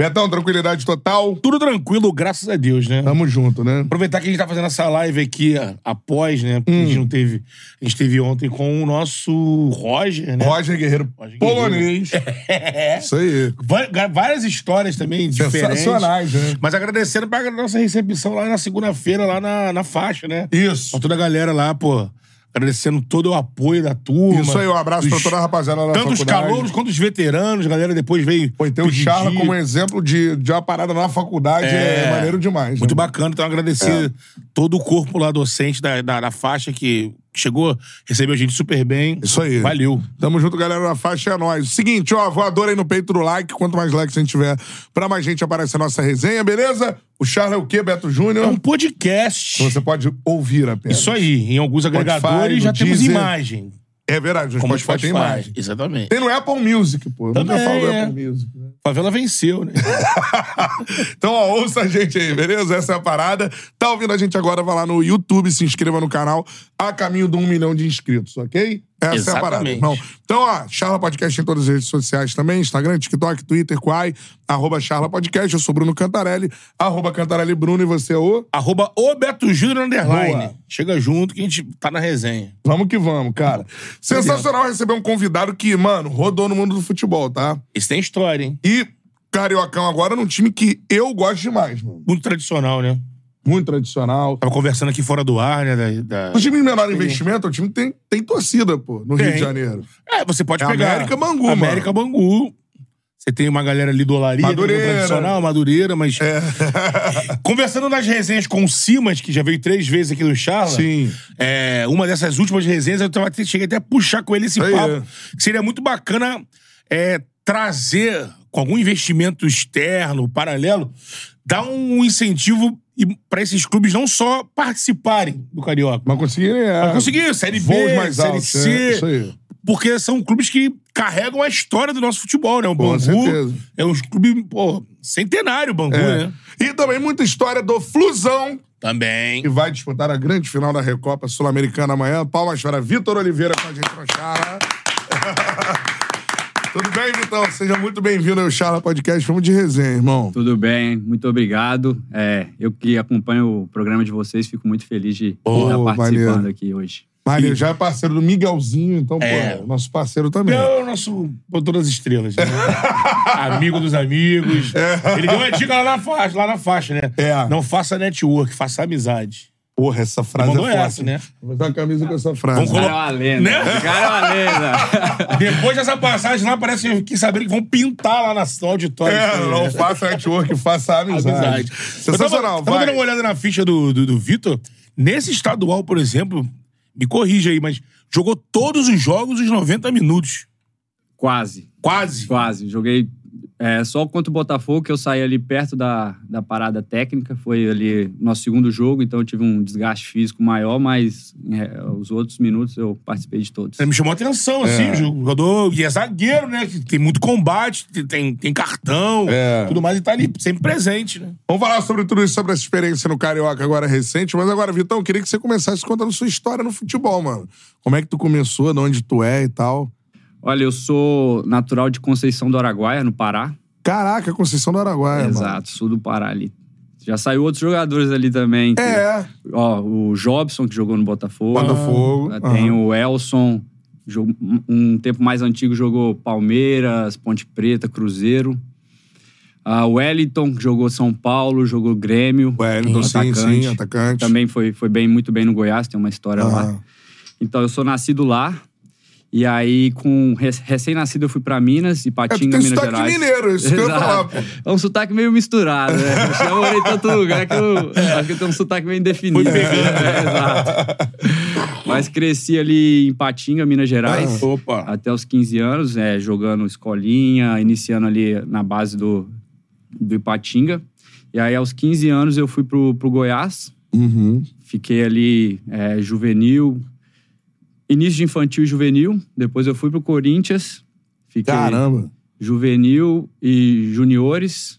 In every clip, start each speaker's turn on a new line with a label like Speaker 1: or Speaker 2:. Speaker 1: Betão, tranquilidade total?
Speaker 2: Tudo tranquilo, graças a Deus, né?
Speaker 1: Tamo junto, né?
Speaker 2: Aproveitar que a gente tá fazendo essa live aqui a- após, né? Porque a
Speaker 1: Hum.
Speaker 2: gente não teve. A gente teve ontem com o nosso Roger, né?
Speaker 1: Roger Guerreiro
Speaker 2: Roger Guerreiro.
Speaker 1: polonês. Isso aí.
Speaker 2: Va- ga- Várias histórias também diferentes.
Speaker 1: Sensacionais, né?
Speaker 2: Mas agradecendo pra nossa recepção lá na segunda-feira, lá na, na faixa, né?
Speaker 1: Isso.
Speaker 2: Com toda a galera lá, pô. Agradecendo todo o apoio da turma.
Speaker 1: Isso aí, um abraço pra toda a rapaziada lá da
Speaker 2: Tanto os
Speaker 1: faculdade.
Speaker 2: calouros quanto os veteranos, a galera depois veio.
Speaker 1: Pô, e ter o
Speaker 2: pedir.
Speaker 1: Charla como exemplo de, de uma parada na faculdade é, maneiro demais.
Speaker 2: Muito
Speaker 1: né?
Speaker 2: bacana, então agradecer
Speaker 1: É.
Speaker 2: todo o corpo lá docente da, da, da faixa que chegou, recebeu a gente super bem.
Speaker 1: Isso aí.
Speaker 2: Valeu.
Speaker 1: Tamo junto, galera. Na faixa é nóis. Seguinte, ó, voador aí no peito do like. Quanto mais likes a gente tiver, pra mais gente aparece a nossa resenha, beleza? O Charla é o quê, Beto
Speaker 2: É um
Speaker 1: Júnior?
Speaker 2: podcast.
Speaker 1: Você pode ouvir apenas.
Speaker 2: Isso aí, em alguns agregadores
Speaker 1: no
Speaker 2: já temos
Speaker 1: Deezer,
Speaker 2: imagem.
Speaker 1: É verdade, no
Speaker 2: Como
Speaker 1: Spotify, tem imagem.
Speaker 2: Exatamente.
Speaker 1: Tem no Apple Music, pô. Eu
Speaker 2: Também,
Speaker 1: nunca falo do
Speaker 2: é.
Speaker 1: Apple Music. né?
Speaker 2: Favela venceu, né?
Speaker 1: Então, ó, ouça a gente aí, beleza? Essa é a parada. Tá ouvindo a gente agora? Vai lá no YouTube, se inscreva no canal a caminho do um milhão de inscritos, ok? Essa é a parada,
Speaker 2: Exatamente.
Speaker 1: irmão. Então, ó, Charla Podcast em todas as redes sociais também: Instagram, TikTok, Twitter, Quai, arroba Charla Podcast. Eu sou Bruno Cantarelli, arroba Cantarelli Bruno e você é o.
Speaker 2: Arroba o Beto Júnior Underline.
Speaker 1: Boa.
Speaker 2: Chega junto que a gente tá na resenha.
Speaker 1: Vamos que vamos, cara. Sensacional receber um convidado que, mano, rodou no mundo do futebol, tá?
Speaker 2: Esse tem história, hein?
Speaker 1: E Cariocão agora num time que eu gosto demais, mano.
Speaker 2: Muito tradicional, né?
Speaker 1: Muito tradicional.
Speaker 2: Tava conversando aqui fora do ar, né? Da, da-
Speaker 1: O time de menor investimento, o time tem, tem torcida, pô, no Rio
Speaker 2: Tem.
Speaker 1: de Janeiro.
Speaker 2: É, você pode
Speaker 1: É
Speaker 2: pegar.
Speaker 1: América Bangu, mano.
Speaker 2: América Bangu. Você tem uma galera ali do Olaria, né,
Speaker 1: Madureira. É.
Speaker 2: tradicional, Madureira, mas. Conversando nas resenhas com o Simas, que já veio três vezes aqui no Charla.
Speaker 1: Sim.
Speaker 2: É, uma dessas últimas resenhas, eu tava, até- cheguei até a puxar com ele esse
Speaker 1: Aí,
Speaker 2: papo.
Speaker 1: é.
Speaker 2: que Seria muito bacana é, trazer, com algum investimento externo, paralelo, dar um incentivo para esses clubes não só participarem do Carioca.
Speaker 1: Mas conseguiram. É,
Speaker 2: Mas conseguiu, Série
Speaker 1: voos
Speaker 2: B,
Speaker 1: mais
Speaker 2: Série
Speaker 1: altos,
Speaker 2: C.
Speaker 1: é, isso aí.
Speaker 2: porque são clubes que carregam a história do nosso futebol, né? O
Speaker 1: Com certeza.
Speaker 2: Bangu é um clube, pô, centenário o Bangu,
Speaker 1: É.
Speaker 2: né?
Speaker 1: E também muita história do Flusão,
Speaker 2: Também.
Speaker 1: que vai disputar a grande final da Recopa Sul-Americana amanhã. Palmas para Vitor Oliveira com a gente no Charla. Tudo bem, Vitão? Seja muito bem-vindo ao Charla Podcast. Vamos de resenha, irmão.
Speaker 3: Tudo bem, muito obrigado. É, eu que acompanho o programa de vocês, fico muito feliz de
Speaker 1: Oh,
Speaker 3: estar participando
Speaker 1: maneiro.
Speaker 3: aqui hoje.
Speaker 1: Maria já é parceiro do Miguelzinho, então,
Speaker 2: É.
Speaker 1: pô, nosso parceiro também.
Speaker 2: É o nosso motor das estrelas, né? Amigo dos amigos. Ele deu uma dica lá na faixa, lá na faixa né?
Speaker 1: É.
Speaker 2: Não faça network, faça amizade.
Speaker 1: Porra, essa frase
Speaker 2: Mandou
Speaker 1: é forte.
Speaker 2: essa, né?
Speaker 1: Vou fazer uma camisa com essa frase.
Speaker 2: Vamos
Speaker 3: O cara
Speaker 2: colo-
Speaker 3: é uma lenda.
Speaker 2: Né?
Speaker 3: O cara é uma lenda.
Speaker 2: Depois dessa passagem lá, parece que saber que vão pintar lá na- no auditório.
Speaker 1: É,
Speaker 2: Né?
Speaker 1: não faça network, faça amizade.
Speaker 2: amizade.
Speaker 1: Sensacional,
Speaker 2: eu tava, tava dando um uma
Speaker 1: vai.
Speaker 2: olhada na ficha do, do, do Vitor. Nesse estadual, por exemplo, me corrija aí, mas jogou todos os jogos os 90 minutos.
Speaker 3: Quase,
Speaker 2: Quase.
Speaker 3: quase. Joguei é, só contra o Botafogo, que eu saí ali perto da, da parada técnica. Foi ali nosso segundo jogo, então eu tive um desgaste físico maior, mas é, os outros minutos eu participei de todos.
Speaker 2: Me chamou a atenção, assim, o jogador. E é zagueiro, né? Que tem muito combate, tem- tem, tem cartão,
Speaker 1: É.
Speaker 2: tudo mais, e tá ali sempre presente, né?
Speaker 1: Vamos falar sobre tudo isso, sobre essa experiência no Carioca agora recente. Mas agora, Vitão, eu queria que você começasse contando sua história no futebol, mano. Como é que tu começou, de onde tu é e tal.
Speaker 3: Olha, eu sou natural de Conceição do Araguaia, no Pará.
Speaker 1: Caraca, Conceição do Araguaia, mano.
Speaker 3: Exato, sul do Pará ali. Já saiu outros jogadores ali também. que-
Speaker 1: É,
Speaker 3: Ó, o Jobson, que jogou no Botafogo.
Speaker 1: Botafogo,
Speaker 3: Ah, Tem
Speaker 1: aham.
Speaker 3: o Elson, jogou- um- um tempo mais antigo jogou Palmeiras, Ponte Preta, Cruzeiro. Ah, o Wellington, que jogou São Paulo, jogou Grêmio.
Speaker 1: o Wellington, sim,
Speaker 3: atacante.
Speaker 1: sim, atacante.
Speaker 3: Também foi, foi bem, muito bem no Goiás, tem uma história
Speaker 1: Aham.
Speaker 3: lá. Então, eu sou nascido lá. E aí, com rec- recém-nascido, eu fui pra Minas,
Speaker 1: É, tu
Speaker 3: Ipatinga,
Speaker 1: tem
Speaker 3: Minas
Speaker 1: sotaque
Speaker 3: Gerais.
Speaker 1: mineiro, isso que eu ia falar,
Speaker 3: Exato.
Speaker 1: pô.
Speaker 3: É um sotaque meio misturado, né? Eu já é, morei em tanto lugar que eu acho que eu tenho um sotaque meio indefinido.
Speaker 2: Foi pegando,
Speaker 3: É, exato. Mas cresci ali em Patinga, Minas
Speaker 1: Ah.
Speaker 3: Gerais.
Speaker 2: Opa.
Speaker 3: Até os 15 anos, é, jogando escolinha, iniciando ali na base do, do Ipatinga. E aí, aos 15 anos, eu fui pro, pro Goiás.
Speaker 1: Uhum.
Speaker 3: Fiquei ali é, juvenil, início de infantil e juvenil. Depois eu fui pro Corinthians. Fiquei
Speaker 1: Caramba.
Speaker 3: juvenil e juniores.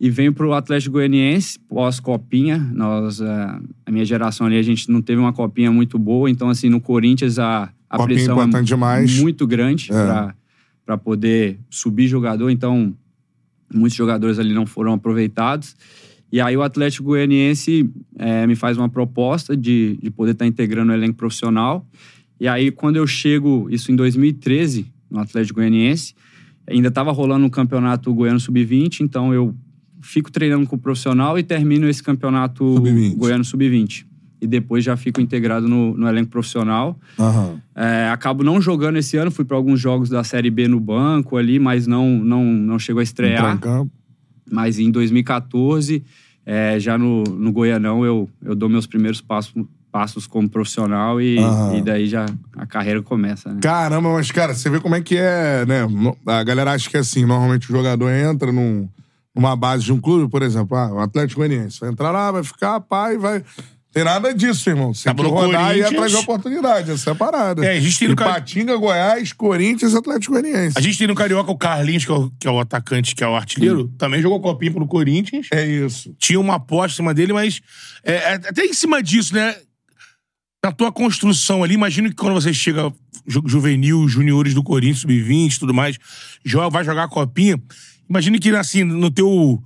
Speaker 3: E venho pro Atlético Goianiense, pós-copinha. Nós, ah, a minha geração ali, a gente não teve uma copinha muito boa. Então, assim, no Corinthians, a, a
Speaker 1: Copinha
Speaker 3: pressão é
Speaker 1: importante demais.
Speaker 3: muito grande pra para poder subir jogador. Então, muitos jogadores ali não foram aproveitados. E aí o Atlético Goianiense eh, me faz uma proposta de, de poder estar integrando o elenco profissional. E aí, quando eu chego, isso em 2013, no Atlético Goianiense, ainda estava rolando um campeonato goiano sub-20, então eu fico treinando com o profissional e termino esse campeonato
Speaker 1: Sub-20.
Speaker 3: goiano sub-20. E depois já fico integrado no, no elenco profissional.
Speaker 1: Aham.
Speaker 3: É, acabo não jogando esse ano, fui para alguns jogos da Série B no banco ali, mas não, não, não chegou a estrear.
Speaker 1: Entrar em campo.
Speaker 3: Mas em 2014, é, já no, no Goianão, eu, eu dou meus primeiros passos, passos como profissional e,
Speaker 1: Aham.
Speaker 3: e daí já a carreira começa, né?
Speaker 1: Caramba, mas, cara, você vê como é que é, né? No- A galera acha que é assim, normalmente o jogador entra num- numa base de um clube, por exemplo, ah, o Atlético Goianiense. Vai entrar lá, vai ficar, pai, vai. Tem nada disso, irmão. Você
Speaker 2: Tá
Speaker 1: tem que
Speaker 2: no
Speaker 1: rodar e ir
Speaker 2: Corinthians.
Speaker 1: atrás de oportunidade. Essa é a parada.
Speaker 2: É, a gente tem no ca-
Speaker 1: Ipatinga, Goiás, Corinthians, Atlético Goianiense.
Speaker 2: A gente tem no Carioca o Carlinhos, que é o, que é o atacante, que é o artilheiro. Também jogou copinha pelo Corinthians.
Speaker 1: É isso.
Speaker 2: Tinha uma aposta em cima dele, mas é, é, até em cima disso, né? Na tua construção ali, imagino que quando você chega ju- juvenil, juniores do Corinthians, sub-20 e tudo mais, joga, vai jogar a copinha. Imagino que, assim, no teu.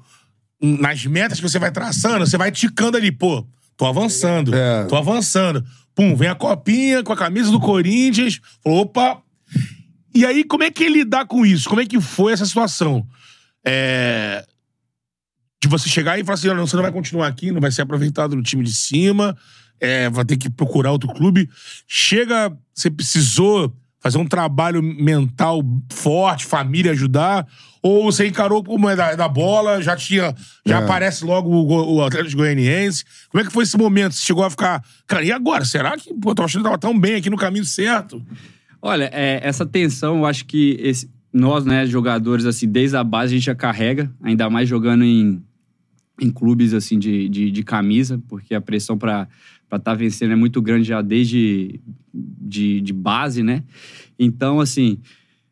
Speaker 2: Nas metas que você vai traçando, você vai ticando ali, pô, tô avançando,
Speaker 1: É.
Speaker 2: tô avançando. Pum, vem a copinha com a camisa do Corinthians. Falou, opa, e aí, como é que ele lidar com isso? Como é que foi essa situação? É, De você chegar e falar assim, "Olha, não, você não vai continuar aqui, não vai ser aproveitado no time de cima, é, vai ter que procurar outro clube. Chega, você precisou fazer um trabalho mental forte, família ajudar, ou você encarou como é da, da bola, já tinha, já
Speaker 1: É.
Speaker 2: aparece logo o, go- o Atlético Goianiense. Como é que foi esse momento? Você chegou a ficar, cara, e agora? Será que, pô, eu tô achando que tava tão bem aqui no caminho certo?
Speaker 3: Olha, é, essa tensão, eu acho que esse- nós, né, jogadores, assim, desde a base a gente já carrega, ainda mais jogando em, em clubes, assim, de, de, de camisa, porque a pressão para estar vencendo é muito grande já desde de, de base, né? Então, assim,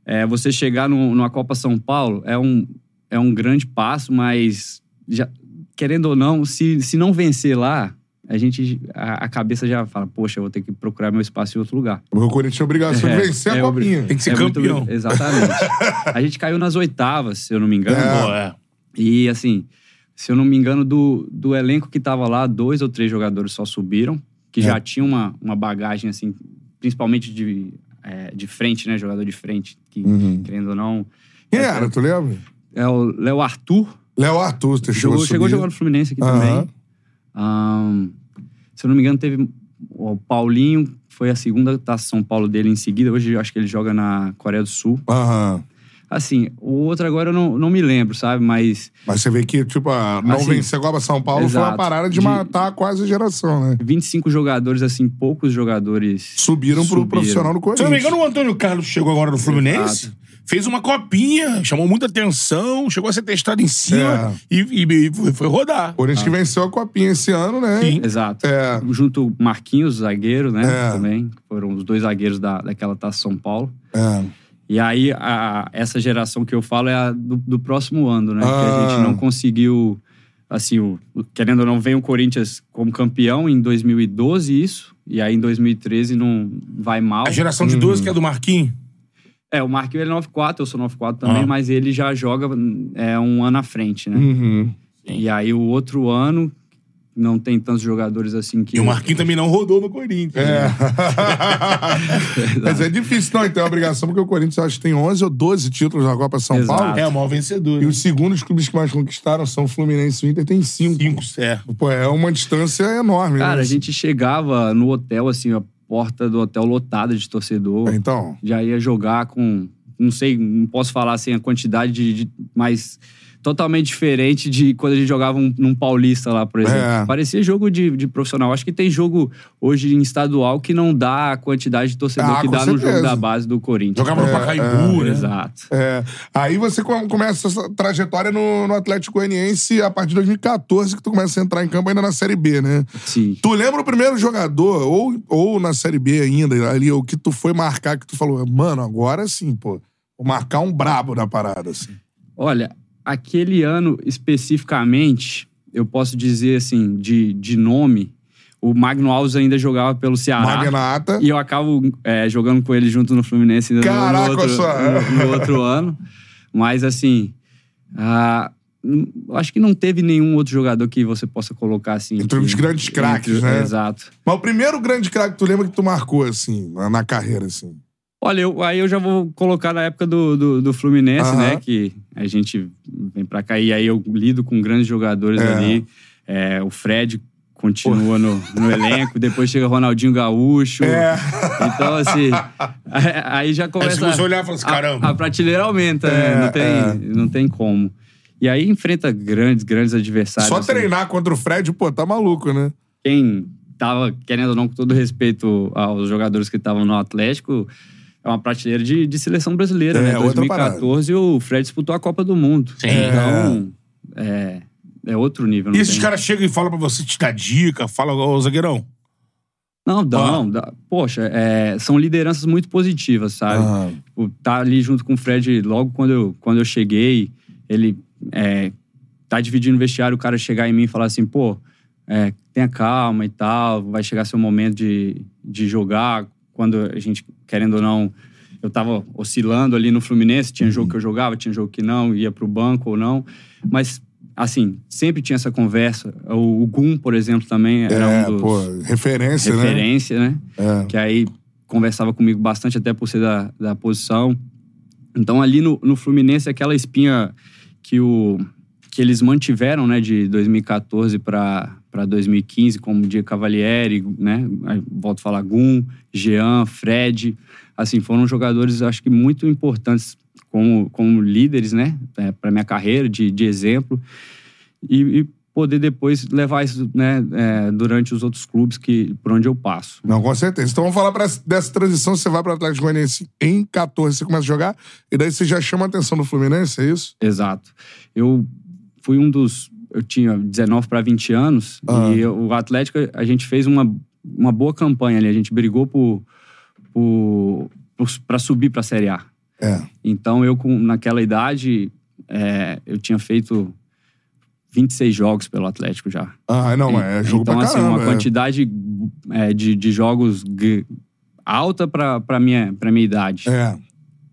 Speaker 3: é, você chegar no- numa Copa São Paulo é um, é um grande passo, mas já- querendo ou não, se, se não vencer lá, a gente, a, a cabeça já fala, poxa, eu vou ter que procurar meu espaço em outro lugar.
Speaker 1: O Corinthians tinha obrigação de
Speaker 3: É,
Speaker 1: vencer
Speaker 3: é
Speaker 1: a copinha.
Speaker 2: Tem que ser
Speaker 3: muito
Speaker 2: campeão.
Speaker 3: bem- exatamente. a gente caiu nas oitavas, se eu não me engano.
Speaker 1: É.
Speaker 2: Pô, é.
Speaker 3: E assim, se eu não me engano, do, do elenco que tava lá, dois ou três jogadores só subiram, que
Speaker 1: É.
Speaker 3: já tinha uma, uma bagagem, assim, principalmente de, é, de frente, né? Jogador de frente, que,
Speaker 1: Uhum.
Speaker 3: querendo ou não.
Speaker 1: Quem era, tu lembra?
Speaker 3: É o Léo Arthur,
Speaker 1: Léo Arthur, você chegou,
Speaker 3: Jogou,
Speaker 1: a subir.
Speaker 3: chegou jogando no Fluminense aqui
Speaker 1: Aham.
Speaker 3: também. Ahn, se eu não me engano, teve o Paulinho, foi a segunda taça São Paulo dele em seguida. Hoje eu acho que ele joga na Coreia do Sul.
Speaker 1: Aham.
Speaker 3: Assim, o outro agora eu não, não me lembro, sabe? Mas
Speaker 1: Mas você vê que, tipo, a não
Speaker 3: Assim,
Speaker 1: vencer a Copa São Paulo foi uma
Speaker 3: exato.
Speaker 1: parada de,
Speaker 3: De-
Speaker 1: matar quase a geração, né?
Speaker 3: 25 jogadores, assim, poucos jogadores.
Speaker 1: Subiram, pro
Speaker 3: Subiram.
Speaker 1: profissional do
Speaker 2: Se eu
Speaker 1: Corinthians.
Speaker 2: não me engano, o Antônio Carlos chegou agora no Fluminense, fez uma copinha, chamou muita atenção, chegou a ser testado em cima e, e- e foi- foi rodar.
Speaker 1: O Corinthians
Speaker 3: Ah.
Speaker 1: que venceu a Copinha esse ano, né?
Speaker 2: Sim.
Speaker 3: Exato.
Speaker 1: É.
Speaker 3: Junto Marquinhos, zagueiro, né?
Speaker 1: É.
Speaker 3: Também. Foram os dois zagueiros da, daquela taça São Paulo.
Speaker 1: É.
Speaker 3: E aí, a- essa geração que eu falo é a do, do próximo ano, né?
Speaker 1: Ah.
Speaker 3: Que a gente não conseguiu. Assim, o- o- querendo ou não, vem o Corinthians como campeão em 2012, isso. E aí, em 2013, não vai mal.
Speaker 2: A geração de 12, que é do Marquinhos.
Speaker 3: É, o Marquinhos ele é 94, eu sou 94 também,
Speaker 2: Ah. Hum.
Speaker 3: mas ele já joga é, um ano à frente, né?
Speaker 1: Uhum.
Speaker 3: E aí, o outro ano, não tem tantos jogadores assim que.
Speaker 2: E o Marquinhos também não rodou no Corinthians. né?
Speaker 1: É. Mas é difícil, não, então é obrigação, porque o Corinthians eu acho que tem 11 ou 12 títulos na Copa São
Speaker 3: Exato.
Speaker 1: Paulo.
Speaker 2: É, o maior vencedor.
Speaker 1: E
Speaker 2: né?
Speaker 1: os segundos clubes que mais conquistaram são o Fluminense e o Inter, tem 5.
Speaker 2: Cinco, é.
Speaker 1: Pô, é uma distância enorme,
Speaker 3: Cara,
Speaker 1: né?
Speaker 3: a gente chegava no hotel, assim, a porta do hotel lotada de torcedor.
Speaker 1: Então,
Speaker 3: já ia jogar com. Não sei, não posso falar assim a quantidade de. de- mas totalmente diferente de quando a gente jogava um- num paulista lá, por exemplo.
Speaker 1: É.
Speaker 3: Parecia jogo de, de profissional. Acho que tem jogo hoje em estadual que não dá a quantidade de torcedor
Speaker 1: Ah,
Speaker 3: que
Speaker 1: com
Speaker 3: dá no jogo
Speaker 1: certeza.
Speaker 3: da base do Corinthians.
Speaker 2: Jogava no Pacaembu, né?
Speaker 3: É, Exato.
Speaker 1: É, aí você com- começa essa trajetória no, no Atlético Goianiense a partir de 2014 que tu começa a entrar em campo ainda na Série B, né?
Speaker 3: Sim.
Speaker 1: Tu lembra o primeiro jogador, ou, ou na Série B ainda, ali, o que tu foi marcar, que tu falou, mano, agora sim, pô. Vou marcar um brabo na parada, assim.
Speaker 3: Olha, aquele ano especificamente, eu posso dizer assim, de, de nome, o Magno Alves ainda jogava pelo Ceará.
Speaker 1: Magnata.
Speaker 3: E eu acabo é, jogando com ele junto no Fluminense ainda no-
Speaker 1: Caraca,
Speaker 3: no, outro,
Speaker 1: só-
Speaker 3: no- no outro ano. Mas assim, ah, n- acho que não teve nenhum outro jogador que você possa colocar assim.
Speaker 1: Entre
Speaker 3: que-
Speaker 1: os grandes craques, né?
Speaker 3: Exato.
Speaker 1: Mas o primeiro grande craque que tu lembra que tu marcou, assim, na, na carreira, assim.
Speaker 3: Olha, eu- aí eu já vou colocar na época do, do, do Fluminense,
Speaker 1: Aham.
Speaker 3: né? Que a gente vem pra cá e aí eu lido com grandes jogadores
Speaker 1: É.
Speaker 3: ali. É, o Fred continua no, no elenco, depois chega Ronaldinho Gaúcho.
Speaker 1: É.
Speaker 3: Então, assim, a- aí já
Speaker 2: Aí se
Speaker 3: começa.
Speaker 2: você olhar e falar assim,
Speaker 3: a-
Speaker 2: caramba.
Speaker 3: A, prateleira aumenta, né?
Speaker 1: É,
Speaker 3: Não tem, não tem como. E aí enfrenta grandes, grandes adversários.
Speaker 1: Só
Speaker 3: assim.
Speaker 1: treinar contra o Fred, pô, tá maluco, né?
Speaker 3: Quem tava, querendo ou não, com todo respeito aos jogadores que estavam no Atlético, é uma prateleira de, de seleção brasileira,
Speaker 1: É,
Speaker 3: né?
Speaker 1: outra
Speaker 3: 2014 o Fred disputou a Copa do Mundo.
Speaker 2: Sim.
Speaker 3: Então, é, é outro nível.
Speaker 2: E
Speaker 3: não
Speaker 2: esses
Speaker 3: tem-
Speaker 2: caras chegam e falam pra você, te dá dica, fala, ô zagueirão.
Speaker 3: Não,
Speaker 2: Ah.
Speaker 3: não. dá- Poxa, é, são lideranças muito positivas, sabe?
Speaker 1: Ah,
Speaker 3: Tipo, tá ali junto com o Fred logo quando eu, quando eu cheguei. Ele é, tá dividindo o vestiário, o cara chegar em mim e falar assim, pô, é, tenha calma e tal, vai chegar seu momento de, de jogar. Quando a gente, querendo ou não, eu tava oscilando ali no Fluminense, tinha jogo que eu jogava, tinha jogo que não, ia pro banco ou não. Mas, assim, sempre tinha essa conversa. O, o Gum, por exemplo, também era
Speaker 1: é,
Speaker 3: um dos
Speaker 1: pô, referência, né?
Speaker 3: referência, né?
Speaker 1: É.
Speaker 3: que aí conversava comigo bastante, até por ser da, da posição. Então, ali no, no Fluminense, aquela espinha que, o, que eles mantiveram, né, de 2014 para 2015, como Dia Cavalieri, né, aí volto a falar, Gum, Jean, Fred, assim, foram jogadores, acho que muito importantes como, como líderes, né, para minha carreira, de, de exemplo. E, e poder depois levar isso, né, é, durante os outros clubes que, por onde eu passo.
Speaker 1: Não, com certeza. Então vamos falar pra- dessa transição. Você vai pro Atlético Goianiense em 14, você começa a jogar, e daí você já chama a atenção do Fluminense, é isso?
Speaker 3: Exato. Eu fui um dos. Eu tinha 19 para 20 anos
Speaker 1: Ah.
Speaker 3: e eu- o Atlético, a gente fez uma, uma boa campanha ali. A gente brigou por, por, para subir para a Série A.
Speaker 1: É.
Speaker 3: Então, eu, com, naquela idade, é, eu tinha feito 26 jogos pelo Atlético já.
Speaker 1: Ah, não, é jogo
Speaker 3: então,
Speaker 1: pra
Speaker 3: assim,
Speaker 1: caramba.
Speaker 3: uma
Speaker 1: é.
Speaker 3: quantidade é, de, de jogos g- alta para minha, pra minha idade.
Speaker 1: É.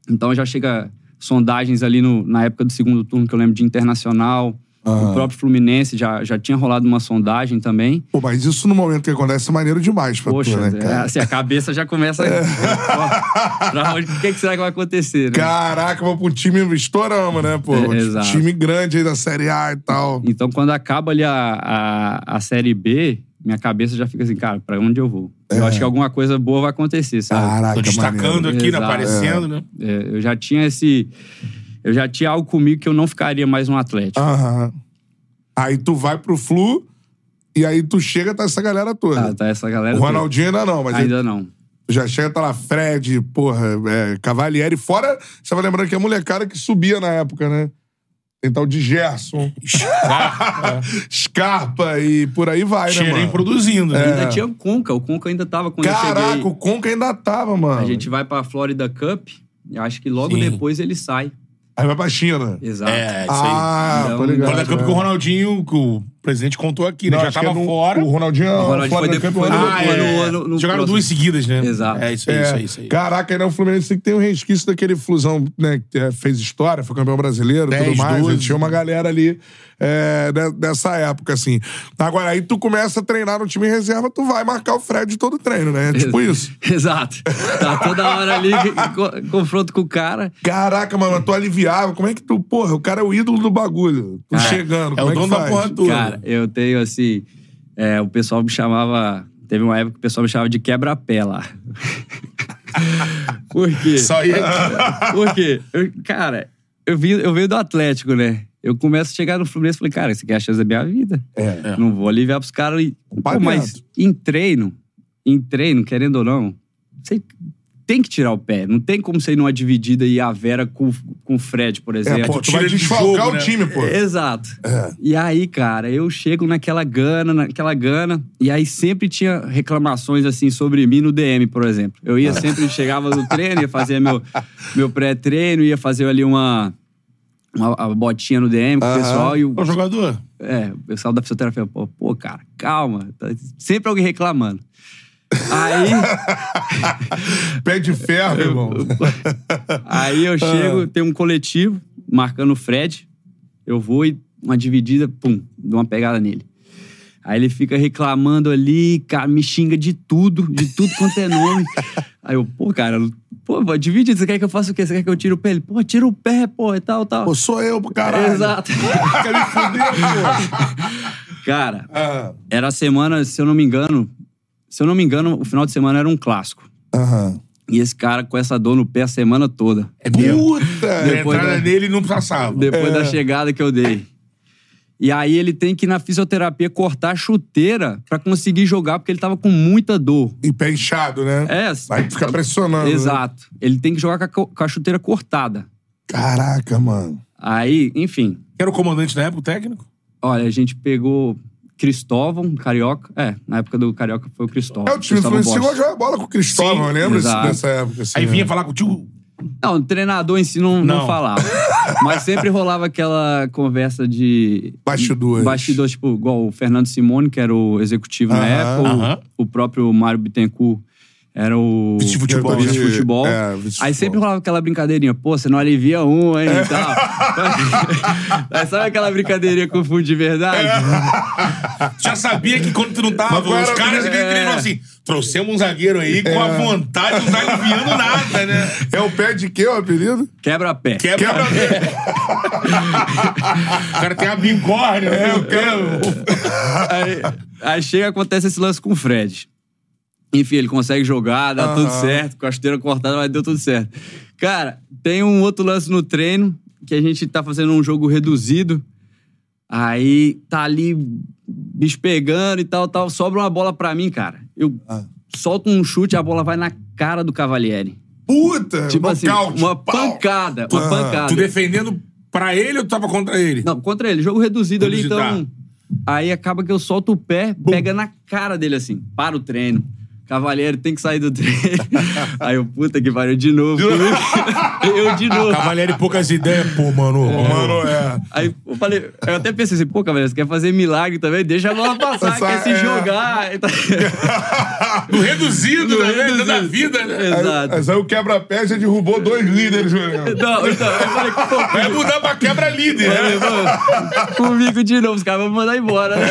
Speaker 3: Então já chega sondagens ali no- na época do segundo turno, que eu lembro de Internacional.
Speaker 1: Aham.
Speaker 3: O próprio Fluminense já, já tinha rolado uma sondagem também.
Speaker 1: Pô, mas isso no momento que acontece é maneiro demais pra
Speaker 3: Poxa,
Speaker 1: tu, né,
Speaker 3: é,
Speaker 1: cara? É.
Speaker 3: assim, a cabeça já começa. Ó, pra onde, o que, que será que vai acontecer? Né?
Speaker 1: Caraca, vou pro time estouramos, né, pô?
Speaker 3: É, exato.
Speaker 1: Time grande aí da Série A e tal.
Speaker 3: Então, quando acaba ali a, a, a Série B, minha cabeça já fica assim, cara, pra onde eu vou? Eu
Speaker 1: É.
Speaker 3: acho que alguma coisa boa vai acontecer, sabe?
Speaker 1: Caraca,
Speaker 2: Tô destacando
Speaker 1: maneiro.
Speaker 2: aqui, né,
Speaker 3: Exato.
Speaker 2: aparecendo, né?
Speaker 3: É, eu já tinha esse. Eu já tinha algo comigo que eu não ficaria mais no
Speaker 1: Ah,
Speaker 3: Atlético.
Speaker 1: Aham. Aí tu vai pro Flu e aí tu chega tá essa galera
Speaker 3: Tá,
Speaker 1: toda.
Speaker 3: tá, essa galera.
Speaker 1: O Ronaldinho ainda não, mas aí
Speaker 3: Ainda não.
Speaker 1: tu já chega, tá lá Fred, porra, é, Cavalieri. Fora, você vai lembrando que é a molecada que subia na época, né? Tem tal de Gerson, Scarpa e por aí vai, né,
Speaker 2: Cheirei
Speaker 1: mano?
Speaker 2: produzindo, né?
Speaker 3: Ainda tinha o Conca. O Conca ainda tava quando eu cheguei.
Speaker 1: Caraca, o Conca ainda tava, mano.
Speaker 3: A gente vai pra Florida Cup. e Acho que logo
Speaker 2: Sim.
Speaker 3: depois ele sai.
Speaker 1: Aí vai pra China.
Speaker 3: Exato.
Speaker 2: É, isso aí.
Speaker 1: Ah,
Speaker 3: Então,
Speaker 1: tô ligado.
Speaker 2: Fora da campo
Speaker 1: né?
Speaker 2: que o Ronaldinho, que o presidente contou aqui, né?
Speaker 1: Não,
Speaker 2: já
Speaker 1: acho que
Speaker 2: tava
Speaker 1: é no-
Speaker 2: fora.
Speaker 1: O Ronaldinho,
Speaker 3: O Ronaldinho
Speaker 1: fora
Speaker 3: foi
Speaker 1: da
Speaker 3: depois,
Speaker 1: campo,
Speaker 3: foi
Speaker 1: ele-
Speaker 3: no-
Speaker 2: Ah, é.
Speaker 3: no- no- no
Speaker 2: Jogaram
Speaker 3: próximo.
Speaker 2: duas seguidas, né?
Speaker 3: Exato.
Speaker 2: É isso aí,
Speaker 1: É.
Speaker 2: isso aí, isso aí.
Speaker 1: Caraca, aí né, o Fluminense tem que ter um resquício daquele flusão, né? Que eh, fez história, foi campeão brasileiro e
Speaker 2: 10,
Speaker 1: tudo mais.
Speaker 2: 12.
Speaker 1: né, Tinha uma galera ali eh, de- dessa época, assim. Agora, aí tu começa a treinar no time em reserva, tu vai marcar o Fred todo treino, né? É tipo isso.
Speaker 3: Exato. Tá toda hora ali, co- confronto com o cara.
Speaker 1: Caraca, mano, tu aliviava. Como é que tu... Porra, o cara é o ídolo do bagulho. Tu
Speaker 3: Cara,
Speaker 1: chegando,
Speaker 2: é
Speaker 1: como
Speaker 2: o
Speaker 1: é que
Speaker 2: dono da
Speaker 1: faz?
Speaker 2: porra toda.
Speaker 3: Cara, eu tenho assim. é, o pessoal me chamava. Teve uma época que o pessoal me chamava de quebra-pé lá. Por quê?
Speaker 2: Só aí.
Speaker 1: é
Speaker 3: Por quê? Eu- cara, eu, vim, eu venho do Atlético, né? Eu começo a chegar no Fluminense e falei, cara, isso aqui é a chance da minha vida.
Speaker 1: É. Um
Speaker 3: Não vou aliviar pros caras. E,
Speaker 1: Pai
Speaker 3: pô, mas em treino, em treino, querendo ou não, você tem que tirar o pé. Não tem como você ir numa dividida e a Vera com, com o Fred, por exemplo.
Speaker 1: É,
Speaker 3: É tipo
Speaker 1: pô, tu
Speaker 2: tira
Speaker 1: vai
Speaker 2: de
Speaker 1: desfalcar
Speaker 2: jogo,
Speaker 1: o
Speaker 2: né?
Speaker 1: time, pô. É.
Speaker 3: Exato. E aí, cara, eu chego naquela gana, naquela gana, e aí sempre tinha reclamações assim sobre mim no DM, por exemplo. Eu
Speaker 1: Ah.
Speaker 3: ia sempre, chegava no treino, ia fazer meu, meu pré-treino, ia fazer ali uma, uma, uma botinha no DM com o
Speaker 1: Aham.
Speaker 3: pessoal e o,
Speaker 2: É um jogador.
Speaker 3: é, o pessoal da fisioterapia, pô, pô, cara, calma. Tá sempre alguém reclamando. Aí,
Speaker 1: Pé de ferro, irmão.
Speaker 3: aí eu chego,
Speaker 1: Ah.
Speaker 3: tem um coletivo marcando o Fred. Eu vou e uma dividida, pum, dou uma pegada nele. Aí ele fica reclamando ali, cara, me xinga de tudo, de tudo quanto é nome. Aí eu, pô, cara, pô, vai dividir, você quer que eu faça o quê? Você quer que eu tire o pé? Ele, pô, tira o pé, pô, e tal, tal.
Speaker 1: Pô, sou eu, pro caralho.
Speaker 3: Exato.
Speaker 1: Quer me fuder, pô.
Speaker 3: cara,
Speaker 1: Ah,
Speaker 3: era a semana, se eu não me engano, se eu não me engano, o final de semana era um clássico.
Speaker 1: Aham.
Speaker 3: E esse cara com essa dor no pé a semana toda.
Speaker 1: Puta!
Speaker 2: A
Speaker 3: É Depois
Speaker 2: entrada
Speaker 3: da-
Speaker 2: nele não passava.
Speaker 3: Depois
Speaker 1: É.
Speaker 3: da chegada que eu dei. E aí ele tem que ir na fisioterapia cortar a chuteira pra conseguir jogar, porque ele tava com muita dor.
Speaker 1: E pé inchado, né?
Speaker 3: É,
Speaker 1: Vai ficar pressionando. né?
Speaker 3: exato. Ele tem que jogar com a, co- com a chuteira cortada.
Speaker 1: Caraca, mano.
Speaker 3: Aí, enfim.
Speaker 2: Era o comandante na época, o técnico?
Speaker 3: Olha, a gente pegou Cristóvão, Carioca. É, na época do Carioca foi o Cristóvão.
Speaker 1: É, o time do
Speaker 3: Cristóvão
Speaker 1: Fluminense chegou a
Speaker 3: Borges.
Speaker 1: jogar bola com o Cristóvão,
Speaker 2: Sim,
Speaker 1: lembra isso,
Speaker 3: exato.
Speaker 1: dessa época? Assim,
Speaker 2: Aí vinha
Speaker 1: né?
Speaker 2: falar contigo.
Speaker 3: Não, o treinador em si não, não.
Speaker 2: Não.
Speaker 3: falava. Mas sempre rolava aquela conversa de.
Speaker 1: Bastidores.
Speaker 3: Bastidores, tipo, igual o Fernando Simone, que era o executivo na
Speaker 1: Aham,
Speaker 3: época, o-
Speaker 2: aham.
Speaker 3: o, próprio Mário Bittencourt era o.
Speaker 2: Vice futebol,
Speaker 3: vice
Speaker 1: né?
Speaker 3: futebol.
Speaker 1: É, vice futebol.
Speaker 3: Aí sempre rolava aquela brincadeirinha, pô, você não alivia um, hein, e tal. Aí sabe aquela brincadeirinha com o fundo de verdade?
Speaker 1: É.
Speaker 2: Já sabia que quando tu não tava,
Speaker 1: Mas qual
Speaker 2: os
Speaker 1: era-
Speaker 2: caras
Speaker 1: É.
Speaker 2: que queriam assim: trouxemos um zagueiro aí com a vontade, não tá aliviando nada, né?
Speaker 1: É o pé de quê, o apelido?
Speaker 3: Quebra-pé.
Speaker 2: Quebra. o cara tem a bigorna,
Speaker 1: É,
Speaker 2: né? Eu
Speaker 3: aí, aí chega, acontece esse lance com o Fred. Enfim, ele consegue jogar, dá tudo certo, com a chuteira cortada, mas deu tudo certo. Cara, tem um outro lance no treino, que a gente tá fazendo um jogo reduzido. Aí tá ali, bicho pegando e tal, tal. Sobra uma bola pra mim, cara. Eu
Speaker 1: Ah.
Speaker 3: solto um chute, a bola vai na cara do Cavalieri.
Speaker 1: Puta!
Speaker 3: Tipo assim,
Speaker 1: É um nocaute,
Speaker 3: uma
Speaker 1: pau.
Speaker 3: pancada, uma
Speaker 1: Ah,
Speaker 3: pancada.
Speaker 2: Tu defendendo pra ele ou tu tava contra ele?
Speaker 3: Não, contra ele. Jogo reduzido ali,
Speaker 2: Reduzido, tá.
Speaker 3: então. Aí acaba que eu solto o pé, pega na cara dele assim, para o treino. Cavalheiro tem que sair do treino. Aí eu, puta que pariu, de novo. eu de novo.
Speaker 2: Cavalieri poucas ideias, pô, mano.
Speaker 1: Ô, Mano, é.
Speaker 3: Aí eu falei, eu até pensei assim, pô, Cavalheiro, você quer fazer milagre também? Deixa a bola passar,
Speaker 1: Passar,
Speaker 3: quer se
Speaker 1: é.
Speaker 3: jogar.
Speaker 2: No reduzido,
Speaker 3: No
Speaker 2: né? Tá
Speaker 3: reduzido.
Speaker 2: Da vida, né?
Speaker 3: Exato.
Speaker 1: Mas aí o quebra-pé já derrubou dois líderes, né? Juliano.
Speaker 3: Não, então, eu falei, pô,
Speaker 2: Vai mudar pra quebra-líder, né?
Speaker 3: Falei, "Pô, comigo de novo, os caras vão me mandar embora, né?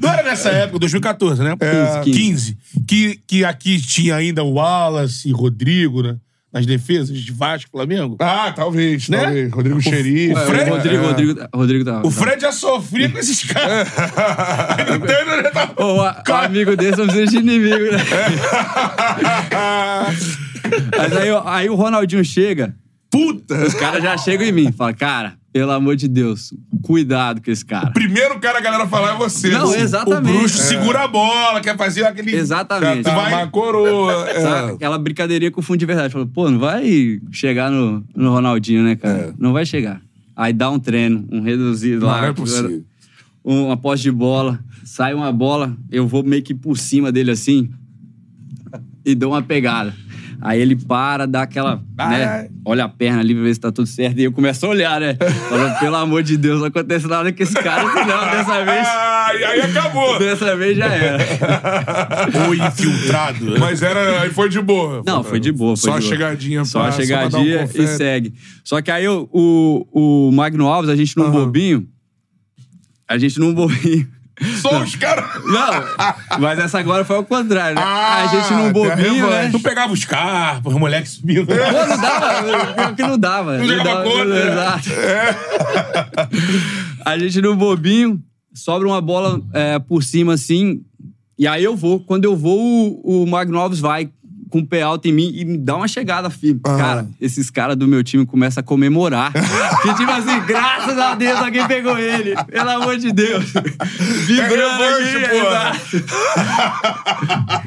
Speaker 2: Não era nessa época, 2014, né?
Speaker 1: É,
Speaker 2: 15.
Speaker 3: 15.
Speaker 2: Que, que aqui tinha ainda o Wallace, Rodrigo, né? Nas defesas de Vasco e Flamengo.
Speaker 1: Ah, talvez,
Speaker 2: Né?
Speaker 1: talvez. Rodrigo Xerife.
Speaker 2: o Fred-
Speaker 3: O Rodrigo,
Speaker 1: É.
Speaker 3: Rodrigo, Rodrigo tava.
Speaker 2: O Fred já sofria com esses caras. Ele tendo, né, tá-
Speaker 3: Ô, a- amigo desse não precisa de inimigo, né? Mas aí, ó, aí o Ronaldinho chega,
Speaker 1: Puta!
Speaker 3: os caras já chegam em mim. Fala, cara, pelo amor de Deus, cuidado com esse cara.
Speaker 1: Primeiro cara a galera falar é você.
Speaker 3: Não,
Speaker 1: assim.
Speaker 3: exatamente. É.
Speaker 2: O bruxo segura a bola, quer fazer aquele.
Speaker 3: Exatamente.
Speaker 1: Tá
Speaker 2: Vai-
Speaker 1: uma coroa. é.
Speaker 3: Sabe? Aquela brincadeirinha com o fundo de verdade. Falou, pô, não vai chegar no, no Ronaldinho, né, cara? Não vai chegar. Aí dá um treino, um reduzido lá.
Speaker 1: É. Não é possível.
Speaker 3: um- uma posse de bola, sai uma bola, eu vou meio que por cima dele assim e dou uma pegada. Aí ele para, dá aquela.
Speaker 1: Ai.
Speaker 3: Né, olha a perna ali pra ver se tá tudo certo. E eu começo a olhar, né? Falando, pelo amor de Deus, não acontece nada com esse cara, não. Dessa vez.
Speaker 1: Ah, e aí acabou.
Speaker 3: Dessa vez já era.
Speaker 2: Ou infiltrado. né?
Speaker 1: Mas era, aí foi de boa.
Speaker 3: Não, foi de boa. Foi
Speaker 1: Só
Speaker 3: de boa.
Speaker 1: chegadinha
Speaker 3: Só a
Speaker 1: pra- pra dar um
Speaker 3: chegadinha e
Speaker 1: confete.
Speaker 3: segue. Só que aí o, o, o Magno Alves, a gente num bobinho. A gente num bobinho.
Speaker 1: Só os caras.
Speaker 3: Não, mas essa agora foi ao contrário, né?
Speaker 1: Ah,
Speaker 3: a gente num bobinho,
Speaker 1: tá
Speaker 3: né?
Speaker 2: Tu é pegava os carros, os moleques subindo.
Speaker 1: É.
Speaker 3: Pô, não dava, pior que não dava.
Speaker 2: Não jogava
Speaker 3: dava,
Speaker 2: contra, né?
Speaker 3: exato. A gente num bobinho, sobra uma bola é, por cima assim, e aí eu vou. Quando eu vou, o, o Magno Alves vai com o pé alto em mim e me dá uma chegada firme.
Speaker 1: Ah.
Speaker 3: Cara, esses caras do meu time começam a comemorar. que tipo assim, graças a Deus alguém pegou ele. Pelo amor de Deus. Vibrando
Speaker 2: revanche,
Speaker 3: aqui, exato.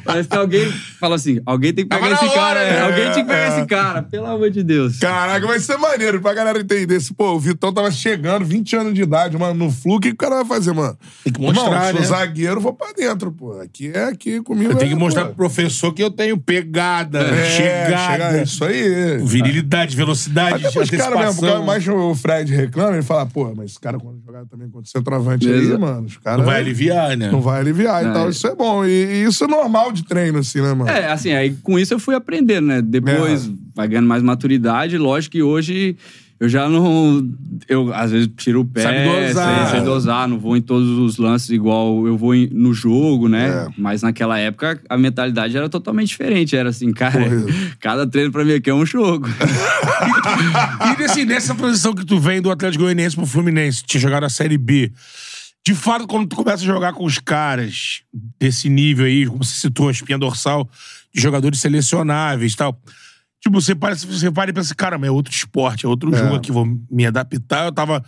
Speaker 3: Parece que alguém fala assim, alguém tem que pegar
Speaker 2: Tava na
Speaker 3: esse cara.
Speaker 2: hora,
Speaker 3: é,
Speaker 2: né?
Speaker 3: Alguém tem que pegar
Speaker 1: É.
Speaker 3: esse cara. Pelo amor de Deus.
Speaker 1: Caraca, vai ser maneiro pra galera entender. Se, pô, o Vitão tava chegando, 20 anos de idade, mano, no flu, o que que o cara vai fazer, mano?
Speaker 2: Tem que mostrar,
Speaker 1: Irmão,
Speaker 2: né?
Speaker 1: Sou zagueiro, vou pra dentro, pô. Aqui é aqui, comigo
Speaker 2: Eu tenho que
Speaker 1: é,
Speaker 2: mostrar
Speaker 1: pô.
Speaker 2: pro professor que eu tenho pegada,
Speaker 1: É,
Speaker 2: chegada,
Speaker 1: chega- Isso aí.
Speaker 2: virilidade, velocidade,
Speaker 1: Até pros caras mesmo,
Speaker 2: antecipação.
Speaker 1: cara, mais o Fred reclama, ele fala, pô, mas esse cara quando jogar também contra o centroavante aí,
Speaker 3: Beleza.
Speaker 1: mano, os caras...
Speaker 2: Não vai aliviar, né?
Speaker 1: Não vai aliviar e
Speaker 3: É.
Speaker 1: tal. Isso é bom. E, e isso é normal de treino, assim, né, mano?
Speaker 3: É, assim, aí com isso eu fui aprendendo, né? Depois
Speaker 1: É.
Speaker 3: vai ganhando mais maturidade. Lógico que hoje eu já não. Eu, às vezes, tiro o pé.
Speaker 2: Sabe dosar.
Speaker 3: Sei, sei dosar, não vou em todos os lances igual eu vou em- no jogo,
Speaker 2: É.
Speaker 3: né? Mas naquela época a mentalidade era totalmente diferente. Era assim, cara, cada treino pra mim aqui é um jogo.
Speaker 2: E nesse, nessa transição que tu vem do Atlético Goianiense pro Fluminense, tinha jogado a Série B. De fato, quando tu começa a jogar com os caras desse nível aí, como você citou, a espinha dorsal, de jogadores selecionáveis e tal. Tipo, você para, você para e pensa, cara, mas é outro esporte, é outro jogo aqui, vou me adaptar. Eu tava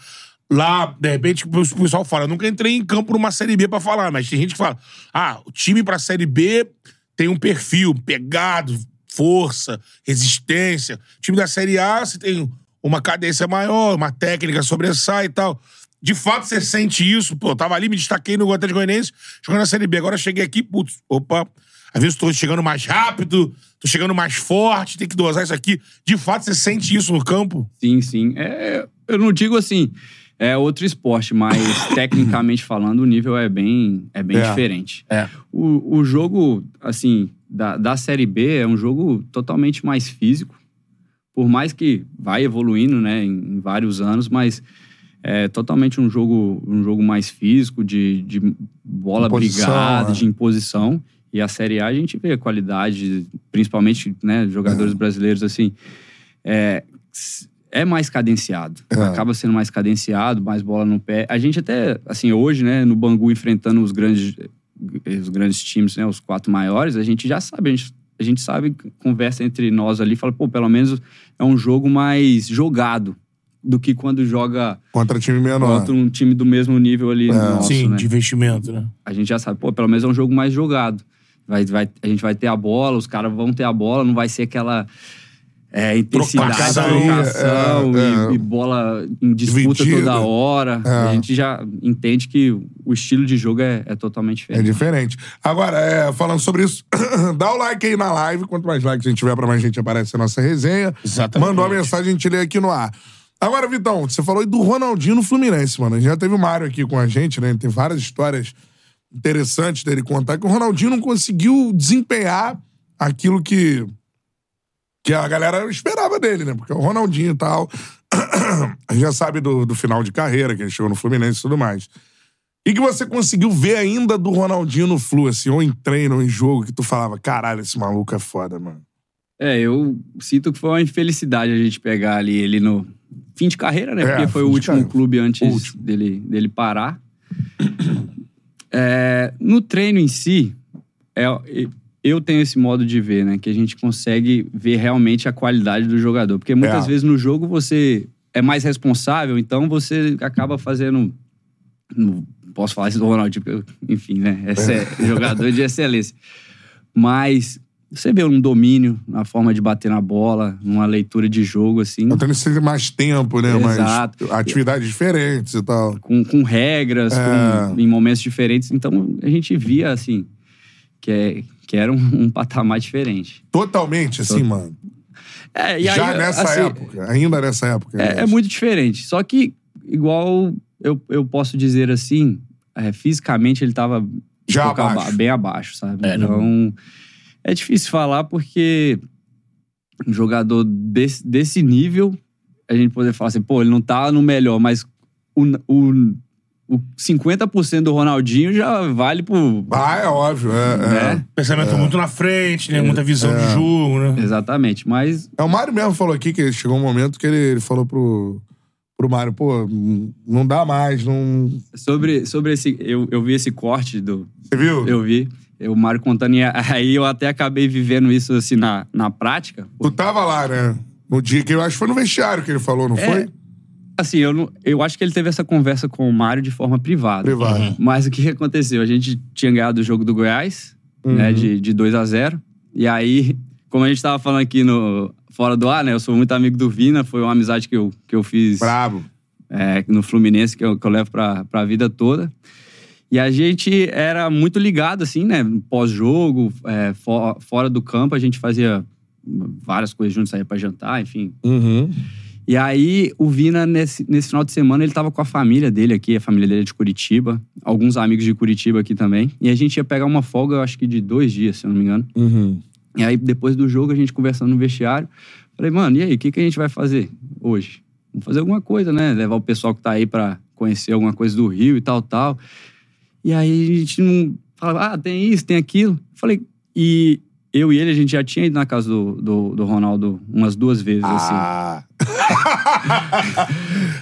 Speaker 2: lá, de repente, o pessoal fala, eu nunca entrei em campo numa Série B pra falar, mas tem gente que fala, ah, o time pra Série B tem um perfil pegado, força, resistência. O time da Série A, você tem uma cadência maior, uma técnica sobressai e tal. De fato, você sente isso. Pô, eu tava ali, me destaquei no Atlético Goianiense, jogando na Série B. Agora eu cheguei aqui, putz, opa. Às vezes tô chegando mais rápido, tô chegando mais forte, tem que dosar isso aqui. De fato, você sente isso no campo?
Speaker 3: Sim, sim. É, eu não digo assim, é outro esporte, mas tecnicamente falando, o nível é bem, é bem
Speaker 1: É.
Speaker 3: diferente.
Speaker 2: É.
Speaker 3: O, o jogo, assim, da, da Série B é um jogo totalmente mais físico. Por mais que vai evoluindo, né, em, em vários anos, mas é totalmente um jogo, um jogo mais físico, de, de bola
Speaker 1: Imposição,
Speaker 3: brigada,
Speaker 1: né?
Speaker 3: de imposição. E a Série A a gente vê a qualidade, principalmente, né, jogadores brasileiros, assim, é, é mais cadenciado.
Speaker 1: É.
Speaker 3: Acaba sendo mais cadenciado, mais bola no pé. A gente até, assim, hoje, né, no Bangu enfrentando os grandes, os grandes times, né, os quatro maiores, a gente já sabe, a gente, a gente sabe, conversa entre nós ali, fala, pô, pelo menos é um jogo mais jogado do que quando joga
Speaker 1: Contra time menor.
Speaker 3: contra um time do mesmo nível
Speaker 1: É.
Speaker 3: ali nosso, né?
Speaker 2: investimento, né?
Speaker 3: a gente já sabe, pô, pelo menos é um jogo mais jogado. Vai, vai, a gente vai ter a bola, os caras vão ter a bola, não vai ser aquela é, intensidade,
Speaker 2: Trocação,
Speaker 3: trocação
Speaker 1: é,
Speaker 3: e, e bola em disputa
Speaker 1: Dividida.
Speaker 3: toda hora.
Speaker 1: É.
Speaker 3: A gente já entende que o estilo de jogo é, é totalmente
Speaker 1: É
Speaker 3: diferente.
Speaker 1: diferente. Agora, é, falando sobre isso, dá o like aí na live. Quanto mais likes a gente tiver, pra mais gente aparece a nossa resenha.
Speaker 2: Exatamente.
Speaker 1: Mandou a mensagem, a gente lê aqui no ar. Agora, Vitão, você falou aí do Ronaldinho no Fluminense, mano. A gente já teve o Mário aqui com a gente, né? Tem várias histórias interessantes dele contar que o Ronaldinho não conseguiu desempenhar aquilo que, que a galera esperava dele, né? Porque o Ronaldinho e tal. a gente já sabe do, do final de carreira, que ele chegou no Fluminense e tudo mais. E que você conseguiu ver ainda do Ronaldinho no Flu, assim, ou em treino, ou em jogo, que tu falava, caralho, esse maluco é foda, mano.
Speaker 3: É, eu sinto que foi uma infelicidade a gente pegar ali ele no fim de carreira, né?
Speaker 1: É,
Speaker 3: Porque foi o
Speaker 1: fim de
Speaker 3: último
Speaker 1: carreira.
Speaker 3: clube antes
Speaker 1: Último.
Speaker 3: Dele, dele parar. É, no treino em si, é, eu tenho esse modo de ver, né? Que a gente consegue ver realmente a qualidade do jogador. Porque muitas
Speaker 1: É.
Speaker 3: vezes no jogo você é mais responsável, então você acaba fazendo. Não posso falar isso do Ronaldinho, porque, eu- enfim, né? Esse é jogador de excelência. Mas você vê um domínio na forma de bater na bola, numa leitura de jogo, assim,
Speaker 1: Então precisa de mais tempo, né?
Speaker 3: Exato.
Speaker 1: Mais atividades diferentes e tal.
Speaker 3: com, com regras,
Speaker 1: É.
Speaker 3: com- em momentos diferentes. Então a gente via, assim, que, é- que era um, um patamar diferente.
Speaker 1: Totalmente, assim, mano.
Speaker 3: É, e aí,
Speaker 1: Já nessa
Speaker 3: assim,
Speaker 1: época, ainda nessa época.
Speaker 3: É, é muito diferente. Só que, igual eu, eu posso dizer assim, é, fisicamente ele tava um
Speaker 1: Já
Speaker 3: pouco aba-
Speaker 1: abaixo.
Speaker 3: bem abaixo, sabe?
Speaker 2: É, não-
Speaker 3: então, é difícil falar porque um jogador desse, desse nível, a gente poder falar assim, pô, ele não tá no melhor, mas o, o, o 50% do Ronaldinho já vale pro...
Speaker 1: Ah, é óbvio. É, é.
Speaker 3: né?
Speaker 2: Pensamento muito na frente, né? Muita visão de jogo, né?
Speaker 3: Exatamente. Mas
Speaker 1: É, o Mário mesmo falou aqui que chegou um momento que ele, ele falou pro, pro Mário, pô, não dá mais, não.
Speaker 3: sobre, sobre esse... Eu, eu vi esse corte do,
Speaker 1: Você viu?
Speaker 3: Eu vi. Eu, o Mário contando, e aí eu até acabei vivendo isso assim na, na prática.
Speaker 1: Tu tava lá, né? No dia que eu acho que foi no vestiário que ele falou,
Speaker 3: É.
Speaker 1: não foi?
Speaker 3: Assim, eu, não- eu acho que ele teve essa conversa com o Mário de forma privada.
Speaker 1: Privado.
Speaker 3: Mas o que que aconteceu? A gente tinha ganhado o jogo do Goiás, né, de, de 2 a 0 E aí, como a gente tava falando aqui no fora do ar, né, eu sou muito amigo do Vina, foi uma amizade que eu, que eu fiz
Speaker 1: Brabo.
Speaker 3: é, no Fluminense, que eu, que eu levo pra, pra vida toda. E a gente era muito ligado, assim, né? Pós-jogo, é, fo- fora do campo, a gente fazia várias coisas juntos, saía pra jantar, enfim, Uhum, e aí, o Vina, nesse, nesse final de semana, ele tava com a família dele aqui, a família dele é de Curitiba, alguns amigos de Curitiba aqui também. E a gente ia pegar uma folga, eu acho que de dois dias, se eu não me engano. E aí, depois do jogo, a gente conversando no vestiário. Falei, mano, e aí, o que, que a gente vai fazer hoje? Vamos fazer alguma coisa, né? Levar o pessoal que tá aí pra conhecer alguma coisa do Rio e tal, tal. E aí a gente não falava, ah, tem isso, tem aquilo. Falei, e eu e ele, a gente já tinha ido na casa do, do, do Ronaldo umas duas vezes, assim.
Speaker 1: Ah,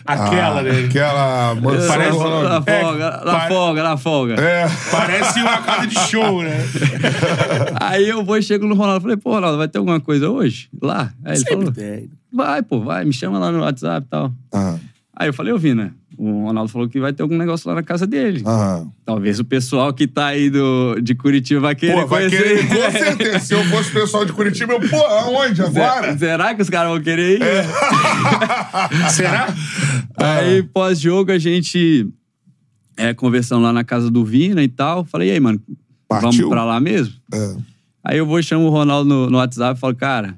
Speaker 2: Aquela,
Speaker 1: ah,
Speaker 2: né?
Speaker 1: Aquela mansão
Speaker 2: Parece-
Speaker 1: do
Speaker 3: Na
Speaker 1: Ronaldo.
Speaker 3: folga,
Speaker 2: É,
Speaker 3: na
Speaker 2: pare-
Speaker 3: folga, na folga.
Speaker 1: É.
Speaker 2: Parece uma casa de show, né?
Speaker 3: Aí eu vou e chego no Ronaldo. Falei, pô, Ronaldo, vai ter alguma coisa hoje? Lá? Aí ele falou, vai, pô, vai, me chama lá no WhatsApp e tal.
Speaker 1: Ah,
Speaker 3: Aí eu falei, eu vi, né? O Ronaldo falou que vai ter algum negócio lá na casa dele.
Speaker 1: ah.
Speaker 3: Talvez o pessoal que tá aí do, de Curitiba vai querer
Speaker 1: Pô, vai querer,
Speaker 3: conhecer.
Speaker 1: com certeza. Se eu fosse o pessoal de Curitiba, eu, pô, aonde agora? É.
Speaker 3: Será que os caras vão querer ir?
Speaker 2: Será?
Speaker 3: Aí, pós-jogo, a gente é, conversando lá na casa do Vina e tal. Falei, e aí, mano,
Speaker 1: Partiu?
Speaker 3: vamos pra lá mesmo?
Speaker 1: É.
Speaker 3: Aí eu vou e chamo o Ronaldo no, no WhatsApp e falo, cara,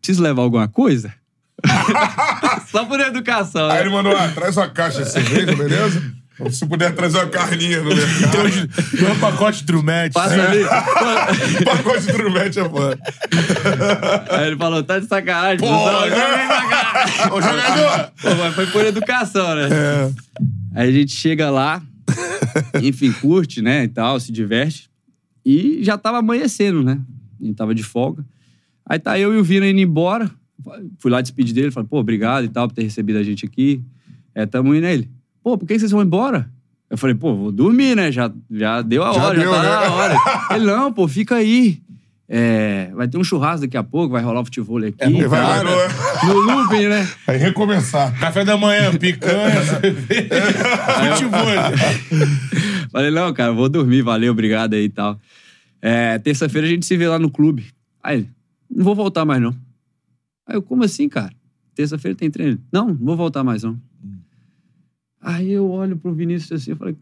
Speaker 3: preciso levar alguma coisa? Só por educação,
Speaker 1: Aí
Speaker 3: né?
Speaker 1: ele mandou, ah, traz uma caixa de cerveja, beleza? Se puder trazer uma carninha no mercado.
Speaker 2: Tem um pacote de trumete.
Speaker 3: Passa ali.
Speaker 1: É. Um Pacote de trumete é foda.
Speaker 3: Aí ele falou, tá de sacanagem,
Speaker 1: Pô,
Speaker 3: produção.
Speaker 1: é. Ô, jogador! É.
Speaker 3: Pô, mas foi por educação, né? Aí a gente chega lá, enfim, curte, né, e tal, se diverte. E já tava amanhecendo, né? A gente tava de folga. Aí tá eu e o Vina indo embora. Fui lá despedir dele, falei, pô, obrigado e tal por ter recebido a gente aqui. É, tamo indo aí. ele. Pô, por que vocês vão embora? Eu falei, pô, vou dormir, né? Já, já deu a
Speaker 1: Já
Speaker 3: hora,
Speaker 1: deu,
Speaker 3: já tá
Speaker 1: né?
Speaker 3: na hora. Ele, não, pô, fica aí. É, vai ter um churrasco daqui a pouco, vai rolar futebol aqui.
Speaker 1: porque
Speaker 3: e
Speaker 1: vai
Speaker 3: tal,
Speaker 1: lá
Speaker 3: né?
Speaker 1: no-
Speaker 3: no looping, né?
Speaker 1: Aí recomeçar.
Speaker 2: Café da manhã, picanha, cerveja, futebol.
Speaker 3: Falei, não, cara, vou dormir, valeu, obrigado aí e tal. É, terça-feira a gente se vê lá no clube. Aí ele, não vou voltar mais não. Aí eu, como assim, cara? Terça-feira tem treino. Não, não vou voltar mais não. Aí eu olho pro Vinícius assim, eu falei,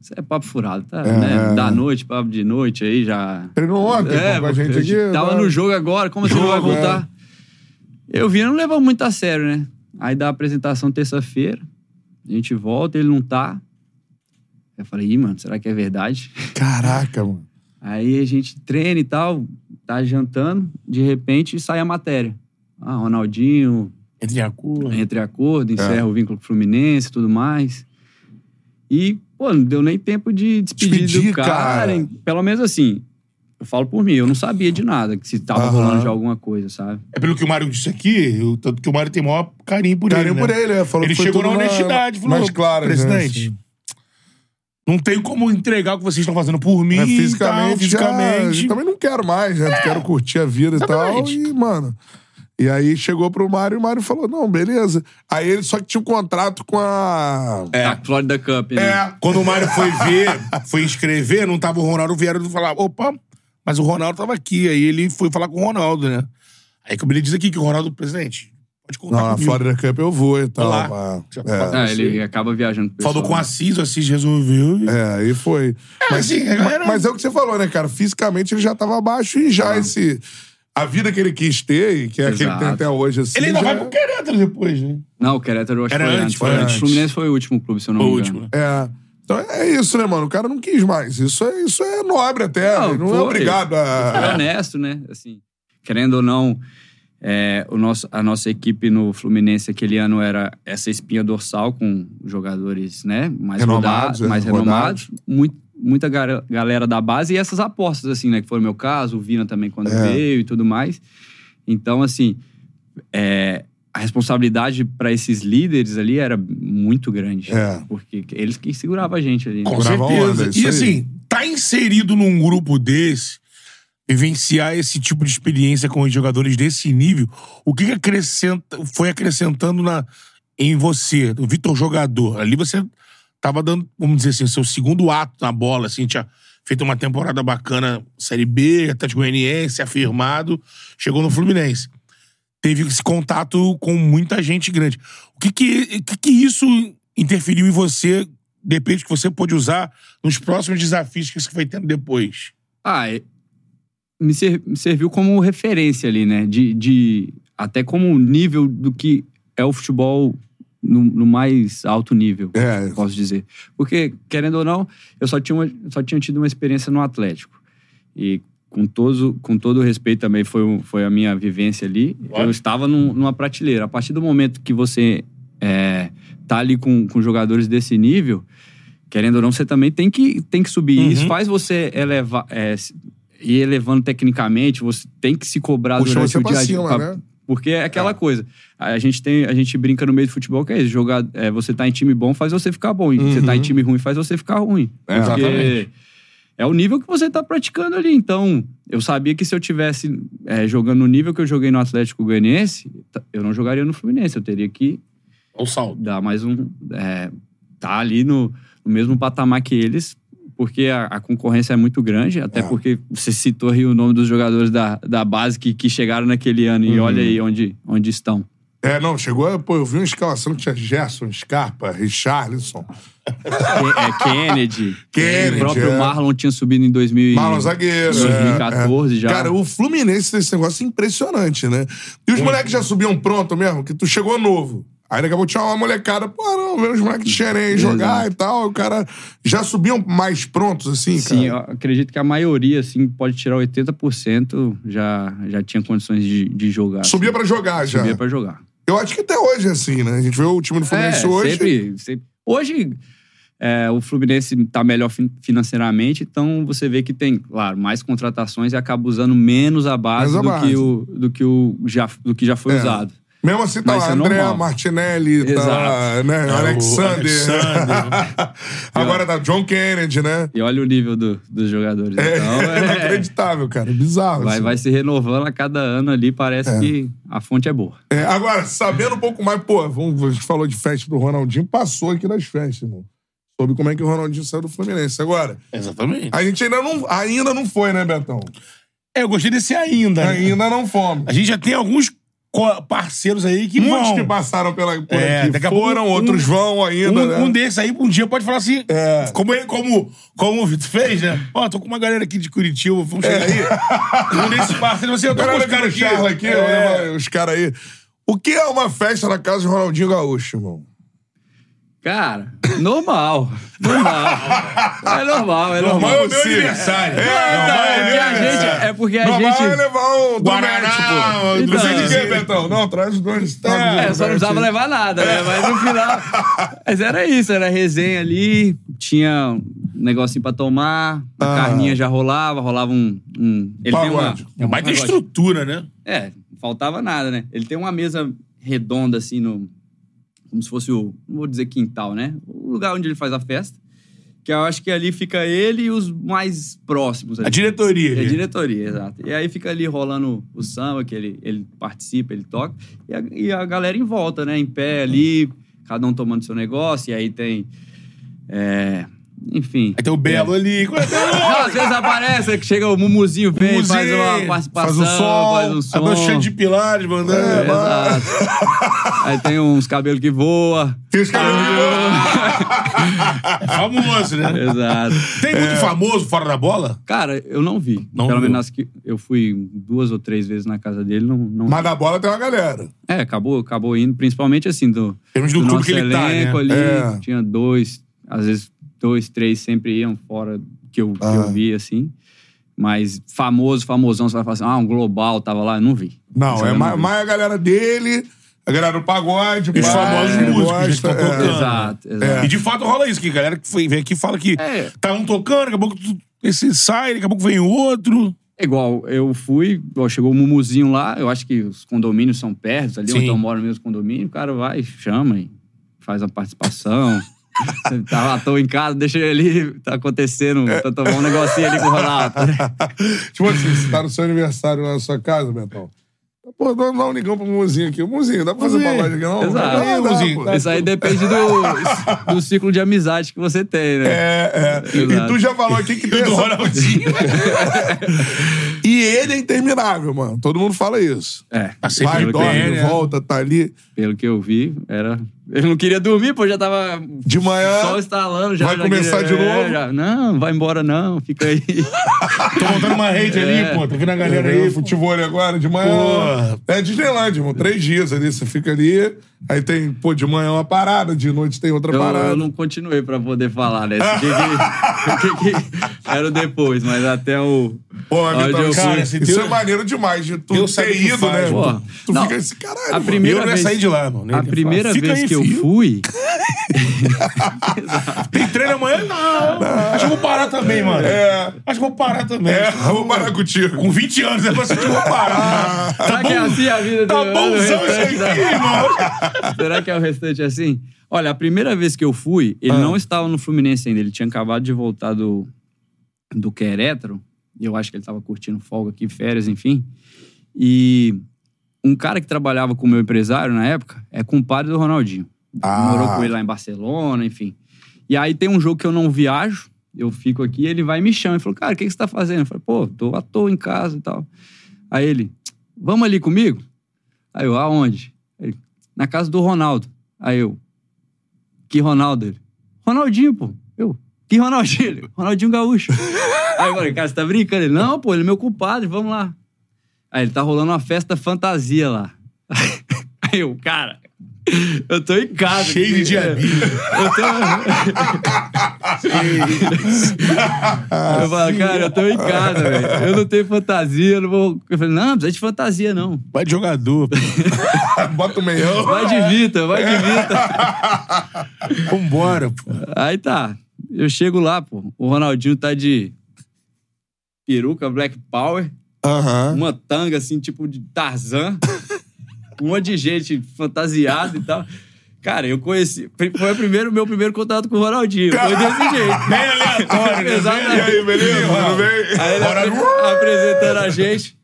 Speaker 3: isso é papo furado, tá? né? Da noite, papo de noite aí, já...
Speaker 1: Treinou ontem
Speaker 2: É,
Speaker 1: pô, com a
Speaker 3: É, porque
Speaker 1: gente aqui.
Speaker 3: Tava
Speaker 1: né?
Speaker 3: no jogo agora, como você não vai
Speaker 1: Jogo, é.
Speaker 3: voltar? Eu vi, não levava muito a sério, né? Aí dá a apresentação terça-feira, a gente volta, ele não tá. Eu falei, ih, mano, será que é verdade?
Speaker 1: Caraca, mano.
Speaker 3: Aí a gente treina e tal, tá jantando, de repente sai a matéria. Ah, Ronaldinho,
Speaker 2: Entre a curva.
Speaker 3: entre acordo, encerra
Speaker 2: É.
Speaker 3: o vínculo com o Fluminense e tudo mais. E, pô, não deu nem tempo de despedir
Speaker 1: Despedir,
Speaker 3: do cara.
Speaker 1: cara.
Speaker 3: hein? Pelo menos assim, eu falo por mim, eu não sabia de nada, que se tava
Speaker 1: Aham.
Speaker 3: rolando já alguma coisa, sabe?
Speaker 2: É pelo que o Mário disse aqui, o tanto que o Mário tem maior carinho por
Speaker 1: Carinho
Speaker 2: ele.
Speaker 1: por
Speaker 2: né?
Speaker 1: ele, né? Falou
Speaker 2: Ele
Speaker 1: que foi
Speaker 2: chegou na
Speaker 1: tudo
Speaker 2: honestidade, falou,
Speaker 1: mais claro,
Speaker 2: presidente. Não tem como entregar o que vocês estão fazendo por mim.
Speaker 1: Né?
Speaker 2: e
Speaker 1: Fisicamente, ah, tá
Speaker 2: tal,
Speaker 1: já-
Speaker 2: Então, fisicamente. É.
Speaker 1: eu também não quero mais, né? Quero curtir a vida
Speaker 2: Exatamente.
Speaker 1: e tal. E, mano. E aí chegou pro Mário e o Mário falou: não, beleza. Aí ele só que tinha um contrato com a.
Speaker 3: É. A Florida Cup, né?
Speaker 2: É, quando o Mário foi ver, foi inscrever, não tava o Ronaldo, vieram e falaram, opa, mas o Ronaldo tava aqui. Aí ele foi falar com o Ronaldo, né? Aí como ele diz aqui que o Ronaldo, presidente, pode contar
Speaker 1: Não, na
Speaker 2: comigo.
Speaker 1: Florida Cup eu vou e tal.
Speaker 2: Olá.
Speaker 1: pá.
Speaker 2: Já
Speaker 1: É.
Speaker 2: falou.
Speaker 3: Ah, ele acaba viajando com o
Speaker 2: Falou
Speaker 3: pessoal,
Speaker 2: com o
Speaker 3: né?
Speaker 2: Assis, o Assis resolveu. e-
Speaker 1: É, aí foi. mas,
Speaker 2: assim, a galera-
Speaker 1: ma- mas é o que você falou, né, cara? Fisicamente ele já tava abaixo e já esse. A vida que ele quis ter, e que é aquele que tem
Speaker 3: Exato.
Speaker 1: até hoje, assim.
Speaker 2: Ele ainda
Speaker 1: já...
Speaker 2: vai pro Querétaro depois, né?
Speaker 3: Não, o Querétaro eu acho que
Speaker 2: Era
Speaker 3: foi
Speaker 2: antes,
Speaker 3: antes.
Speaker 2: foi
Speaker 3: foi antes.
Speaker 2: antes.
Speaker 3: O Fluminense foi o último clube, se eu não
Speaker 2: O
Speaker 3: me engano.
Speaker 2: último. né?
Speaker 1: É. Então é isso, né, mano? O cara não quis mais. Isso é, isso é nobre até. Não,
Speaker 3: Não,
Speaker 1: não é
Speaker 3: foi.
Speaker 1: obrigado
Speaker 3: Foi
Speaker 1: a.
Speaker 3: honesto, né? Assim, querendo ou não, é, o nosso, a nossa equipe no Fluminense aquele ano era essa espinha dorsal com jogadores né,
Speaker 1: Renomados,
Speaker 3: mais renomados,
Speaker 1: é,
Speaker 3: mais
Speaker 1: rodados.
Speaker 3: renomados muito- muita gara- galera da base e essas apostas, assim, né? Que foi o meu caso, o Vina também quando
Speaker 1: É.
Speaker 3: veio e tudo mais. Então, assim, é, a responsabilidade para esses líderes ali era muito grande.
Speaker 1: É.
Speaker 3: Porque eles que seguravam a gente ali. né?
Speaker 2: Com
Speaker 1: Brava
Speaker 2: certeza.
Speaker 1: onda, é isso
Speaker 2: e
Speaker 1: aí.
Speaker 2: assim, tá inserido num grupo desse, vivenciar esse tipo de experiência com os jogadores desse nível, o que, que acrescenta, foi acrescentando na, em você, o Vitor jogador? Ali você tava dando, vamos dizer assim, o seu segundo ato na bola, assim, tinha feito uma temporada bacana, Série B, Atlético Goianiense, afirmado, chegou no Fluminense. Teve esse contato com muita gente grande. O que que, o que, que isso interferiu em você, de repente, que você pôde usar nos próximos desafios que você foi tendo depois?
Speaker 3: Ah, e- me, ser- me serviu como referência ali, né? De, de- até como nível do que é o futebol no, no mais alto nível,
Speaker 1: É.
Speaker 3: posso dizer. Porque, querendo ou não, eu só tinha, uma- só tinha tido uma experiência no Atlético. E com, todos, o- com todo o respeito também foi, o- foi a minha vivência ali. Eu estava num- numa prateleira. A partir do momento que você é, tá ali com, com jogadores desse nível, querendo ou não, você também tem que, tem que subir.
Speaker 2: Uhum.
Speaker 3: Isso faz você elevar, é, se- ir elevando tecnicamente, você tem que se cobrar
Speaker 1: Puxa
Speaker 3: durante
Speaker 1: você
Speaker 3: o
Speaker 1: pra
Speaker 3: dia a dia.
Speaker 1: cima,
Speaker 3: pra-
Speaker 1: né?
Speaker 3: Porque é aquela coisa. A gente, tem, a gente brinca no meio do futebol que é isso. Jogar, é, você tá em time bom faz você ficar bom. E você tá em time ruim faz você ficar ruim.
Speaker 1: É,
Speaker 3: Porque
Speaker 1: exatamente.
Speaker 3: É o nível que você tá praticando ali. Então, eu sabia que se eu tivesse é, jogando no nível que eu joguei no Atlético Goianiense, t- eu não jogaria no Fluminense. Eu teria que
Speaker 2: Olha o saldo.
Speaker 3: dar mais um. É, tá ali no, no mesmo patamar que eles, porque a, a concorrência é muito grande, até
Speaker 1: É.
Speaker 3: porque você citou aí o nome dos jogadores da, da base que, que chegaram naquele ano
Speaker 1: Uhum.
Speaker 3: e olha aí onde, onde estão.
Speaker 1: É, não, chegou. Pô, eu vi uma escalação que tinha Gerson, Scarpa, Richarlison.
Speaker 3: Ke- é, Kennedy.
Speaker 1: Kennedy,
Speaker 3: o próprio
Speaker 1: é.
Speaker 3: Marlon tinha subido em 2000,
Speaker 1: Marlon Zagueiro.
Speaker 3: 2014
Speaker 1: é, é.
Speaker 3: já.
Speaker 1: Cara, o Fluminense tem esse negócio impressionante, né? E os moleques já subiam pronto mesmo, que tu chegou novo. Aí daqui a pouco tinha uma molecada, pô, não, vendo os moleques de Xerém jogar e tal. O cara já subiam mais prontos, assim,
Speaker 3: Sim, eu
Speaker 1: cara.
Speaker 3: acredito que a maioria, assim, pode tirar 80%, já, já tinha condições de, de jogar.
Speaker 1: Subia pra jogar já.
Speaker 3: Subia pra jogar.
Speaker 1: Eu acho que até hoje é assim, né? A gente vê o time do Fluminense
Speaker 3: É,
Speaker 1: hoje.
Speaker 3: Sempre, sempre. Hoje, é, o Fluminense tá melhor fin- financeiramente, então você vê que tem, claro, mais contratações e acaba usando menos a base,
Speaker 1: Menos a
Speaker 3: do,
Speaker 1: base.
Speaker 3: Que o, do, que o já, do que já foi
Speaker 1: É.
Speaker 3: usado.
Speaker 1: Mesmo assim, tá
Speaker 3: Mas
Speaker 1: lá,
Speaker 3: isso é
Speaker 1: André,
Speaker 3: normal.
Speaker 1: Martinelli, tá,
Speaker 3: Exato. É
Speaker 1: né?
Speaker 2: o
Speaker 1: Alexander.
Speaker 2: Alexander.
Speaker 1: Agora tá John Kennedy, né?
Speaker 3: E olha o nível do- dos jogadores.
Speaker 1: É,
Speaker 3: Então, é,
Speaker 1: inacreditável, cara. Bizarro.
Speaker 3: vai,
Speaker 1: assim.
Speaker 3: vai se renovando a cada ano ali, parece que a fonte é boa.
Speaker 1: É, agora, sabendo um pouco mais, pô, vamos, a gente falou de festa do Ronaldinho, passou aqui nas festas, irmão. Soube como é que o Ronaldinho saiu do Fluminense. Agora,
Speaker 2: Exatamente.
Speaker 1: a gente ainda não, ainda não foi, né, Betão?
Speaker 2: É, eu gostei desse ainda. né?
Speaker 1: Ainda não fomos.
Speaker 2: A gente já tem alguns co- parceiros aí que
Speaker 1: Muitos
Speaker 2: vão.
Speaker 1: que passaram pela, por
Speaker 2: É,
Speaker 1: aqui
Speaker 2: daqui a pouco
Speaker 1: foram,
Speaker 2: um-
Speaker 1: outros vão ainda,
Speaker 2: um,
Speaker 1: né?
Speaker 2: um desses aí, um dia, pode falar assim,
Speaker 1: É.
Speaker 2: como, ele- como, como o Vitor fez, né? Ó, tô com uma galera aqui de Curitiba, vamos chegar aí. um desses parceiros, você, eu tô com os
Speaker 1: Galera cara
Speaker 2: caras aqui.
Speaker 1: Charla Tá aqui, né?
Speaker 2: É.
Speaker 1: olha, os caras aí. O que é uma festa na casa de Ronaldinho Gaúcho, irmão?
Speaker 3: Cara, normal. normal. É normal, é normal.
Speaker 2: Normal é o meu
Speaker 1: Sim.
Speaker 2: aniversário.
Speaker 1: É,
Speaker 2: Normal
Speaker 3: Então,
Speaker 1: tá,
Speaker 3: é, porque a gente, é porque a
Speaker 1: Normal
Speaker 3: gente.
Speaker 1: é levar um do
Speaker 2: Guaraná,
Speaker 1: México.
Speaker 2: um
Speaker 1: Não sei de quê,
Speaker 2: dozinho.
Speaker 1: Betão. Não, traz os dois. tá,
Speaker 3: É,
Speaker 1: do
Speaker 3: só não precisava
Speaker 1: México.
Speaker 3: levar nada, né? Mas no final. Mas era isso, era resenha ali, tinha um negocinho pra tomar, a
Speaker 1: Ah.
Speaker 3: carninha já rolava, rolava um. um ele tem uma.
Speaker 1: Pagode.
Speaker 2: É uma baita estrutura, né?
Speaker 3: É, não faltava nada, né? Ele tem uma mesa redonda, assim, no. Como se fosse o. Não vou dizer quintal, né? O lugar onde ele faz a festa. Que eu acho que ali fica ele e os mais próximos.
Speaker 2: A
Speaker 3: Ali.
Speaker 2: diretoria.
Speaker 3: É
Speaker 2: ali.
Speaker 3: diretoria, exato. E aí fica ali rolando o samba, que ele, ele participa, ele toca, e a, e a galera em volta, né? Em pé ali, cada um tomando seu negócio, e aí tem. É, enfim.
Speaker 2: Aí tem o Belo ali. Qual é o teu nome?
Speaker 3: Não, às vezes aparece, que chega o Mumuzinho, vem,
Speaker 2: Mumuzinho,
Speaker 3: faz uma participação,
Speaker 1: faz um som,
Speaker 3: faz um
Speaker 2: A
Speaker 3: som.
Speaker 2: dor cheia é de pilares, mandando.
Speaker 3: É,
Speaker 2: É, mano.
Speaker 3: exato. aí tem uns cabelos que voam.
Speaker 1: Tem os caras
Speaker 2: Ah.
Speaker 1: de
Speaker 2: É famoso, né?
Speaker 3: Exato.
Speaker 2: Tem
Speaker 3: É.
Speaker 2: muito famoso fora da bola?
Speaker 3: Cara, eu não vi.
Speaker 2: Não
Speaker 3: Pelo
Speaker 2: viu.
Speaker 3: menos que eu fui duas ou três vezes na casa dele, não, não
Speaker 1: Mas na bola tem uma galera.
Speaker 3: É, acabou, acabou indo, principalmente assim, do,
Speaker 2: Temos do clube
Speaker 3: nosso
Speaker 2: que ele tá, né?
Speaker 3: elenco ali.
Speaker 1: É.
Speaker 3: Tinha dois, às vezes dois, três sempre iam fora que eu, que
Speaker 1: Ah.
Speaker 3: eu vi, assim. Mas famoso, famosão, você vai falar assim, ah, um global tava lá, eu não vi.
Speaker 1: Não,
Speaker 3: Isso
Speaker 1: é
Speaker 3: eu
Speaker 1: mais,
Speaker 3: vi.
Speaker 1: mais a galera dele, a galera do pagode,
Speaker 2: E os
Speaker 1: pá,
Speaker 2: famosos
Speaker 1: que
Speaker 2: músicos, né,
Speaker 1: gosta,
Speaker 2: eles estão
Speaker 1: é.
Speaker 2: tocando.
Speaker 3: Exato, exato.
Speaker 2: E de fato rola isso, que a galera que foi- vem aqui e fala que
Speaker 3: É.
Speaker 2: tá um tocando, daqui a pouco tu- esse sai, daqui a pouco vem outro.
Speaker 3: É igual, eu fui, ó, chegou o Mumuzinho lá, eu acho que os condomínios são perto, ali
Speaker 2: Sim.
Speaker 3: onde eu moro no mesmo condomínio, o cara vai, chama e faz a participação. Tava à toa em casa, deixa ele ali, tá acontecendo,
Speaker 2: É.
Speaker 3: tá tomando um negocinho ali com o Ronaldo.
Speaker 1: tipo assim, você tá no seu aniversário lá na sua casa, Betão. Pô, dá dá um ligão pro Muzinho aqui. Muzinho, dá pra fazer uma
Speaker 2: Muzinho.
Speaker 1: live aqui não?
Speaker 3: Exato.
Speaker 1: Dá, dá,
Speaker 2: Muzinho.
Speaker 1: pô.
Speaker 3: Isso aí depende do, do ciclo de amizade que você tem, né?
Speaker 1: É, é. E
Speaker 3: Exato.
Speaker 1: tu já falou aqui que tem
Speaker 2: do
Speaker 1: essa-
Speaker 2: Ronaldinho.
Speaker 3: né?
Speaker 1: E ele é interminável, mano. Todo mundo fala isso.
Speaker 3: É.
Speaker 2: Tá sempre
Speaker 1: Assim, Vai,
Speaker 2: bem,
Speaker 1: dorme,
Speaker 2: né?
Speaker 1: volta, tá ali.
Speaker 3: Pelo que eu vi, era. Ele não queria dormir, pô, já tava.
Speaker 1: De manhã.
Speaker 3: Sol instalando, já
Speaker 1: É. vai
Speaker 3: já
Speaker 1: começar
Speaker 3: queria-
Speaker 1: de
Speaker 3: é,
Speaker 1: novo?
Speaker 3: já. Não, vai embora não, fica aí.
Speaker 2: Tô montando uma rede
Speaker 3: É.
Speaker 2: ali, pô. Tô vendo a galera
Speaker 1: Galera aí,
Speaker 2: aí, pô.
Speaker 1: futebol agora, de manhã. É Disneyland, irmão. Três dias ali, você fica ali. Aí tem, pô, de manhã é uma parada, de noite tem outra
Speaker 3: Eu,
Speaker 1: parada.
Speaker 3: eu não continuei pra poder falar, né? O que, que, o que que era o depois, mas até o.
Speaker 1: Pô,
Speaker 3: Onde
Speaker 1: Vitão,
Speaker 3: eu
Speaker 1: isso,
Speaker 3: fui.
Speaker 1: isso
Speaker 2: Deus-
Speaker 1: é maneiro demais de tu
Speaker 2: Deus sabe
Speaker 1: ter
Speaker 2: o que
Speaker 1: ido, né?
Speaker 2: faz,
Speaker 3: pô.
Speaker 1: Tu
Speaker 3: Não,
Speaker 1: fica assim, caralho.
Speaker 3: a
Speaker 1: mano.
Speaker 3: primeira
Speaker 2: eu não ia
Speaker 3: vez-
Speaker 2: sair de lá, mano. Ele
Speaker 3: A
Speaker 2: fala,
Speaker 3: primeira
Speaker 2: "Fica
Speaker 3: vez
Speaker 2: aí,
Speaker 3: que eu
Speaker 2: filho.
Speaker 3: fui.
Speaker 2: Tem treino amanhã? Não. Acho que eu vou parar também, mano.
Speaker 3: É.
Speaker 2: Acho que eu vou parar também.
Speaker 1: É, vou parar contigo.
Speaker 2: Com 20 anos, né? eu acho que eu vou parar.
Speaker 3: Será que é assim a vida
Speaker 2: Tá
Speaker 3: do- do
Speaker 2: bonzão isso
Speaker 3: restante
Speaker 2: aqui,
Speaker 3: da-
Speaker 2: irmão.
Speaker 3: Será que é o restante assim? Olha, a primeira vez que eu fui,
Speaker 2: Ah.
Speaker 3: ele não estava no Fluminense ainda. Ele tinha acabado de voltar do, do Querétaro. Eu acho que ele estava curtindo folga aqui, férias, enfim. E um cara que trabalhava com o meu empresário na época é compadre do Ronaldinho.
Speaker 1: Ah.
Speaker 3: Morou com ele lá em Barcelona, enfim. E aí tem um jogo que eu não viajo, eu fico aqui e ele vai e me chama. Ele falou, cara, o que, que você tá fazendo? Eu falei, pô, tô à toa em casa e tal. Aí ele, vamos ali comigo? Aí eu, aonde? Ele, na casa do Ronaldo. Aí eu, que Ronaldo? Ele, Ronaldinho, pô. Eu, que Ronaldinho? Ele, Ronaldinho Gaúcho. Aí eu falei, cara, você tá brincando? Ele, não, pô, ele é meu compadre, vamos lá. Aí ele tá rolando uma festa fantasia lá. Aí eu, cara, eu tô em casa.
Speaker 2: Cheio de diabinho.
Speaker 3: Eu tô... eu falo, cara, eu tô em casa, velho. Eu não tenho fantasia, eu não vou... Eu falei, não, não precisa de fantasia, não.
Speaker 2: Vai de jogador. pô.
Speaker 1: Bota o meião.
Speaker 3: Vai de Vita, vai de Vita.
Speaker 2: Vambora, pô.
Speaker 3: Aí tá. Eu chego lá, pô. O Ronaldinho tá de peruca, Black Power,
Speaker 1: Aham.
Speaker 3: uma tanga assim, tipo de Tarzan. Um monte de gente fantasiada e tal. Cara, eu conheci. Foi o primeiro, meu primeiro contato com o Ronaldinho. Foi desse jeito.
Speaker 2: Bem aleatório, né?
Speaker 3: Exatamente.
Speaker 1: E aí, beleza? Tudo bem?
Speaker 3: Aí ele
Speaker 1: Bora-
Speaker 3: apre- apresentando a gente.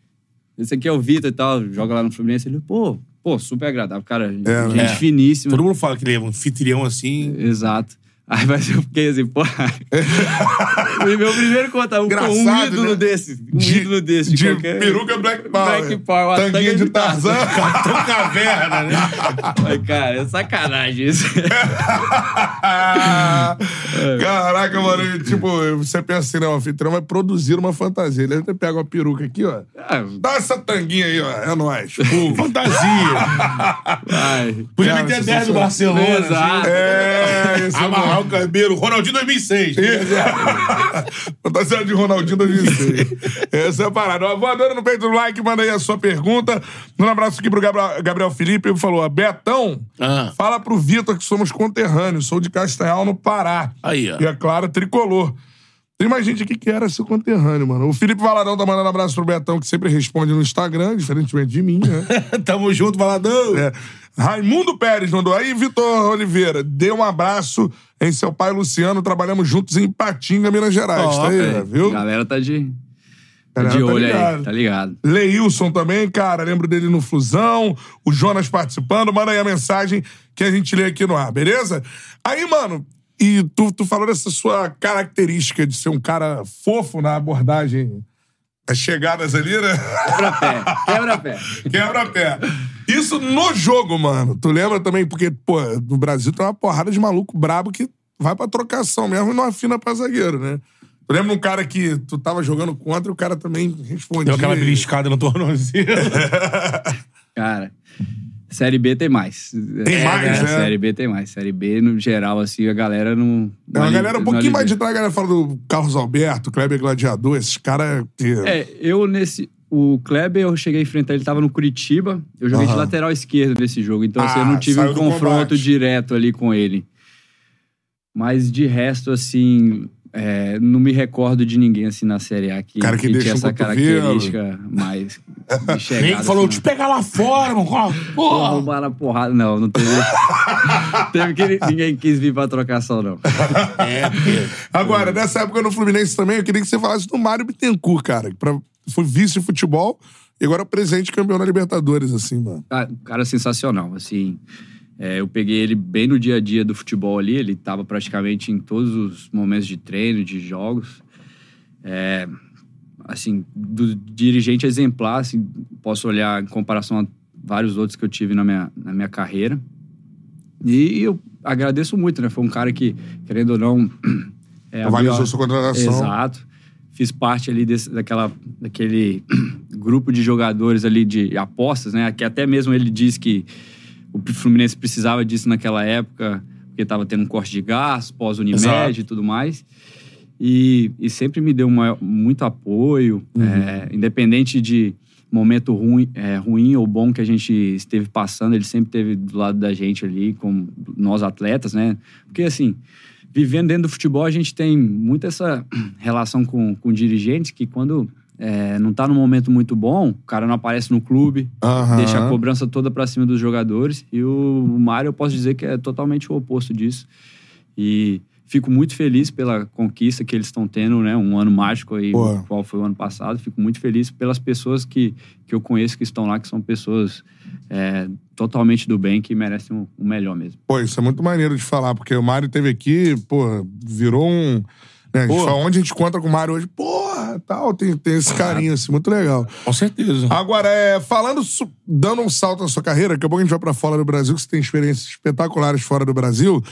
Speaker 3: Esse aqui é o Vitor e tal, joga lá no Fluminense. Ele, pô, pô, super agradável, cara. Gente
Speaker 1: É, né?
Speaker 2: É.
Speaker 3: finíssima.
Speaker 2: Todo mundo fala que ele é um anfitrião assim.
Speaker 3: Exato. Aí mas eu fiquei assim, pô. E meu primeiro contato, um, um
Speaker 1: Engraçado,
Speaker 3: ídolo
Speaker 1: né?
Speaker 3: desse. Um ídolo desse.
Speaker 1: de
Speaker 3: qualquer...
Speaker 1: peruca Black Power.
Speaker 3: Black Power, a
Speaker 1: Tanguinha
Speaker 3: tanga
Speaker 1: de
Speaker 3: de
Speaker 1: Tarzan.
Speaker 2: Tô caverna, né?
Speaker 3: Ai, cara, é sacanagem isso.
Speaker 1: Ah,
Speaker 3: É.
Speaker 1: Caraca, mano. e, Tipo, você pensa assim, né? O anfitrião vai produzir uma fantasia. Ele até pega uma peruca aqui, ó.
Speaker 3: Ah,
Speaker 1: Dá essa tanguinha aí, ó. É nóis. Pum.
Speaker 2: Fantasia.
Speaker 3: Vai.
Speaker 2: Podia
Speaker 1: Cara, é
Speaker 2: meter 10 do
Speaker 1: sensacional.
Speaker 2: Barcelona.
Speaker 3: Exato.
Speaker 1: É, isso é bom.
Speaker 2: Amarrar o cabelo. Ronaldinho 2006.
Speaker 1: Fantasia de Ronaldinho 2006. Essa é a parada. Ó, Voadora no peito do like, manda aí a sua pergunta. Um abraço aqui pro Gabriel, Gabriel Felipe. Ele falou: ó, Betão,
Speaker 2: Ah.
Speaker 1: fala pro Vitor que somos conterrâneos. Sou de Castanhal, no Pará.
Speaker 2: Aí, ó.
Speaker 1: E é claro, tricolor. Tem mais gente aqui que era seu conterrâneo, mano. O Felipe Valadão tá mandando abraço pro Betão, que sempre responde no Instagram, diferentemente de mim, né?
Speaker 2: Tamo junto, Valadão.
Speaker 1: É. Raimundo Pérez mandou aí, Vitor Oliveira, dê um abraço em seu pai Luciano, trabalhamos juntos em Patinga, Minas Gerais,
Speaker 2: Ó,
Speaker 1: tá aí,
Speaker 2: é.
Speaker 1: viu?
Speaker 3: A galera tá de, tá
Speaker 1: Galera
Speaker 3: de
Speaker 1: tá
Speaker 3: olho aí,
Speaker 1: ligado.
Speaker 3: tá ligado?
Speaker 1: Leilson também, cara, lembro dele no Fusão, o Jonas participando, manda aí a mensagem que a gente lê aqui no ar, beleza? Aí, mano, e tu, tu falou dessa sua característica de ser um cara fofo na abordagem das chegadas ali, né?
Speaker 3: Quebra-pé, quebra-pé.
Speaker 1: Quebra-pé. Isso no jogo, mano. Tu lembra também? Porque, pô, no Brasil tem uma porrada de maluco brabo que vai pra trocação mesmo e não afina pra zagueiro, né? Tu lembra um cara que tu tava jogando contra e o cara também respondia.
Speaker 2: Deu aquela beliscada no tornozelo.
Speaker 3: Cara, Série B tem mais. É,
Speaker 1: Tem mais, né?
Speaker 3: Série B tem mais. Série B, no geral, assim, a galera não...
Speaker 1: É
Speaker 3: não
Speaker 1: uma
Speaker 3: ali-
Speaker 1: galera um
Speaker 3: não
Speaker 1: pouquinho mais
Speaker 3: ali-
Speaker 1: de trás, a galera fala do Carlos Alberto, Kleber Gladiador, esses caras que.
Speaker 3: É, eu nesse. O Kleber, eu cheguei a enfrentar, ele tava no Curitiba. Eu joguei de
Speaker 1: Aham.
Speaker 3: lateral esquerdo nesse jogo. Então, assim, eu
Speaker 1: Ah,
Speaker 3: não tive
Speaker 1: saiu
Speaker 3: um
Speaker 1: do
Speaker 3: confronto
Speaker 1: combate.
Speaker 3: direto ali com ele. Mas de resto, assim. É, não me recordo de ninguém assim na Série A que,
Speaker 1: Cara que
Speaker 3: tinha
Speaker 1: deixou o
Speaker 3: essa
Speaker 1: cotovelo.
Speaker 3: característica mais. de chegada,
Speaker 2: é, Nem que falou,
Speaker 3: assim,
Speaker 2: te pega lá fora, mano. Ó,
Speaker 3: Porra,
Speaker 2: Porra.
Speaker 3: roubaram a porrada. Não, não teve. teve que ninguém quis vir pra trocação, não.
Speaker 1: Agora, nessa época no Fluminense também, eu queria que você falasse do Mário Bittencourt, cara. Que pra, foi vice de futebol e agora é o presidente campeão da Libertadores, assim, mano.
Speaker 3: Cara, um cara sensacional, assim. é, eu peguei ele bem no dia a dia do futebol ali, ele estava praticamente em todos os momentos de treino, de jogos. É, assim, do dirigente exemplar, assim, posso olhar em comparação a vários outros que eu tive na minha, na minha carreira. E eu agradeço muito, né? Foi um cara que, querendo ou não... É,
Speaker 1: Avalizou
Speaker 3: abriu a-
Speaker 1: sua contratação.
Speaker 3: Exato. Fiz parte ali desse, daquela, daquele grupo de jogadores ali de apostas, né? Que até mesmo ele diz que o Fluminense precisava disso naquela época, porque estava tendo um corte de gás, pós-Unimed
Speaker 2: Exato.
Speaker 3: e tudo mais. E, e sempre me deu uma- muito apoio, é, independente de momento ruim, é, ruim ou bom que a gente esteve passando, ele sempre esteve do lado da gente ali, como nós atletas, né? Porque assim, vivendo dentro do futebol, a gente tem muito essa relação com, com dirigentes que quando é, não tá num momento muito bom, o cara não aparece no clube,
Speaker 1: Aham.
Speaker 3: deixa a cobrança toda pra cima dos jogadores. E o Mário, eu posso dizer que é totalmente o oposto disso. E fico muito feliz pela conquista que eles estão tendo, né? Um ano mágico aí,
Speaker 1: Porra.
Speaker 3: qual foi o ano passado. Fico muito feliz pelas pessoas que, que eu conheço que estão lá, que são pessoas é, totalmente do bem, que merecem o, o melhor mesmo.
Speaker 1: Pô, isso é muito maneiro de falar, porque o Mário teve aqui, pô, virou um. Né, a gente
Speaker 2: Pô.
Speaker 1: fala, onde a gente conta com o Mário hoje? Porra, tal, tem, tem esse carinho, assim, muito legal.
Speaker 2: Com certeza.
Speaker 1: Agora, é, falando, su- dando um salto na sua carreira, daqui a pouco a gente vai pra fora do Brasil, que você tem experiências espetaculares fora do Brasil.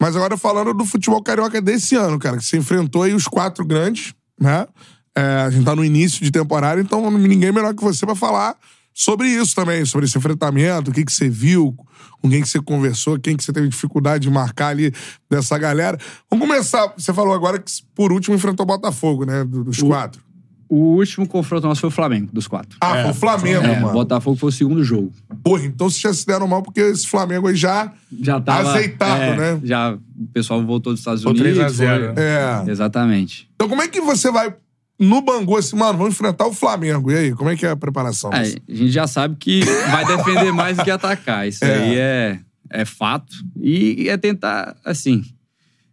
Speaker 1: Mas agora falando do futebol carioca desse ano, cara, que você enfrentou aí os quatro grandes, né? É, a gente tá no início de temporada, então ninguém melhor que você pra falar sobre isso também, sobre esse enfrentamento, o que, que você viu, com quem que você conversou, quem que você teve dificuldade de marcar ali dessa galera. Vamos começar. Você falou agora que, por último, enfrentou o Botafogo, né? do- Dos quatro.
Speaker 3: O último confronto nosso foi o Flamengo, dos quatro.
Speaker 1: Ah, foi o Flamengo,
Speaker 3: É,
Speaker 1: mano.
Speaker 3: Botafogo foi o segundo jogo.
Speaker 1: Porra, então vocês já se deram mal porque esse Flamengo aí já.
Speaker 3: Já tava.
Speaker 1: Azeitado,
Speaker 3: é,
Speaker 1: né?
Speaker 3: Já o pessoal voltou dos Estados
Speaker 2: Foi
Speaker 3: Unidos.
Speaker 2: 3 a 0,
Speaker 3: foi-
Speaker 1: É.
Speaker 3: Exatamente.
Speaker 1: Então como é que você vai no Bangu assim, mano, vamos enfrentar o Flamengo? E aí, como é que é a preparação?
Speaker 3: É, a gente já sabe que vai defender mais do que atacar. Isso
Speaker 1: É.
Speaker 3: aí é, é fato. E, e é tentar, assim,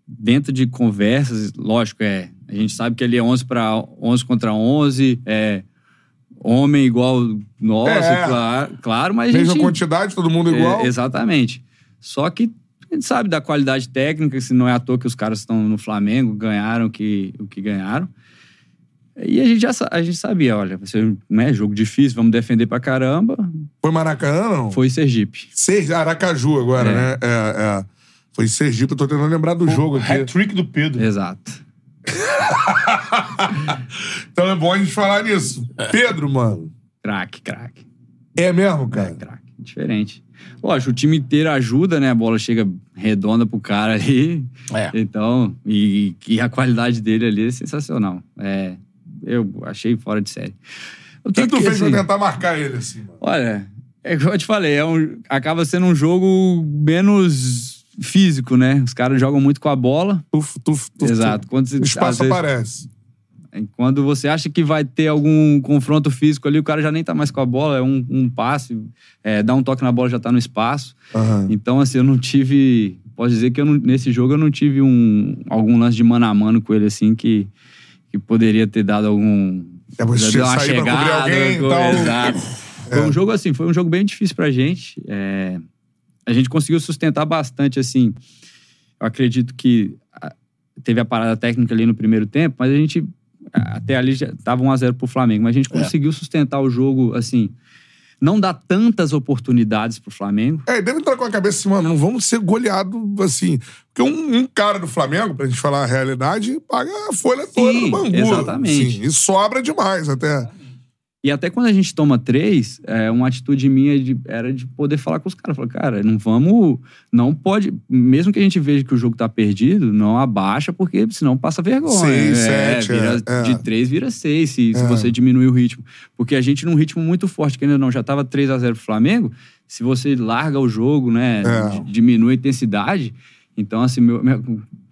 Speaker 3: dentro de conversas, lógico, é. A gente sabe que ali é 11, pra, 11 contra 11, é homem igual nosso,
Speaker 1: É.
Speaker 3: claro, claro, mas a
Speaker 1: Mesma
Speaker 3: gente...
Speaker 1: quantidade, todo mundo igual?
Speaker 3: É, exatamente. Só que a gente sabe da qualidade técnica, se não é à toa que os caras estão no Flamengo, ganharam o que, o que ganharam. E a gente já sa- a gente sabia, olha, vai ser né, jogo difícil, vamos defender pra caramba.
Speaker 1: Foi Maracanã, não?
Speaker 3: Foi Sergipe.
Speaker 1: Ser... Aracaju agora,
Speaker 3: É.
Speaker 1: né? É, é. Foi Sergipe, eu tô tentando lembrar do jogo aqui.
Speaker 2: Hat-trick do Pedro.
Speaker 3: Exato.
Speaker 1: Então é bom a gente falar nisso. Pedro, mano.
Speaker 3: Craque, craque.
Speaker 1: É mesmo,
Speaker 3: É,
Speaker 1: cara?
Speaker 3: craque. Diferente. Lógico, o time inteiro ajuda, né? A bola chega redonda pro cara ali.
Speaker 2: É.
Speaker 3: Então, e, e a qualidade dele ali é sensacional. É, eu achei fora de série.
Speaker 1: O que, que tu fez
Speaker 3: assim,
Speaker 1: pra tentar marcar ele assim, mano?
Speaker 3: Olha, é como eu te falei, é um- acaba sendo um jogo menos físico, né? Os caras jogam muito com a bola.
Speaker 1: Tuf, tuf, tuf, tuf.
Speaker 3: Exato. Quando, você-
Speaker 1: O
Speaker 3: às
Speaker 1: espaço é
Speaker 3: vezes-
Speaker 1: aparece.
Speaker 3: quando você acha que vai ter algum confronto físico ali, o cara já nem tá mais com a bola, é um, um passe, é, dá um toque na bola, já tá no espaço.
Speaker 1: Aham.
Speaker 3: Então, assim, eu não tive. Posso dizer que eu não- nesse jogo eu não tive um, algum lance de mano a mano com ele, assim, que, que poderia ter dado algum.
Speaker 1: É, mas
Speaker 3: já
Speaker 1: você
Speaker 3: deu uma
Speaker 1: sair pra cobrir
Speaker 3: chegada,
Speaker 1: alguém,
Speaker 3: alguma coisa,
Speaker 1: então-
Speaker 3: Exato. Foi um jogo assim, foi um jogo bem difícil pra gente. É, a gente conseguiu sustentar bastante, assim. Eu acredito que ah, teve a parada técnica ali no primeiro tempo, mas a gente. ah, Até ali já tava 1x0 pro Flamengo, mas a gente
Speaker 1: É.
Speaker 3: conseguiu sustentar o jogo, assim. Não dá tantas oportunidades pro Flamengo.
Speaker 1: É, e deve entrar com a cabeça assim, mano, não vamos ser goleado assim. Porque um, um cara do Flamengo, pra gente falar a realidade, paga a folha toda do Bangu.
Speaker 3: exatamente.
Speaker 1: Sim, e sobra demais até.
Speaker 3: E até quando a gente toma três, é, uma atitude minha de- era de poder falar com os caras. Falar, cara, não vamos. Não pode. Mesmo que a gente veja que o jogo tá perdido, não abaixa, porque senão passa vergonha.
Speaker 1: Seis,
Speaker 3: É,
Speaker 1: sete,
Speaker 3: vira-
Speaker 1: é, é.
Speaker 3: De três vira seis, se, se
Speaker 1: É.
Speaker 3: você diminuir o ritmo. Porque a gente, num ritmo muito forte, que ainda não, já tava 3 a 0 pro Flamengo, se você larga o jogo, né?
Speaker 1: É.
Speaker 3: d- Diminui a intensidade. Então, assim, meu- minha-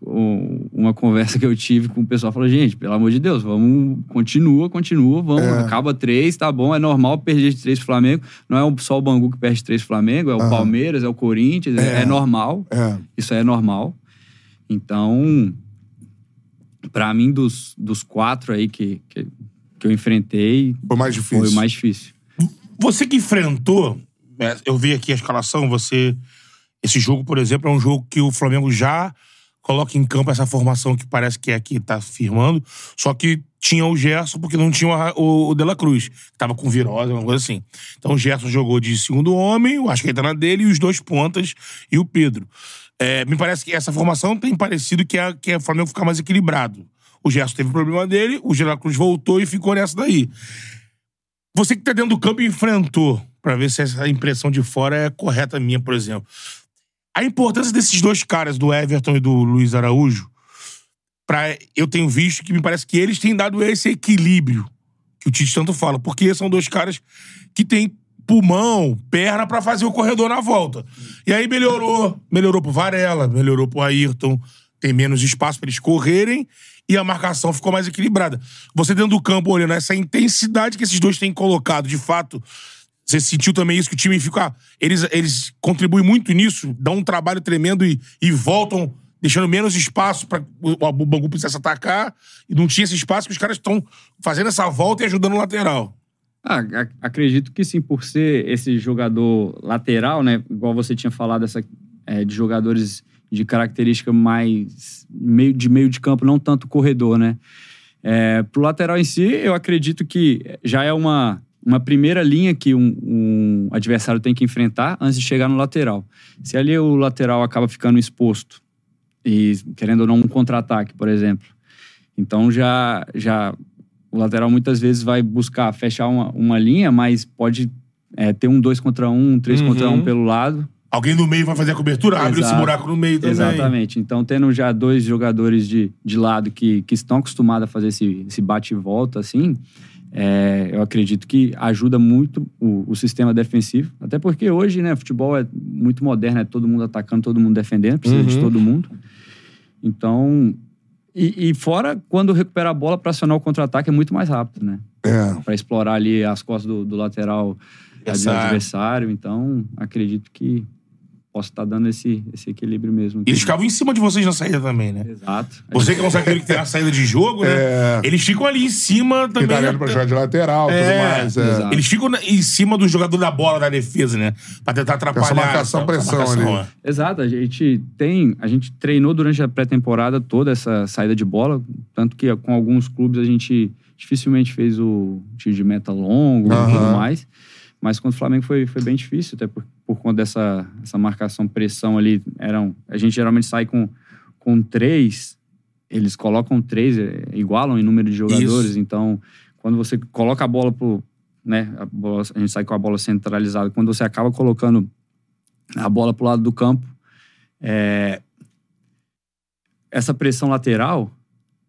Speaker 3: o- uma conversa que eu tive com o pessoal falou: gente, pelo amor de Deus, vamos, continua, continua, vamos,
Speaker 1: É.
Speaker 3: acaba três, tá bom, é normal perder de três pro Flamengo. Não é só o Bangu que perde de três pro Flamengo, é o
Speaker 1: Aham.
Speaker 3: Palmeiras, é o Corinthians,
Speaker 1: É.
Speaker 3: é normal.
Speaker 1: É.
Speaker 3: Isso aí é normal. Então, pra mim, dos, dos quatro aí que, que, que eu enfrentei,
Speaker 1: Foi mais difícil.
Speaker 3: foi o mais difícil.
Speaker 2: Você que enfrentou, é, eu vi aqui a escalação, você. Esse jogo, por exemplo, é um jogo que o Flamengo já coloca em campo essa formação que parece que é a que tá firmando, só que tinha o Gerson, porque não tinha o Arra- o, o De La Cruz, que tava com virose, alguma coisa assim. Então o Gerson jogou de segundo homem, o Asquetana dele, e os dois pontas e o Pedro. É, me parece que essa formação tem parecido que é, que é o Flamengo ficar mais equilibrado. O Gerson teve problema dele, o De La Cruz voltou e ficou nessa daí. Você que tá dentro do campo e enfrentou, pra ver se essa impressão de fora é correta minha, por exemplo. A importância desses dois caras, do Everton e do Luiz Araújo, pra, eu tenho visto que me parece que eles têm dado esse equilíbrio que o Tite tanto fala, porque são dois caras que têm pulmão, perna pra fazer o corredor na volta. E aí melhorou, melhorou pro Varela, melhorou pro Ayrton, tem menos espaço pra eles correrem e a marcação ficou mais equilibrada. Você dentro do campo olhando essa intensidade que esses dois têm colocado, de fato, você sentiu também isso que o time fica, ah, eles eles contribuem muito nisso, dão um trabalho tremendo e, e voltam deixando menos espaço para o, o Bangu precisasse atacar e não tinha esse espaço que os caras estão fazendo essa volta e ajudando o lateral.
Speaker 3: Ah, ac- acredito que sim, por ser esse jogador lateral, né? Igual você tinha falado, essa, é, de jogadores de característica mais meio de meio de campo, não tanto corredor, né? É, pro lateral em si, eu acredito que já é uma, uma primeira linha que um, um adversário tem que enfrentar antes de chegar no lateral. Se ali o lateral acaba ficando exposto e, querendo ou não, um contra-ataque, por exemplo. Então já, já o lateral muitas vezes vai buscar fechar uma, uma linha, mas pode é, ter um dois contra um, um três contra um pelo lado.
Speaker 2: Alguém no meio vai fazer a cobertura, abre esse
Speaker 3: Exato.
Speaker 2: buraco no meio também.
Speaker 3: Exatamente. Então, tendo já dois jogadores de, de lado que, que estão acostumados a fazer esse, esse bate e volta, assim, é, eu acredito que ajuda muito o, o sistema defensivo. Até porque hoje, né, futebol é muito moderno, é todo mundo atacando, todo mundo defendendo, precisa de
Speaker 1: Uhum.
Speaker 3: todo mundo. Então. E, e fora, quando recuperar a bola para acionar o contra-ataque é muito mais rápido, né?
Speaker 1: É.
Speaker 3: Para explorar ali as costas do, do lateral do
Speaker 2: Adversário.
Speaker 3: adversário. Então, acredito que posso estar dando esse, esse equilíbrio mesmo.
Speaker 2: E eles ficavam em cima de vocês na saída também, né?
Speaker 3: Exato.
Speaker 2: Você que é um zagueiro que tem a saída de jogo, né? Eles ficam ali em cima
Speaker 1: Tem
Speaker 2: também.
Speaker 1: talento É. tá pra jogar de lateral e
Speaker 2: É,
Speaker 1: tudo mais. É.
Speaker 3: exato.
Speaker 2: Eles ficam na- em cima do jogador da bola da defesa, né? Pra tentar atrapalhar.
Speaker 1: Essa marcação, pressão ali.
Speaker 2: é.
Speaker 3: Exato, a gente tem, a gente treinou durante a pré-temporada toda essa saída de bola, tanto que com alguns clubes a gente dificilmente fez o tiro de meta longo e
Speaker 1: Aham.
Speaker 3: tudo mais. Mas contra o Flamengo foi, foi bem difícil, até por, por conta dessa essa marcação pressão ali. Eram, a gente geralmente sai com, com três, eles colocam três, é, igualam em número de jogadores. Então, quando você coloca a bola pro. Né, a, bola- a gente sai com a bola centralizada. Quando você acaba colocando a bola pro lado do campo, é, essa pressão lateral,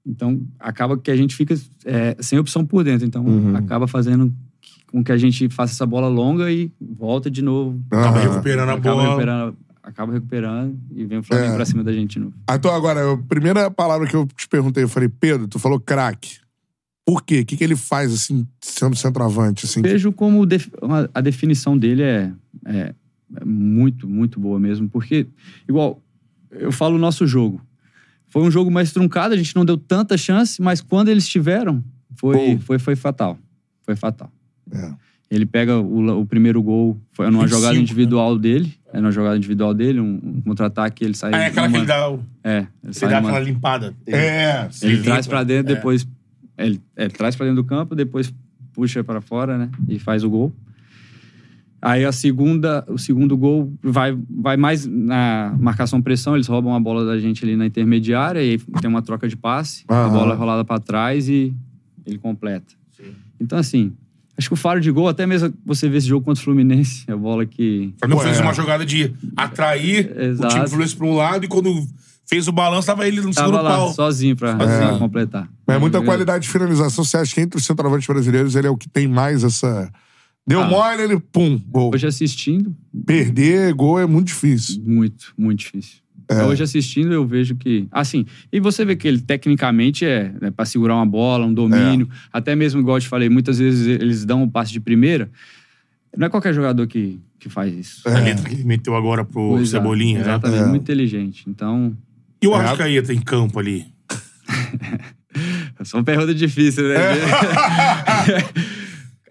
Speaker 3: então acaba que a gente fica é, sem opção por dentro. Então,
Speaker 1: Uhum.
Speaker 3: acaba fazendo que- com que a gente faça essa bola longa e volta de novo.
Speaker 2: Acaba
Speaker 1: Aham.
Speaker 2: recuperando a
Speaker 3: acaba,
Speaker 2: bola.
Speaker 3: recuperando, acaba recuperando e vem o Flamengo
Speaker 1: É.
Speaker 3: pra cima da gente de novo.
Speaker 1: Então, agora, a primeira palavra que eu te perguntei, eu falei, Pedro, tu falou craque. Por quê? O que, que ele faz, assim, sendo centroavante, assim?
Speaker 3: Vejo como def- uma- a definição dele é, é- é muito, muito boa mesmo. Porque, igual, eu falo o nosso jogo. Foi um jogo mais truncado, a gente não deu tanta chance, mas quando eles tiveram, foi,
Speaker 1: Pô.
Speaker 3: foi, foi fatal. Foi fatal.
Speaker 1: É.
Speaker 3: Ele pega o, la- o primeiro gol, foi numa
Speaker 2: 25,
Speaker 3: jogada individual dele. É numa jogada individual dele, um, um contra-ataque, ele sai.
Speaker 2: Ah, é aquela que
Speaker 3: numa-
Speaker 2: ele dá, o-
Speaker 3: É, ele
Speaker 2: você
Speaker 3: sai
Speaker 2: dá
Speaker 3: numa-
Speaker 2: aquela limpada.
Speaker 1: É.
Speaker 3: ele
Speaker 2: Limpa.
Speaker 3: traz pra dentro,
Speaker 2: É.
Speaker 3: depois. Ele, ele traz pra dentro do campo, depois puxa pra fora, né? E faz o gol. Aí a segunda, o segundo gol vai, vai mais na marcação pressão, eles roubam a bola da gente ali na intermediária e aí tem uma troca de passe, a
Speaker 1: Aham.
Speaker 3: bola é rolada pra trás e ele completa. Então assim, acho que o faro de gol, até mesmo você vê esse jogo contra o Fluminense, a bola que
Speaker 2: O Flamengo
Speaker 1: Pô,
Speaker 2: fez
Speaker 1: é.
Speaker 2: uma jogada de atrair o
Speaker 3: Exato.
Speaker 2: time Fluminense pra um lado e quando fez o balanço, tava ele no
Speaker 3: tava
Speaker 2: segundo
Speaker 3: lá
Speaker 2: pau.
Speaker 3: sozinho pra pra completar.
Speaker 1: Mas é muita qualidade de finalização. Você acha que entre os centroavantes brasileiros ele é o que tem mais essa. Deu
Speaker 3: Ah.
Speaker 1: mole, ele pum, gol.
Speaker 3: Hoje assistindo,
Speaker 1: Perder gol é muito difícil.
Speaker 3: muito, muito difícil.
Speaker 2: É.
Speaker 3: Então, Hoje assistindo eu vejo que. Assim, e você vê que ele tecnicamente é né, para segurar uma bola, um domínio.
Speaker 2: É.
Speaker 3: Até mesmo, igual eu te falei, muitas vezes eles dão um passe de primeira. Não é qualquer jogador que, que faz isso.
Speaker 2: A letra que ele meteu agora pro
Speaker 3: Pois é,
Speaker 2: É, Cebolinha, né?
Speaker 3: Exatamente,
Speaker 1: É.
Speaker 3: muito inteligente. Então,
Speaker 2: E o Arrascaeta em campo ali?
Speaker 3: são perguntas difíceis, né?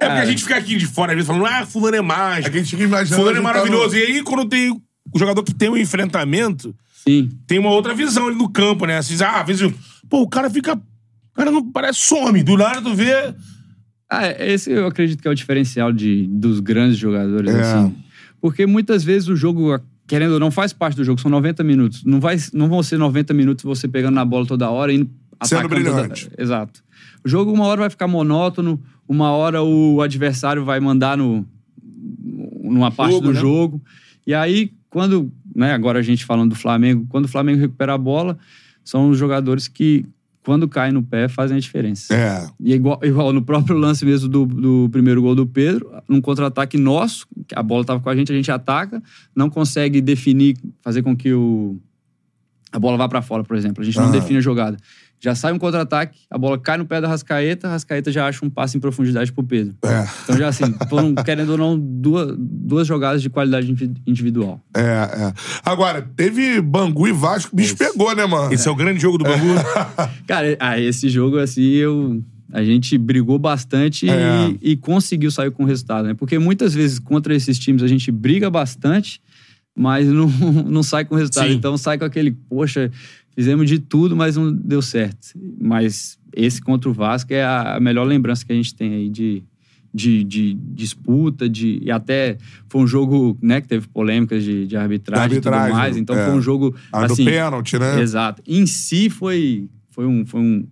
Speaker 2: É porque a gente fica aqui de fora, às vezes, falando, ah, fulano é
Speaker 1: É
Speaker 2: mágico.
Speaker 1: que a gente fica imaginando.
Speaker 2: fulano é
Speaker 1: a gente tá
Speaker 2: maravilhoso.
Speaker 1: no-
Speaker 2: E aí, quando tem o jogador que tem um enfrentamento,
Speaker 3: Sim.
Speaker 2: tem uma outra visão ali no campo, né? Às vezes, ah, às vezes, pô, o cara fica. O cara não parece some. Do nada tu vê.
Speaker 3: Ah, esse eu acredito que é o diferencial de, dos grandes jogadores,
Speaker 1: É.
Speaker 3: assim. Porque muitas vezes o jogo, querendo ou não, faz parte do jogo, são 90 minutos. Não, vai, não vão ser 90 minutos você pegando na bola toda hora e indo
Speaker 1: Sendo
Speaker 3: atacando toda-
Speaker 1: brilhante.
Speaker 3: Exato. O jogo uma hora vai ficar monótono, uma hora o adversário vai mandar no, numa parte
Speaker 2: Jogo,
Speaker 3: do
Speaker 2: né?
Speaker 3: jogo. E aí, quando, né, agora a gente falando do Flamengo, quando o Flamengo recupera a bola, são os jogadores que, quando caem no pé, fazem a diferença.
Speaker 1: É.
Speaker 3: E é igual, igual no próprio lance mesmo do, do primeiro gol do Pedro, num contra-ataque nosso, que a bola tava com a gente, a gente ataca, não consegue definir, fazer com que o, a bola vá para fora, por exemplo. A gente não
Speaker 1: Aham.
Speaker 3: define a jogada. Já sai um contra-ataque, a bola cai no pé da Rascaeta, a Rascaeta já acha um passe em profundidade pro Pedro.
Speaker 1: É.
Speaker 3: Então já assim, foram, querendo ou não, duas, duas jogadas de qualidade indivi- individual.
Speaker 1: É, é. Agora, teve Bangu e Vasco, o bicho pegou, né, mano?
Speaker 2: Esse é o grande jogo do Bangu.
Speaker 3: Cara, ah, esse jogo, assim, eu. A gente brigou bastante e-
Speaker 1: É.
Speaker 3: e, conseguiu sair com o resultado, né? Porque muitas vezes contra esses times a gente briga bastante, mas não, não sai com o resultado.
Speaker 2: Sim.
Speaker 3: Então sai com aquele, poxa, fizemos de tudo, mas não deu certo. Mas esse contra o Vasco é a a melhor lembrança que a gente tem aí de, de, de disputa, de, e até foi um jogo né, que teve polêmicas de, de arbitragem,
Speaker 1: Da arbitragem,
Speaker 3: e tudo mais. Então
Speaker 1: é.
Speaker 3: foi um jogo.
Speaker 1: A do
Speaker 3: assim,
Speaker 1: pênalti, né?
Speaker 3: Exato. Em si foi, foi um. Foi um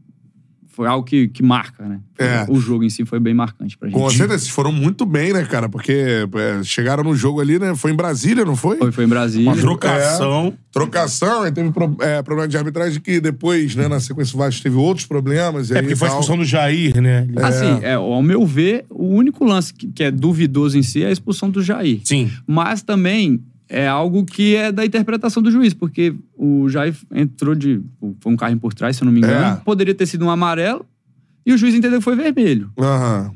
Speaker 3: foi algo que, que marca, né?
Speaker 1: É.
Speaker 3: O jogo em si foi bem marcante pra gente.
Speaker 1: Com certeza, vocês foram muito bem, né, cara? Porque é, chegaram no jogo ali, né? Foi em Brasília, não foi?
Speaker 3: Foi, foi em Brasília.
Speaker 1: Uma troca-
Speaker 2: Trocação.
Speaker 1: Trocação, aí teve pro- é, problema de arbitragem que depois, né, na sequência o Vasco teve outros problemas. E
Speaker 2: É
Speaker 1: aí
Speaker 2: porque foi a
Speaker 1: tal.
Speaker 2: expulsão do Jair, né?
Speaker 3: Assim, é, ao meu ver, o único lance que, que é duvidoso em si é a expulsão do Jair.
Speaker 2: Sim.
Speaker 3: Mas também é algo que é da interpretação do juiz, porque o Jair entrou de. Foi um carrinho por trás, se eu não me engano.
Speaker 1: É.
Speaker 3: Poderia ter sido um amarelo e o juiz entendeu que foi vermelho.
Speaker 1: Aham.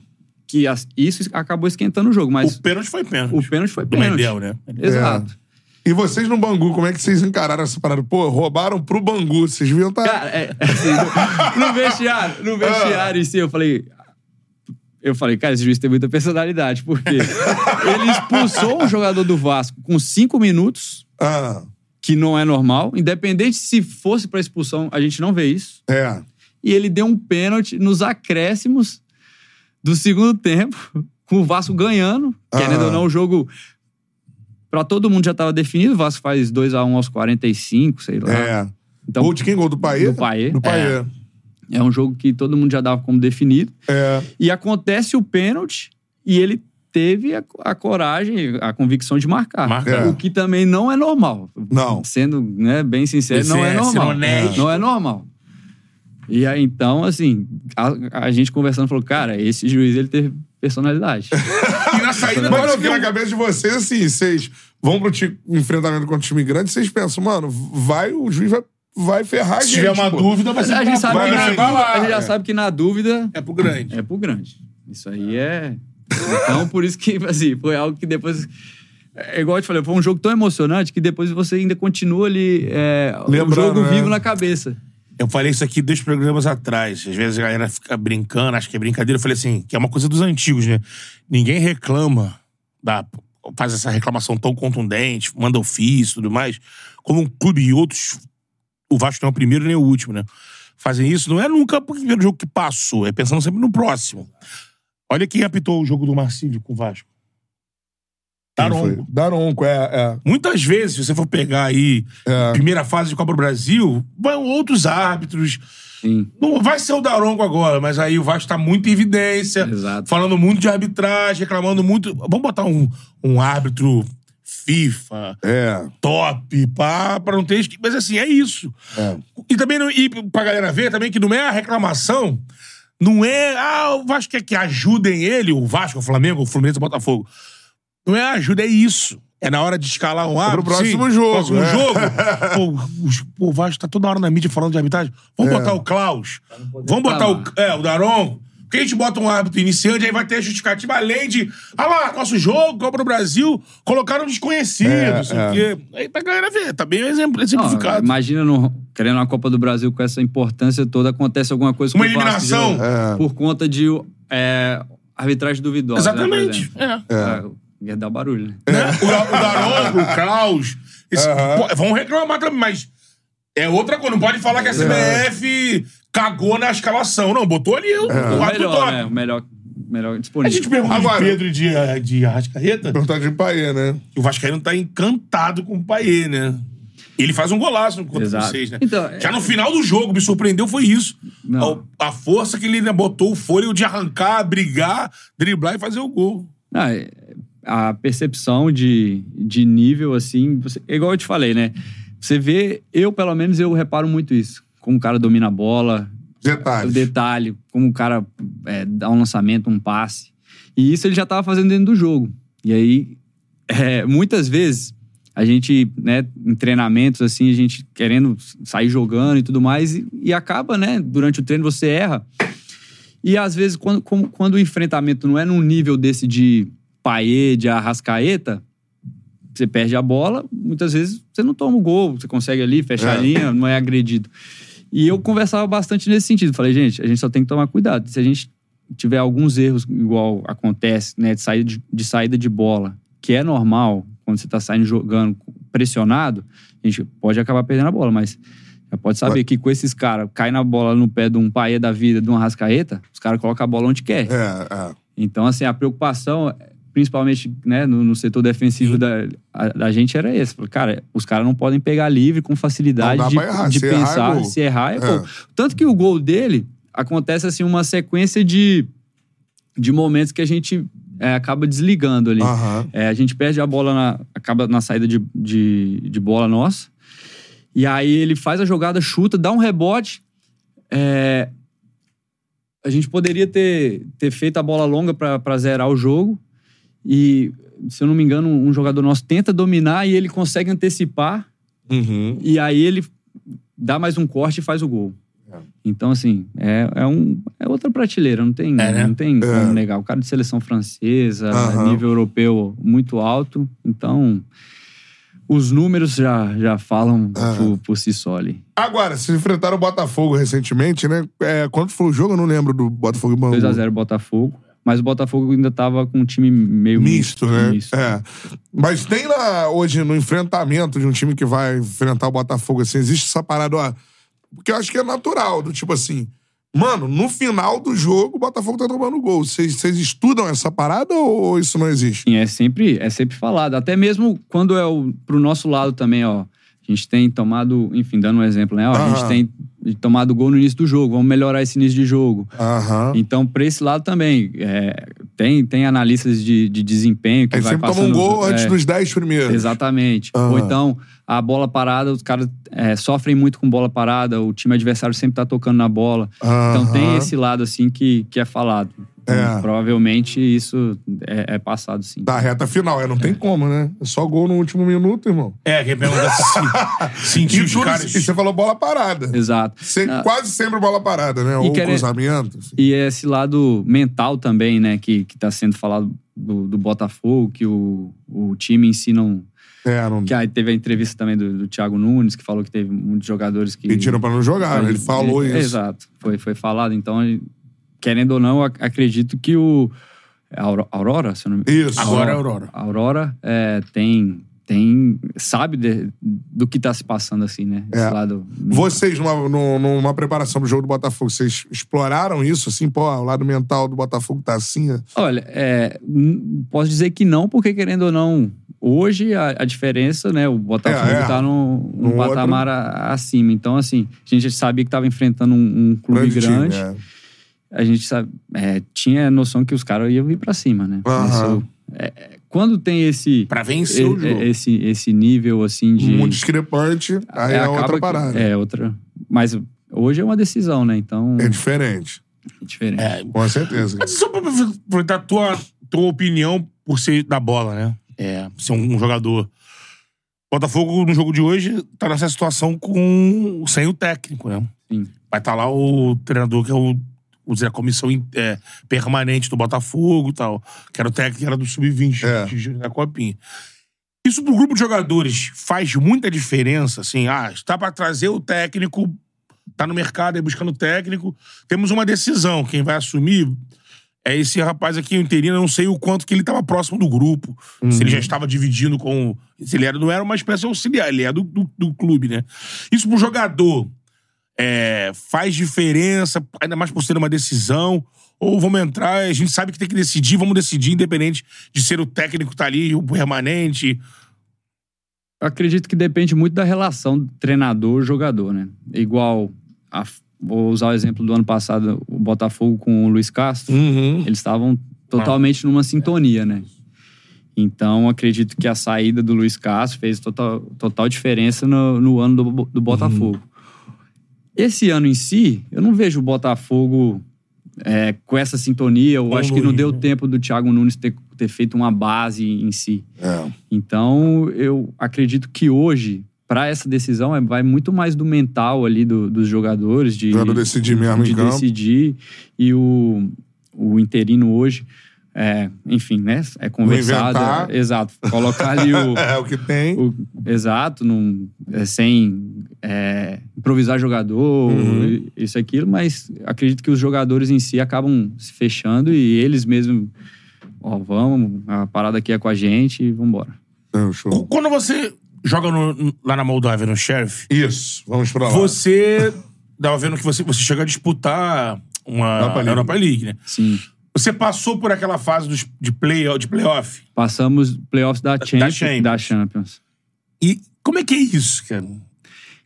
Speaker 3: Que as- isso acabou esquentando o jogo, mas
Speaker 2: O pênalti foi pênalti.
Speaker 3: o, pênalti foi
Speaker 2: do
Speaker 3: pênalti.
Speaker 2: Mendel, né?
Speaker 1: É.
Speaker 3: Exato.
Speaker 1: E vocês no Bangu, como é que vocês encararam essa parada? Pô, roubaram pro Bangu, vocês viram tá...
Speaker 3: Cara, é, assim, no vestiário,
Speaker 1: Ah.
Speaker 3: no vestiário em si, eu falei. Eu falei, cara, esse juiz tem muita personalidade, porque ele expulsou um jogador do Vasco com cinco minutos,
Speaker 1: Ah,
Speaker 3: que não é normal. Independente se fosse pra expulsão, a gente não vê isso.
Speaker 2: Ah.
Speaker 1: é.
Speaker 3: E ele deu um pênalti nos acréscimos do segundo tempo, com o Vasco ganhando. Querendo
Speaker 1: Aham.
Speaker 3: ou não, o jogo. Pra todo mundo já tava definido. O Vasco faz 2 a 1 aos 45, sei lá.
Speaker 1: É.
Speaker 3: Então,
Speaker 1: gol de quem? Gol do Paê?
Speaker 3: do Paê.
Speaker 1: Do Paê.
Speaker 3: É um jogo que todo mundo já dava como definido.
Speaker 1: É.
Speaker 3: E acontece o pênalti e ele teve a, a coragem, a convicção de marcar.
Speaker 2: Marca.
Speaker 1: É.
Speaker 3: O que também não é normal.
Speaker 1: Não.
Speaker 3: Sendo né, bem sincero,
Speaker 2: Esse
Speaker 3: não é,
Speaker 2: é,
Speaker 3: normal.
Speaker 2: ser honesto.
Speaker 3: Não é normal. E aí, então, assim, a, a gente conversando falou, cara, esse juiz, ele teve personalidade.
Speaker 2: E na saída
Speaker 1: Mas eu
Speaker 2: quase
Speaker 1: vi
Speaker 2: que
Speaker 1: na cabeça de vocês assim, vocês vão pro ti- enfrentamento contra o time grande, vocês pensam, mano, vai, o juiz vai, vai ferrar a
Speaker 2: Se
Speaker 1: gente.
Speaker 2: tiver uma
Speaker 1: pô.
Speaker 2: dúvida, vai ser
Speaker 3: a gente, sabe
Speaker 2: vai
Speaker 3: que na,
Speaker 2: lá, vai lá.
Speaker 3: a gente já sabe que na dúvida
Speaker 2: É pro grande.
Speaker 3: É pro grande. Isso aí
Speaker 2: Ah.
Speaker 3: é. Então, por isso que, assim, foi algo que depois. É igual eu te falei, foi um jogo tão emocionante que depois você ainda continua ali. É, o
Speaker 1: Lembrando,
Speaker 3: jogo
Speaker 1: né?
Speaker 3: vivo na cabeça.
Speaker 2: Eu falei isso aqui dois programas atrás. Às vezes a galera fica brincando, acha que é brincadeira. Eu falei assim, que é uma coisa dos antigos, né? Ninguém reclama, da, faz essa reclamação tão contundente, manda ofício e tudo mais. Como um clube e outros, o Vasco não é o primeiro nem o último, né? Fazem isso não é nunca pro primeiro jogo que passou, é pensando sempre no próximo. Olha quem apitou o jogo do Marcílio com o Vasco.
Speaker 1: Quem foi?
Speaker 2: Taronco.
Speaker 1: Daronco, é,
Speaker 2: Muitas vezes, se você for pegar aí
Speaker 1: é. é.
Speaker 2: primeira fase de Copa do Brasil, vão outros árbitros.
Speaker 3: Sim,
Speaker 2: Não vai ser o Daronco agora, mas aí o Vasco tá muito em evidência,
Speaker 3: exato.
Speaker 2: falando muito de arbitragem, reclamando muito. Vamos botar um, um árbitro FIFA,
Speaker 1: É.
Speaker 2: top, pá, pra não ter. esqui- Mas assim, é isso.
Speaker 1: É.
Speaker 2: E também, não, e pra galera ver também, que não é a reclamação, não é. Ah, o Vasco quer que ajudem ele, o Vasco, o Flamengo, o Fluminense, o Botafogo. Não é ajuda, é isso. É na hora de escalar um árbitro.
Speaker 1: próximo
Speaker 2: sim,
Speaker 1: jogo,
Speaker 2: Próximo
Speaker 1: é.
Speaker 2: jogo. Pô, os- pô, o Vasco tá toda hora na mídia falando de arbitragem.
Speaker 1: É.
Speaker 2: Vamos botar o Klaus. Vamos botar o,
Speaker 3: falar.
Speaker 2: é, o Daronco. Porque a gente bota um árbitro iniciante, aí vai ter a justificativa além de. Ah lá, nosso jogo, Copa do Brasil, colocaram um desconhecido,
Speaker 1: É,
Speaker 2: não sei o
Speaker 1: é.
Speaker 2: quê. Aí pra galera ver, tá bem exemplo-
Speaker 3: Não,
Speaker 2: exemplificado.
Speaker 3: imagina no, querendo uma Copa do Brasil com essa importância toda, acontece alguma coisa
Speaker 2: Uma
Speaker 3: com o Vasco de-
Speaker 2: eliminação.
Speaker 1: É.
Speaker 3: por conta de é, arbitragem duvidosa.
Speaker 2: Exatamente.
Speaker 3: Né,
Speaker 2: É.
Speaker 3: por exemplo. É, Ia dar barulho, né?
Speaker 2: né? O, Da- o Daronco, o Klaus. Esse,
Speaker 1: Aham.
Speaker 2: pô, vão reclamar também, mas é outra coisa. Não pode falar que a CBF cagou na escalação. Não, botou ali o, o
Speaker 3: o
Speaker 2: ato
Speaker 3: melhor,
Speaker 2: top.
Speaker 3: né? O melhor, melhor
Speaker 2: A
Speaker 3: disponível.
Speaker 2: gente pergunta
Speaker 1: Agora-
Speaker 2: de Pedro e de, eh, de Arrascaeta.
Speaker 1: Perguntar de Paê, né?
Speaker 2: que O Vascaíno tá encantado com o Paê, né? Ele faz um golaço contra
Speaker 3: Exato.
Speaker 2: vocês, né?
Speaker 3: Então, é-
Speaker 2: Já no final do jogo, me surpreendeu foi isso.
Speaker 3: Não.
Speaker 2: A, a força que ele ainda botou o fôlego de arrancar, brigar, driblar e fazer o gol.
Speaker 3: Ah, é- a percepção de, de nível, assim, você- é igual eu te falei, né? Você vê, eu pelo menos, eu reparo muito isso. Como o cara domina a bola, o
Speaker 1: Detalhes.
Speaker 3: detalhe, como o cara é, dá um lançamento, um passe. E isso ele já estava fazendo dentro do jogo. E aí, é, muitas vezes, a gente, né, em treinamentos, assim, a gente querendo sair jogando e tudo mais, e, e acaba, né, durante o treino você erra. E às vezes, quando, como- quando o enfrentamento não é num nível desse de paê, de arrascaeta, você perde a bola, muitas vezes você não toma o gol, você consegue ali fechar
Speaker 1: É.
Speaker 3: a linha, não é agredido. E eu conversava bastante nesse sentido. Falei, gente, a gente só tem que tomar cuidado. Se a gente tiver alguns erros, igual acontece, né, de saída de, de saída de bola, que é normal quando você tá saindo jogando pressionado, a gente pode acabar perdendo a bola, mas já pode saber que com esses caras, cai na bola no pé de um paê da vida, de um rascaeta, os caras colocam a bola onde quer.
Speaker 1: É, é.
Speaker 3: Então, assim, a preocupação, principalmente né, no, no setor defensivo da, a- da gente, era esse. Falei, Cara, os caras não podem pegar livre com facilidade
Speaker 1: Não dá
Speaker 3: de,
Speaker 1: pra errar.
Speaker 3: de
Speaker 1: Se errar, é
Speaker 3: pensar,
Speaker 1: gol.
Speaker 3: se errar, é
Speaker 1: É.
Speaker 3: gol. Tanto que o gol dele acontece, assim, uma sequência de, de momentos que a gente é, acaba desligando ali.
Speaker 1: Aham.
Speaker 3: É, a gente perde a bola, na- acaba na saída de, de, de bola nossa. E aí ele faz a jogada, chuta, dá um rebote. É, a gente poderia ter, ter feito a bola longa para zerar o jogo. E, se eu não me engano, um jogador nosso tenta dominar e ele consegue antecipar.
Speaker 1: Uhum.
Speaker 3: E aí ele dá mais um corte e faz o gol. Então, assim, é, é, um, é outra prateleira, não tem,
Speaker 2: É, né?
Speaker 3: não tem
Speaker 1: É.
Speaker 3: como negar. O cara de seleção francesa,
Speaker 1: Aham.
Speaker 3: nível europeu muito alto. Então, os números já, já falam
Speaker 1: Ah.
Speaker 3: por, por si só ali.
Speaker 1: Agora, se enfrentaram o Botafogo recentemente, né? É, quanto foi o jogo? Eu não lembro do Botafogo e Bangu.
Speaker 3: 2x0 Botafogo. Mas o Botafogo ainda tava com um time meio
Speaker 1: Misto, né?
Speaker 3: misto.
Speaker 1: É. Mas tem lá, hoje no enfrentamento de um time que vai enfrentar o Botafogo, assim, existe essa parada, ó. Porque eu acho que é natural, do tipo assim. Mano, no final do jogo, o Botafogo tá tomando gol. Vocês vocês estudam essa parada ou isso não existe?
Speaker 3: Sim, é sempre, é sempre falado. Até mesmo quando é o, pro nosso lado também, ó. A gente tem tomado, enfim, dando um exemplo, né? Ó, A gente
Speaker 1: Aham.
Speaker 3: tem tomado gol no início do jogo, vamos melhorar esse início de jogo.
Speaker 1: Aham.
Speaker 3: Então, pra esse lado também, é, tem, tem analistas de, de desempenho que
Speaker 1: Aí
Speaker 3: vai
Speaker 1: sempre toma
Speaker 3: passando...
Speaker 1: um gol
Speaker 3: é,
Speaker 1: antes dos 10 primeiros.
Speaker 3: Exatamente.
Speaker 1: Ah.
Speaker 3: Ou então, a bola parada, os caras é, sofrem muito com bola parada, o time adversário sempre tá tocando na bola. Então
Speaker 1: Aham.
Speaker 3: tem esse lado, assim, que, que é falado. Então,
Speaker 1: É.
Speaker 3: Provavelmente isso é, é passado, sim.
Speaker 1: Da reta final, é, não tem como, né? É só gol no último minuto, irmão.
Speaker 2: É, quem pergunta se sentiu
Speaker 1: E,
Speaker 2: os
Speaker 1: tudo- é
Speaker 2: caras.
Speaker 1: e você falou bola parada.
Speaker 3: Exato.
Speaker 1: Sem-
Speaker 3: Ah,
Speaker 1: Quase sempre bola parada, né? Ou
Speaker 3: querer-
Speaker 1: cruzamento. assim.
Speaker 3: E é esse lado mental também, né, que, que tá sendo falado do, do Botafogo, que o, o time em si não,
Speaker 1: É, não
Speaker 3: Que aí teve a entrevista também do, do Thiago Nunes, que falou que teve muitos jogadores que.
Speaker 1: pediram pra não jogar. né? Ele falou isso.
Speaker 3: é, Exato. Foi, foi falado. Então, querendo ou não, eu ac- acredito que o. é Auro- Aurora, se eu não me
Speaker 1: Isso.
Speaker 2: Agora é a Aurora.
Speaker 3: A Aurora é, tem. tem sabe de- do que tá se passando, assim, né? Esse
Speaker 1: É.
Speaker 3: lado.
Speaker 1: Vocês, numa, no- numa preparação pro jogo do Botafogo, vocês exploraram isso, assim, pô, o lado mental do Botafogo tá assim. é.
Speaker 3: Olha, é, n- posso dizer que não, porque querendo ou não, hoje a, a diferença, né? O Botafogo
Speaker 1: É, é.
Speaker 3: tá num, num
Speaker 1: No outro-
Speaker 3: patamar a- acima. Então, assim, a gente sabia que tava enfrentando um, um clube
Speaker 1: Grande time,
Speaker 3: grande.
Speaker 1: é.
Speaker 3: a gente sabe, é, tinha a noção que os caras iam vir pra cima, né?
Speaker 1: Aham.
Speaker 3: Isso- é, é, quando tem esse,
Speaker 2: Pra
Speaker 3: e-
Speaker 2: vencer o jogo.
Speaker 3: e- esse, esse nível assim de.
Speaker 1: Muito Um discrepante, aí é
Speaker 3: acaba
Speaker 1: outra
Speaker 3: que-
Speaker 1: parada. É,
Speaker 3: É, outra. Mas hoje é uma decisão, né? Então é
Speaker 1: diferente,
Speaker 3: diferente.
Speaker 2: É,
Speaker 1: com certeza.
Speaker 2: Mas só pra aproveitar a tua, tua opinião por ser da bola, né? é, ser um jogador. Botafogo, no jogo de hoje, tá nessa situação com sem o técnico, né?
Speaker 3: Sim.
Speaker 2: Vai estar lá o treinador que é o, vamos dizer, a comissão in- é, permanente do Botafogo e tal. Que era o técnico que era do Sub-20
Speaker 1: É.
Speaker 2: de- da Copinha. Isso pro grupo de jogadores faz muita diferença, assim. Ah, está para trazer o técnico, tá no mercado aí buscando técnico. Temos uma decisão, quem vai assumir é esse rapaz aqui, o interino, eu não sei o quanto que ele estava próximo do grupo. Se ele
Speaker 1: Uhum.
Speaker 2: já estava dividindo com. Se ele era, não era uma espécie auxiliar, ele é do, do, do clube, né? Isso pro jogador é, faz diferença, ainda mais por ser uma decisão. Ou vamos entrar, a gente sabe que tem que decidir, vamos decidir, independente de ser o técnico que tá ali, o permanente.
Speaker 3: Eu acredito que depende muito da relação do treinador-jogador, né? Igual, a- vou usar o exemplo do ano passado, o Botafogo com o Luiz Castro.
Speaker 1: Uhum.
Speaker 3: Eles estavam totalmente numa sintonia, né? Então, acredito que a saída do Luiz Castro fez total, total diferença no, no ano do, Bo- do Botafogo. Esse ano em si, eu não vejo o Botafogo é, com essa sintonia. Eu
Speaker 2: Com o
Speaker 3: acho que não
Speaker 2: Luiz,
Speaker 3: deu
Speaker 2: né?
Speaker 3: tempo do Thiago Nunes ter, ter feito uma base em si.
Speaker 1: É.
Speaker 3: Então, eu acredito que hoje, para essa decisão, é- vai muito mais do mental ali do- dos jogadores, de,
Speaker 1: O jogador decide mesmo
Speaker 3: de
Speaker 1: em campo.
Speaker 3: decidir. E o, o interino hoje, é, enfim, né? É conversado.
Speaker 1: inventar.
Speaker 3: é- exato. Colocar ali o.
Speaker 1: É, o que tem.
Speaker 3: o- exato, num, é, sem é, improvisar jogador,
Speaker 1: Uhum.
Speaker 3: e- isso e aquilo, mas acredito que os jogadores em si acabam se fechando e eles mesmo. Ó, vamos, a parada aqui é com a gente e vambora.
Speaker 1: Não, show.
Speaker 2: Qu- Quando você joga no- lá na Moldávia, no Sheriff,
Speaker 1: Isso, vamos pra lá.
Speaker 2: você. Tava vendo que você, você chega a disputar uma
Speaker 1: Europa League.
Speaker 2: Europa League, né?
Speaker 3: Sim.
Speaker 2: Você passou por aquela fase dos, de, play, de playoff?
Speaker 3: Passamos playoffs da, Champions,
Speaker 2: Champions.
Speaker 3: da Champions.
Speaker 2: E como é que é isso, cara?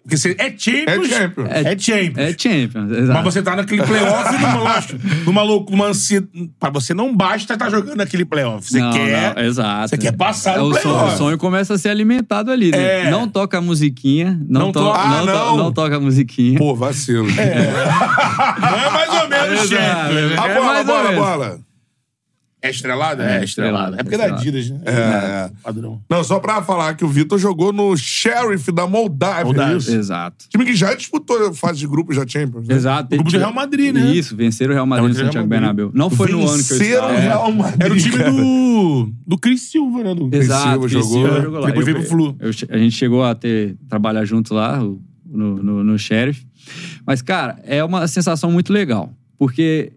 Speaker 2: Porque você é Champions.
Speaker 1: É Champions.
Speaker 2: É, Champions.
Speaker 3: É Champions, exato.
Speaker 2: mas você tá naquele playoff numa, lógico, numa louco, numa ansiedade. Pra você não basta estar jogando aquele playoff. Você
Speaker 3: Não,
Speaker 2: quer.
Speaker 3: não, exato.
Speaker 2: você quer passar
Speaker 3: É,
Speaker 2: no
Speaker 3: o, sonho,
Speaker 2: playoff.
Speaker 3: o sonho começa a ser alimentado ali, né?
Speaker 2: É.
Speaker 3: Não toca a musiquinha, não,
Speaker 2: Não
Speaker 3: to-
Speaker 2: toca-
Speaker 3: não,
Speaker 1: Ah,
Speaker 3: to-
Speaker 1: não.
Speaker 3: não toca a musiquinha.
Speaker 1: Pô, vacilo. É.
Speaker 2: Não é mais ou menos
Speaker 3: Exato.
Speaker 2: Champions. né?
Speaker 1: A
Speaker 3: É
Speaker 1: bola, a
Speaker 3: mais ou
Speaker 1: bola, a
Speaker 3: menos.
Speaker 1: bola.
Speaker 2: É estrelada?
Speaker 3: É estrelada,
Speaker 2: É porque é da
Speaker 3: estrelada.
Speaker 2: Adidas, né?
Speaker 1: É, é.
Speaker 2: Padrão.
Speaker 1: Não, só pra falar que o Vitor jogou no Sheriff da Moldávia.
Speaker 2: Moldávia.
Speaker 1: Isso.
Speaker 3: Exato.
Speaker 1: Time que já disputou a fase de grupo já Champions. Né?
Speaker 3: Exato.
Speaker 2: Grupo do Real Madrid, né?
Speaker 3: Isso, venceram o Real
Speaker 2: Não,
Speaker 3: Madrid no
Speaker 2: venceram o Real Madrid.
Speaker 3: Santiago Bernabéu. Não foi no ano que eu É.
Speaker 1: Venceram
Speaker 3: estava.
Speaker 1: o Real Madrid.
Speaker 2: Era o time
Speaker 1: cara.
Speaker 2: do. do Cris Silva, né? Do
Speaker 3: É, Exato.
Speaker 1: Silva
Speaker 3: Cris
Speaker 1: jogou,
Speaker 3: Silva
Speaker 1: né?
Speaker 3: jogou lá.
Speaker 2: Depois
Speaker 3: Eu-
Speaker 2: veio pro Flu.
Speaker 3: eu che- a gente chegou a ter trabalhar junto lá o- no, no, no Sheriff. Mas, cara, é uma sensação muito legal. Porque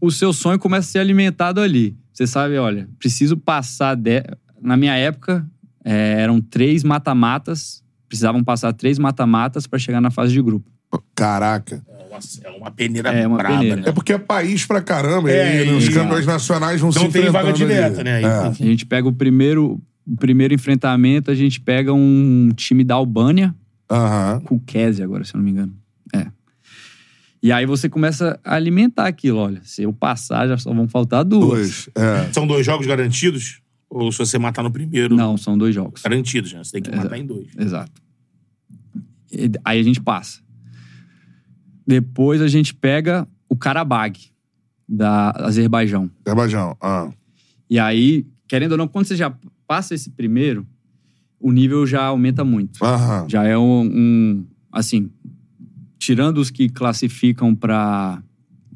Speaker 3: o seu sonho começa a ser alimentado ali. Você sabe, olha, preciso passar. de- Na minha época, eh, eram três mata-matas. Precisavam passar três mata-matas para chegar na fase de grupo.
Speaker 1: Caraca.
Speaker 2: Nossa, é uma peneira
Speaker 3: É uma
Speaker 2: braba,
Speaker 3: peneira.
Speaker 2: né?
Speaker 1: É porque é país pra caramba.
Speaker 2: É,
Speaker 1: e, né, os
Speaker 2: e-
Speaker 1: campeões nacionais vão se
Speaker 2: Não tem vaga
Speaker 1: enfrentando ali.
Speaker 2: direta, né?
Speaker 1: É.
Speaker 3: A gente pega o primeiro, o primeiro enfrentamento, a gente pega um time da Albânia.
Speaker 1: É, Aham.
Speaker 3: Kukese agora, se eu não me engano. É. E aí você começa a alimentar aquilo, olha. Se eu passar, já só vão faltar duas.
Speaker 1: Dois. É.
Speaker 2: São dois jogos garantidos? Ou se você matar no primeiro,
Speaker 3: Não, são dois jogos.
Speaker 2: garantidos, né? Você tem que matar em dois.
Speaker 3: Exato. E d- aí a gente passa. Depois a gente pega o Karabag, da Azerbaijão.
Speaker 1: Azerbaijão. Ah.
Speaker 3: E aí, querendo ou não, quando você já passa esse primeiro, o nível já aumenta muito.
Speaker 1: Aham.
Speaker 3: Já é um, um- assim, tirando os que classificam pra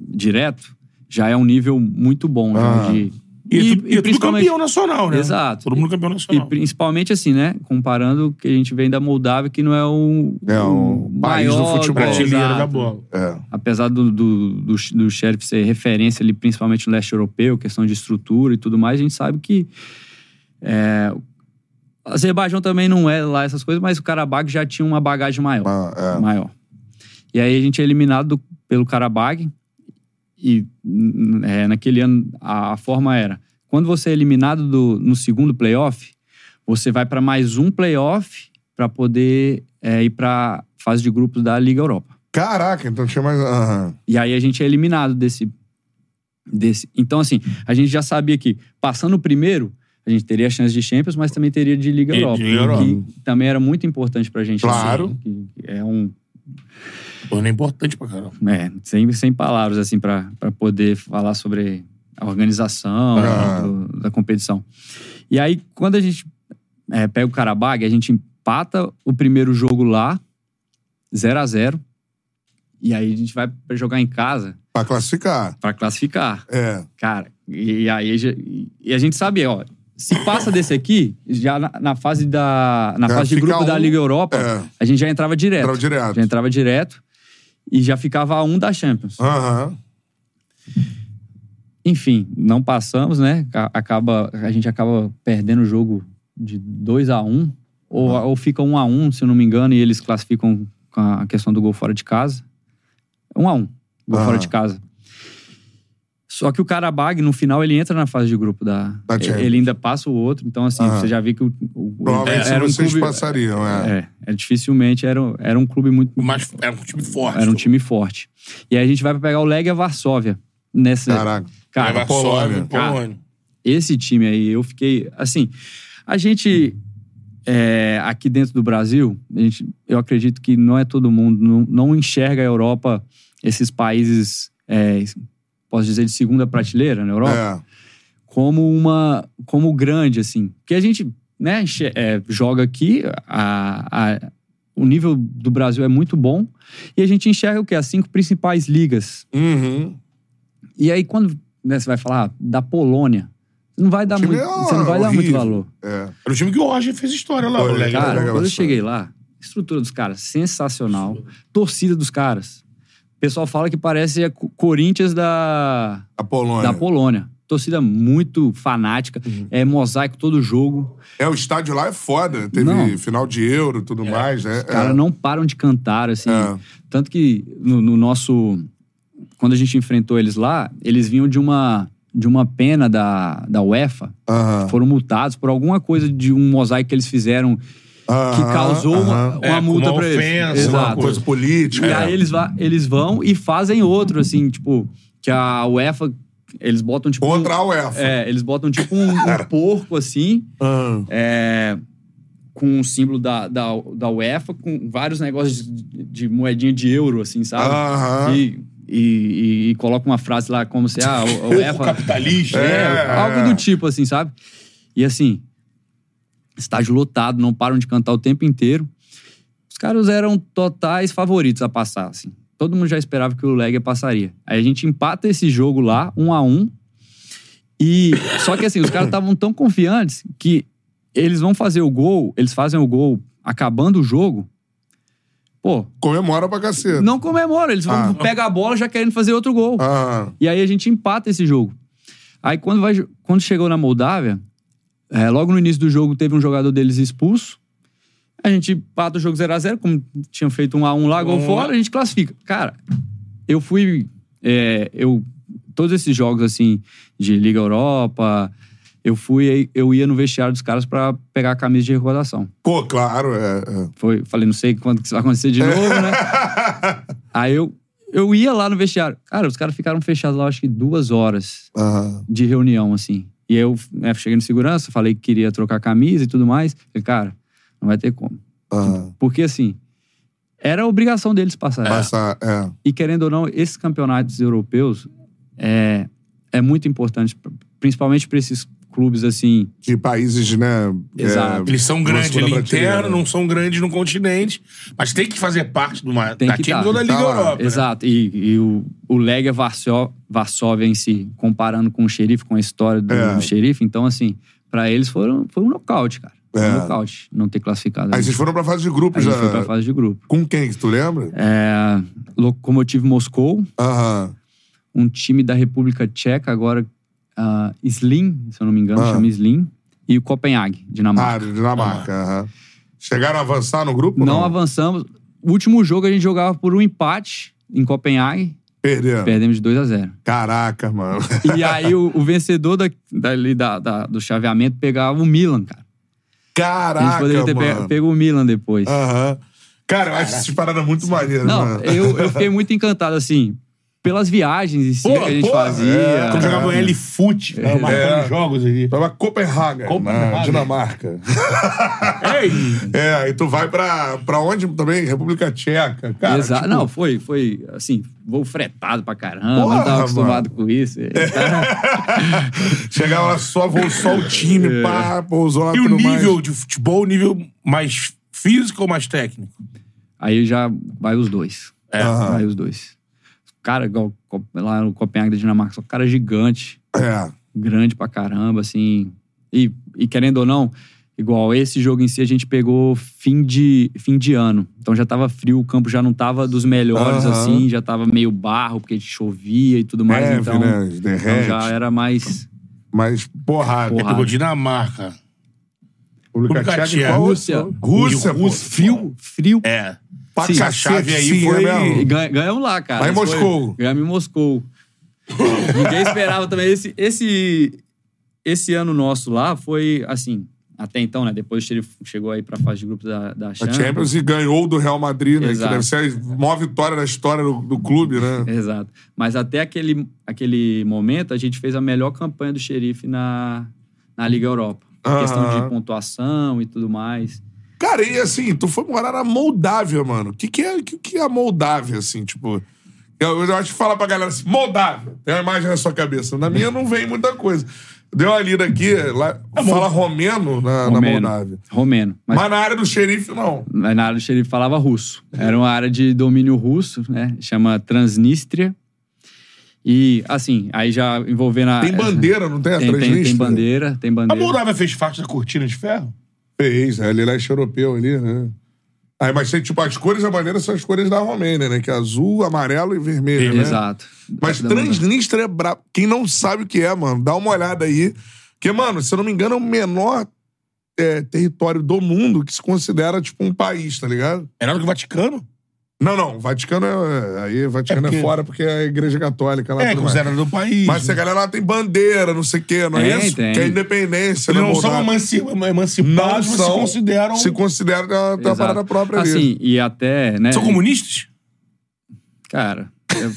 Speaker 3: direto, já é um nível muito bom já,
Speaker 1: Ah.
Speaker 3: de
Speaker 2: E, é tudo- e é tudo
Speaker 3: principalmente-
Speaker 2: campeão nacional, né?
Speaker 3: Exato.
Speaker 2: Todo mundo campeão
Speaker 3: E
Speaker 2: nacional.
Speaker 3: principalmente assim, né? Comparando o que a gente vem da Moldávia, que não é o,
Speaker 1: É o país do futebol.
Speaker 2: Prateleira
Speaker 3: exato.
Speaker 2: da bola.
Speaker 1: É.
Speaker 3: Apesar do, do, do, do Sheriff ser referência ali, principalmente no leste europeu, questão de estrutura e tudo mais, a gente sabe que é, o Azerbaijão também não é lá essas coisas, mas o Karabakh já tinha uma bagagem maior.
Speaker 1: Ah, é.
Speaker 3: maior. E aí a gente é eliminado do- pelo Karabag. E n- é, naquele ano a, a forma era: quando você é eliminado do- no segundo playoff, você vai para mais um playoff para poder é, ir para fase de grupos da Liga Europa.
Speaker 1: Caraca, então tinha mais. Aham.
Speaker 3: E aí a gente é eliminado desse. desse. Então, assim, a gente já sabia que passando o primeiro. A gente teria a chance de Champions, mas também teria de Liga
Speaker 2: E de
Speaker 3: Europa.
Speaker 2: Liga Europa.
Speaker 3: Que também era muito importante pra gente.
Speaker 1: Claro.
Speaker 3: assim, que é um,
Speaker 2: Torneio importante pra caramba.
Speaker 3: É, sem, sem palavras, assim, para poder falar sobre a organização
Speaker 1: Ah.
Speaker 3: do- da competição. E aí, quando a gente é, pega o Karabag, a gente empata o primeiro jogo lá, 0 a 0 E aí a gente vai pra jogar em casa
Speaker 1: Pra classificar.
Speaker 3: pra classificar.
Speaker 1: É.
Speaker 3: Cara, e, e aí já- e a gente sabe, ó, se passa desse aqui, já na, na fase da na
Speaker 1: Já
Speaker 3: fase de
Speaker 1: fica
Speaker 3: grupo da
Speaker 1: um-
Speaker 3: Liga Europa,
Speaker 1: É.
Speaker 3: a gente já entrava direto.
Speaker 1: Entrava direto.
Speaker 3: Já entrava direto e já ficava a um da Champions.
Speaker 1: Aham.
Speaker 3: Enfim, não passamos, né? Ca- Acaba a gente acaba perdendo o jogo de 2 a 1 um, ou,
Speaker 1: Ah.
Speaker 3: ou fica 1 um a 1, um, se eu não me engano, e eles classificam com a questão do gol fora de casa. 1 um a 1, um, gol
Speaker 1: Ah.
Speaker 3: fora de casa. Só que o Karabag, no final, ele entra na fase de grupo da.
Speaker 1: Da Champions.
Speaker 3: ele ainda passa o outro, então, assim,
Speaker 1: Aham.
Speaker 3: você já viu que o. o-
Speaker 1: Provavelmente
Speaker 3: era um
Speaker 1: vocês
Speaker 3: clube.
Speaker 1: passariam, é.
Speaker 3: É, é, dificilmente era, um- era um clube muito
Speaker 2: Mas era um time forte.
Speaker 3: Era um time forte. E aí a gente vai pra pegar o Legia Varsóvia. Nessa,
Speaker 1: Caraca.
Speaker 3: cara,
Speaker 2: Era
Speaker 1: Polônia.
Speaker 2: Polônia.
Speaker 3: Cara,
Speaker 2: Polônia.
Speaker 3: esse time aí, eu fiquei. Assim, a gente. é, aqui dentro do Brasil, a gente, eu acredito que não é todo mundo, não, não enxerga a Europa, esses países, é, posso dizer, de segunda prateleira na Europa,
Speaker 1: É.
Speaker 3: como uma como grande assim porque a gente né che- é, joga aqui a, a- o nível do Brasil é muito bom e a gente enxerga o que as cinco principais ligas
Speaker 1: Uhum.
Speaker 3: e aí quando né, você vai falar ah, da Polônia você não vai dar
Speaker 1: O time
Speaker 3: muito
Speaker 1: é
Speaker 3: você não vai dar muito
Speaker 1: horrível.
Speaker 3: valor
Speaker 1: É.
Speaker 2: Era o time que o Roger fez história lá.
Speaker 1: Foi,
Speaker 2: o Legia.
Speaker 3: cara
Speaker 1: legal,
Speaker 3: quando eu
Speaker 1: isso.
Speaker 3: cheguei lá estrutura dos caras sensacional torcida dos caras o pessoal fala que parece a Co- Corinthians da
Speaker 1: A Polônia.
Speaker 3: da Polônia torcida muito fanática
Speaker 1: Uhum.
Speaker 3: é mosaico todo jogo
Speaker 1: É, o estádio lá é foda. Teve
Speaker 3: Não. É.
Speaker 1: final de euro e tudo mais, né?
Speaker 3: Os caras não param de cantar, assim.
Speaker 1: É.
Speaker 3: Tanto que no, no nosso. Quando a gente enfrentou eles lá, eles vinham de uma, de uma pena da, da UEFA.
Speaker 1: Aham.
Speaker 3: Foram multados por alguma coisa de um mosaico que eles fizeram que
Speaker 1: Aham,
Speaker 3: causou uma,
Speaker 1: aham.
Speaker 3: uma
Speaker 2: É, com
Speaker 3: multa
Speaker 2: uma
Speaker 3: pra eles.
Speaker 2: ofensa, assim.
Speaker 1: Uma
Speaker 3: Exato.
Speaker 1: coisa política.
Speaker 2: É.
Speaker 3: E aí eles, va- eles vão e fazem outro, assim, tipo, que a UEFA. Eles botam tipo. um-
Speaker 1: Contra a UEFA.
Speaker 3: é, eles botam tipo um- um porco assim
Speaker 1: Aham.
Speaker 3: é, com o símbolo da, da, da UEFA, com vários negócios de, de moedinha de euro, assim, sabe?
Speaker 1: Aham.
Speaker 3: E, e, e- e coloca uma frase lá como se, ah, o- a
Speaker 2: Porco
Speaker 3: UEFA.
Speaker 2: capitalista. né?
Speaker 3: é,
Speaker 1: É.
Speaker 3: algo do tipo, assim, sabe? E assim, estádio lotado, não param de cantar o tempo inteiro. Os caras eram totais favoritos a passar, assim. Todo mundo já esperava que o Legia passaria. Aí a gente empata esse jogo lá, um a um. E só que assim, os caras estavam tão confiantes que eles vão fazer o gol, eles fazem o gol acabando o jogo. Pô,
Speaker 1: Comemora pra caceta.
Speaker 3: não comemoram, eles vão
Speaker 1: Ah.
Speaker 3: pegar a bola já querendo fazer outro gol.
Speaker 1: Aham.
Speaker 3: E aí a gente empata esse jogo. Aí quando, vai, quando chegou na Moldávia, é, logo no início do jogo teve um jogador deles expulso. A gente empata o jogo 0x0, como tinham feito um a 1 lá, gol
Speaker 2: Um a um.
Speaker 3: fora, a gente classifica. Cara, eu fui. é, eu, todos esses jogos, assim, de Liga Europa, eu fui, eu ia no vestiário dos caras pra pegar a camisa de recordação.
Speaker 1: Pô, claro, é. é.
Speaker 3: Foi, falei, não sei quando que isso vai acontecer de novo, né? Aí eu, eu ia lá no vestiário. Cara, os caras ficaram fechados lá, acho que duas horas
Speaker 1: Aham.
Speaker 3: de reunião, assim. E aí eu né, cheguei no segurança, falei que queria trocar camisa e tudo mais. Falei, cara, não vai ter como.
Speaker 1: Aham.
Speaker 3: Porque, assim, era a obrigação deles passar.
Speaker 1: Passar, é.
Speaker 3: E querendo ou não, esses campeonatos europeus é, é muito importante, principalmente para esses clubes, assim.
Speaker 1: De países, né? é,
Speaker 3: Exato.
Speaker 2: Eles são
Speaker 1: Uma
Speaker 2: grandes
Speaker 1: segunda
Speaker 2: ali
Speaker 1: prateleira,
Speaker 2: interno,
Speaker 1: né?
Speaker 2: não são grandes no continente, mas tem que fazer parte de uma,
Speaker 3: Tem
Speaker 2: da
Speaker 3: que
Speaker 2: time
Speaker 3: tá.
Speaker 2: toda a
Speaker 1: Tá
Speaker 2: Liga
Speaker 1: lá.
Speaker 2: Europa. né?
Speaker 3: Exato. E, e o, o Legia Varsó- Varsóvia em si, comparando com o xerife, com a história do,
Speaker 1: É.
Speaker 3: do xerife. Então, assim, para eles foram, foi um nocaute, cara. Foi
Speaker 1: É.
Speaker 3: um nocaute não ter classificado.
Speaker 1: Aí vocês foram pra fase de
Speaker 3: a
Speaker 1: grupos
Speaker 3: gente
Speaker 1: já.
Speaker 3: foi pra fase de grupo.
Speaker 1: Com quem? que Tu lembra?
Speaker 3: É, Lokomotiv Moscou,
Speaker 1: Aham.
Speaker 3: um time da República Tcheca, agora ah, Slim, se eu não me engano,
Speaker 1: Ah.
Speaker 3: chama Slim, e o Copenhague,
Speaker 1: Ah,
Speaker 3: Dinamarca.
Speaker 1: Dinamarca. Aham. Chegaram a avançar no grupo?
Speaker 3: não
Speaker 1: Não,
Speaker 3: avançamos. O último jogo a gente jogava por um empate em Copenhague,
Speaker 1: Perderam.
Speaker 3: perdemos de 2 a 0
Speaker 1: Caraca, mano.
Speaker 3: E aí o, o vencedor da, dali da- da- do chaveamento pegava o Milan, cara. A gente
Speaker 1: Caraca,
Speaker 3: poderia ter pe-
Speaker 1: mano.
Speaker 3: pego o Milan depois.
Speaker 1: Aham. Cara, eu acho essas paradas muito maneiras,
Speaker 3: Não,
Speaker 1: mano.
Speaker 3: eu, eu fiquei muito encantado, assim. pelas viagens em si
Speaker 2: Pô,
Speaker 3: assim que a gente
Speaker 2: pô,
Speaker 3: fazia.
Speaker 1: é.
Speaker 2: Quando jogava o L-Foot, né, marcando jogos ali.
Speaker 1: Tava Copenhaga,
Speaker 2: Copenhaga.
Speaker 1: na Dinamarca.
Speaker 2: Ei!
Speaker 1: é, aí tu vai pra, pra onde também? República Tcheca, cara.
Speaker 3: Exato.
Speaker 1: tipo,
Speaker 3: Não, foi, foi assim, voo fretado pra caramba,
Speaker 1: Porra,
Speaker 3: não tava acostumado com isso. tá,
Speaker 1: Chegava lá só, vou só o time, pá, pousou lá
Speaker 2: É. E o
Speaker 1: tudo mais.
Speaker 2: nível de futebol, o nível mais físico ou mais técnico?
Speaker 3: Aí já vai os dois.
Speaker 2: É.
Speaker 1: Aham.
Speaker 3: Vai os dois. Cara, igual co- lá no Copenhague da Dinamarca, só cara gigante,
Speaker 1: É.
Speaker 3: grande pra caramba, assim. E, e querendo ou não, igual esse jogo em si a gente pegou fim de, fim de ano. Então já tava frio, o campo já não tava dos melhores,
Speaker 1: Aham.
Speaker 3: assim, já tava meio barro, porque chovia e tudo mais.
Speaker 1: Neve,
Speaker 3: então,
Speaker 1: né?
Speaker 3: então
Speaker 1: Derrete.
Speaker 3: já era mais.
Speaker 1: Mas porrada.
Speaker 3: Porrada.
Speaker 2: Pegou Dinamarca.
Speaker 1: República
Speaker 2: República
Speaker 1: Tcheca e
Speaker 2: Tcheca.
Speaker 1: qual outro?
Speaker 3: Rússia.
Speaker 1: Rússia, pô.
Speaker 2: Rússia.
Speaker 3: Frio, frio.
Speaker 2: É.
Speaker 1: Pra
Speaker 3: Sim.
Speaker 1: cacete,
Speaker 2: chave aí
Speaker 1: sim,
Speaker 2: foi-
Speaker 1: é
Speaker 3: E
Speaker 1: mesmo.
Speaker 3: ganha- ganhamos lá, cara.
Speaker 1: Lá em
Speaker 3: Foi-
Speaker 1: Moscou.
Speaker 3: Ganhamos em Moscou. Ninguém esperava também. Esse, esse, esse ano nosso lá foi assim. Até então, né? Depois ele chegou aí pra fase de grupos da, da
Speaker 1: A
Speaker 3: Champions.
Speaker 1: Champions e ganhou do Real Madrid, né?
Speaker 3: Exato.
Speaker 1: Que deve ser a maior vitória da história do, do clube,
Speaker 2: É.
Speaker 1: né?
Speaker 3: Exato. Mas até aquele, aquele momento, a gente fez a melhor campanha do xerife na, na Liga Europa.
Speaker 1: Aham.
Speaker 3: Questão de pontuação e tudo mais.
Speaker 1: Cara, e assim, tu foi morar na Moldávia, mano. O que, que, é, que, que é a Moldávia, assim, tipo. Eu, eu acho que falar pra galera assim, Moldávia. Tem uma imagem na sua cabeça. Na minha não vem muita coisa. Deu uma lida aqui, lá, fala romeno na, Tá na
Speaker 3: É Romeno.
Speaker 1: Moldávia.
Speaker 3: Romeno. Mas,
Speaker 1: Mas na área do xerife, não.
Speaker 3: Mas na área do xerife falava russo. Era uma área de domínio russo, né? Chama Transnistria. E, assim, aí já envolvendo a.
Speaker 1: Tem bandeira, não tem? A
Speaker 3: Ah, é. Tem, tem, tem
Speaker 1: Transnistria?
Speaker 3: bandeira, tem
Speaker 2: A
Speaker 3: bandeira.
Speaker 2: Moldávia fez parte da cortina de ferro?
Speaker 1: Fez, é, ali leste europeu ali, né? Aí, mas tem, tipo, as cores da bandeira são as cores da Romênia, né? Que é azul, amarelo e vermelho, né?
Speaker 3: Exato.
Speaker 1: Mas
Speaker 3: Da- da Moldávia.
Speaker 1: Transnistria é brabo. Quem não sabe o que é, mano, dá uma olhada aí. Porque, mano, se eu não me engano, é o menor é, território do mundo que se considera, tipo, um país, tá ligado?
Speaker 2: Melhor do que o Vaticano?
Speaker 1: Não, não, o Vaticano é. Aí, o Vaticano é,
Speaker 2: É porque-
Speaker 1: fora porque é a Igreja Católica lá.
Speaker 2: é,
Speaker 1: tudo mais.
Speaker 2: considerado do país.
Speaker 1: Mas essa galera lá tem bandeira, não sei o quê, não é,
Speaker 3: Tem,
Speaker 1: isso?
Speaker 3: tem.
Speaker 1: Que é independência,
Speaker 2: Eles
Speaker 1: né,
Speaker 2: não são
Speaker 1: Moldávia?
Speaker 2: emanci- emancipados,
Speaker 1: Não
Speaker 2: mas
Speaker 1: são.
Speaker 2: se consideram...
Speaker 1: Se considera da, da
Speaker 3: Exato.
Speaker 1: é parada própria ali.
Speaker 3: Assim, e até, né?
Speaker 1: É.
Speaker 2: São comunistas?
Speaker 3: Cara, eu-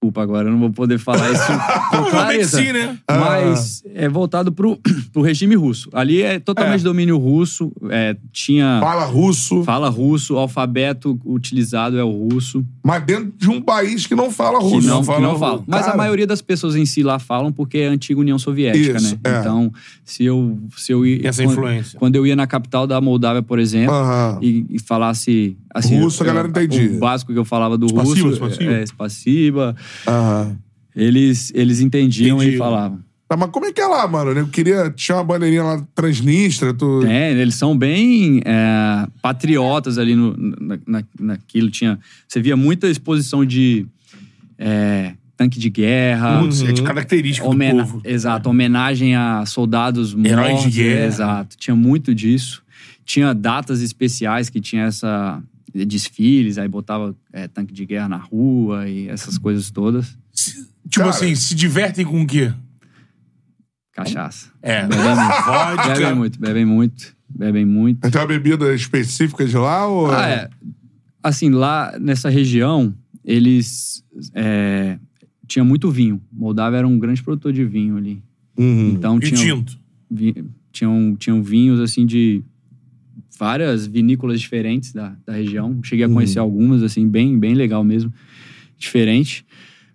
Speaker 3: desculpa agora, eu não vou poder falar isso
Speaker 1: é
Speaker 3: com
Speaker 2: Provavelmente
Speaker 3: clareza.
Speaker 2: sim, né?
Speaker 3: Mas
Speaker 1: Ah.
Speaker 3: é voltado pro, pro regime russo. Ali é totalmente
Speaker 2: É.
Speaker 3: domínio russo. é, tinha.
Speaker 1: Fala russo,
Speaker 3: Fala russo, o alfabeto utilizado é o russo.
Speaker 1: mas dentro de um país que não fala russo.
Speaker 3: que não, que não
Speaker 1: russo.
Speaker 3: falam. Mas
Speaker 1: Cara,
Speaker 3: a maioria das pessoas em si lá falam porque é a antiga União Soviética,
Speaker 1: Isso,
Speaker 3: né?
Speaker 1: é.
Speaker 3: Então, se eu, se eu ia.
Speaker 2: E essa
Speaker 3: quando,
Speaker 2: influência.
Speaker 3: quando eu ia na capital da Moldávia, por exemplo,
Speaker 1: Aham.
Speaker 3: e, e falasse. Assim,
Speaker 1: Ah. Russo, a
Speaker 3: eu-
Speaker 1: galera entendia.
Speaker 3: O básico que eu falava do
Speaker 2: Спасибо,
Speaker 3: russo.
Speaker 2: спасибо.
Speaker 3: É, espaciba.
Speaker 1: Aham.
Speaker 3: Eles, eles entendiam
Speaker 2: Entendi.
Speaker 3: e falavam.
Speaker 1: Tá, mas como é que é lá, mano? Eu queria tinha uma bandeirinha lá transnistra, tu.
Speaker 3: É, eles são bem é, patriotas ali no, na, na- naquilo. Tinha, você via muita exposição de é, tanque de guerra.
Speaker 2: Putz,
Speaker 1: Uhum.
Speaker 2: é de característica
Speaker 3: Homena-
Speaker 2: do povo.
Speaker 3: Exato, homenagem a soldados mortos. né?
Speaker 2: Heróis de guerra.
Speaker 3: Exato, tinha muito disso. Tinha datas especiais que tinha essa desfiles, aí botava é, tanque de guerra na rua e essas coisas todas.
Speaker 2: Se- tipo
Speaker 1: Cara.
Speaker 2: assim, se divertem com o quê?
Speaker 3: Cachaça.
Speaker 2: É.
Speaker 3: Bebem muito,
Speaker 2: Vodka.
Speaker 3: bebem muito, bebem muito, bebem muito.
Speaker 1: Tem uma bebida específica de lá? Ou...
Speaker 3: Ah, é. Assim, lá nessa região, eles. É, tinha muito vinho. Moldávia era um grande produtor de vinho ali.
Speaker 1: Uhum.
Speaker 3: Então
Speaker 2: Hum. E
Speaker 3: tinha,
Speaker 2: tinto.
Speaker 3: vi- tinham, tinham vinhos assim de várias vinícolas diferentes da, da região. Cheguei a conhecer algumas, assim, bem, bem legal mesmo. Diferente.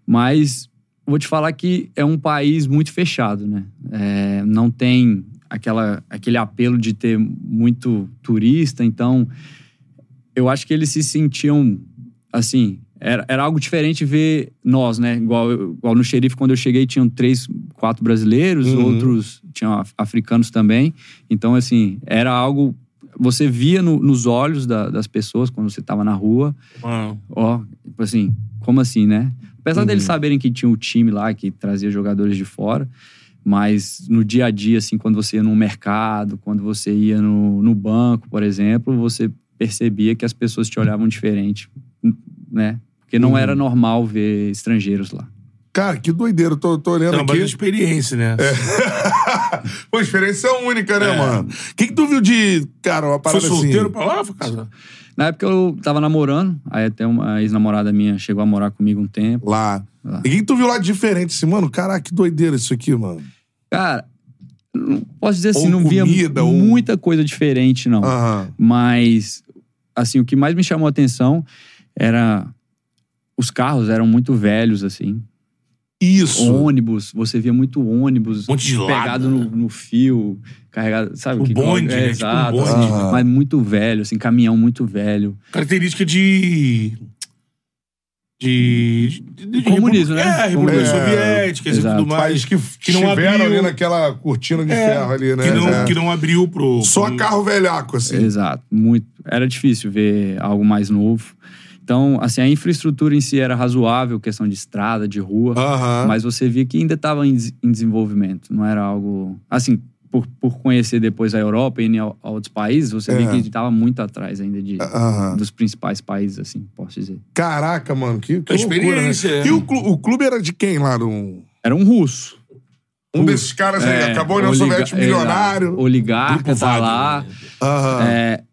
Speaker 3: Mas vou te falar que é um país muito fechado, né? É, não tem aquela, aquele apelo de ter muito turista, então eu acho que eles se sentiam assim. Era, era algo diferente ver nós, né? Igual, eu- igual no xerife, quando eu cheguei, tinham três, quatro brasileiros,
Speaker 1: Uhum.
Speaker 3: outros tinham af- africanos também. Então, assim, era algo. Você via no- nos olhos da- das pessoas quando você estava na rua,
Speaker 2: Mano.
Speaker 3: ó, tipo assim, como assim, né? Apesar
Speaker 1: Uhum.
Speaker 3: deles saberem que tinha o time lá que trazia jogadores de fora, mas no dia a dia, assim, quando você ia num mercado, quando você ia no, no banco, por exemplo, você percebia que as
Speaker 1: Uhum.
Speaker 3: pessoas te olhavam diferente, né? Porque não era normal ver estrangeiros lá.
Speaker 1: Cara, que doideira. Eu tô, tô olhando
Speaker 2: Também
Speaker 1: aqui.
Speaker 2: de experiência,
Speaker 1: É,
Speaker 2: né?
Speaker 1: Pô, experiência única,
Speaker 3: É.
Speaker 1: né, mano? O que, que tu viu de, cara, uma
Speaker 2: Foi
Speaker 1: parada
Speaker 2: solteiro
Speaker 1: assim?
Speaker 2: pra lá ou foi casado?
Speaker 3: Na época eu tava namorando, aí até uma ex-namorada minha chegou a morar comigo um tempo.
Speaker 1: Lá. E o que, que tu viu lá de diferente? Assim, mano, caraca, que doideira isso aqui, mano.
Speaker 3: Cara, não posso dizer assim,
Speaker 1: Ou
Speaker 3: não via
Speaker 1: comida, ou-
Speaker 3: muita coisa diferente, não.
Speaker 1: Aham.
Speaker 3: Mas, assim, o que mais me chamou a atenção era... Os carros eram muito velhos, assim.
Speaker 1: Isso.
Speaker 3: Ônibus, você via muito ônibus.
Speaker 2: Um monte de lado,
Speaker 3: Pegado
Speaker 2: né?
Speaker 3: no, no fio, carregado, sabe?
Speaker 2: O bonde,
Speaker 3: é,
Speaker 2: né? Tipo um
Speaker 3: Exato.
Speaker 2: bonde.
Speaker 3: assim, Mas muito velho, assim, caminhão muito velho.
Speaker 2: Característica de. De. de- de- de-
Speaker 3: Comunismo,
Speaker 2: é,
Speaker 3: né?
Speaker 2: República
Speaker 3: É,
Speaker 2: Soviética e
Speaker 3: exato.
Speaker 2: tudo mais.
Speaker 1: País que,
Speaker 2: que não
Speaker 1: estiveram
Speaker 2: abriu-
Speaker 1: ali naquela cortina de
Speaker 2: É,
Speaker 1: ferro ali, né?
Speaker 2: que, não,
Speaker 1: É.
Speaker 2: que não abriu pro.
Speaker 1: Só
Speaker 2: pro-
Speaker 1: carro velhaco, assim.
Speaker 3: Exato, muito. Era difícil ver algo mais novo. Então, assim, a infraestrutura em si era razoável, questão de estrada, de rua,
Speaker 1: Aham.
Speaker 3: mas você via que ainda estava em, des- em desenvolvimento, não era algo. Assim, por, por conhecer depois a Europa e ir a, a outros países, você via
Speaker 1: É. Ah,
Speaker 3: que estava muito atrás ainda de,
Speaker 1: Aham.
Speaker 3: dos principais países, assim, posso dizer.
Speaker 1: Caraca, mano, que, que
Speaker 2: A
Speaker 1: loucura,
Speaker 2: experiência,
Speaker 1: né?
Speaker 2: é.
Speaker 1: E o, clu- o clube era de quem lá? Um,
Speaker 3: Era um russo.
Speaker 1: um desses caras aí,
Speaker 3: É,
Speaker 1: acabou né, na
Speaker 3: oliga-
Speaker 1: Soviética milionário. Ah.
Speaker 3: exato. Oligarca,
Speaker 2: Tipo
Speaker 3: tá lá.
Speaker 2: né?
Speaker 1: Aham.
Speaker 3: É,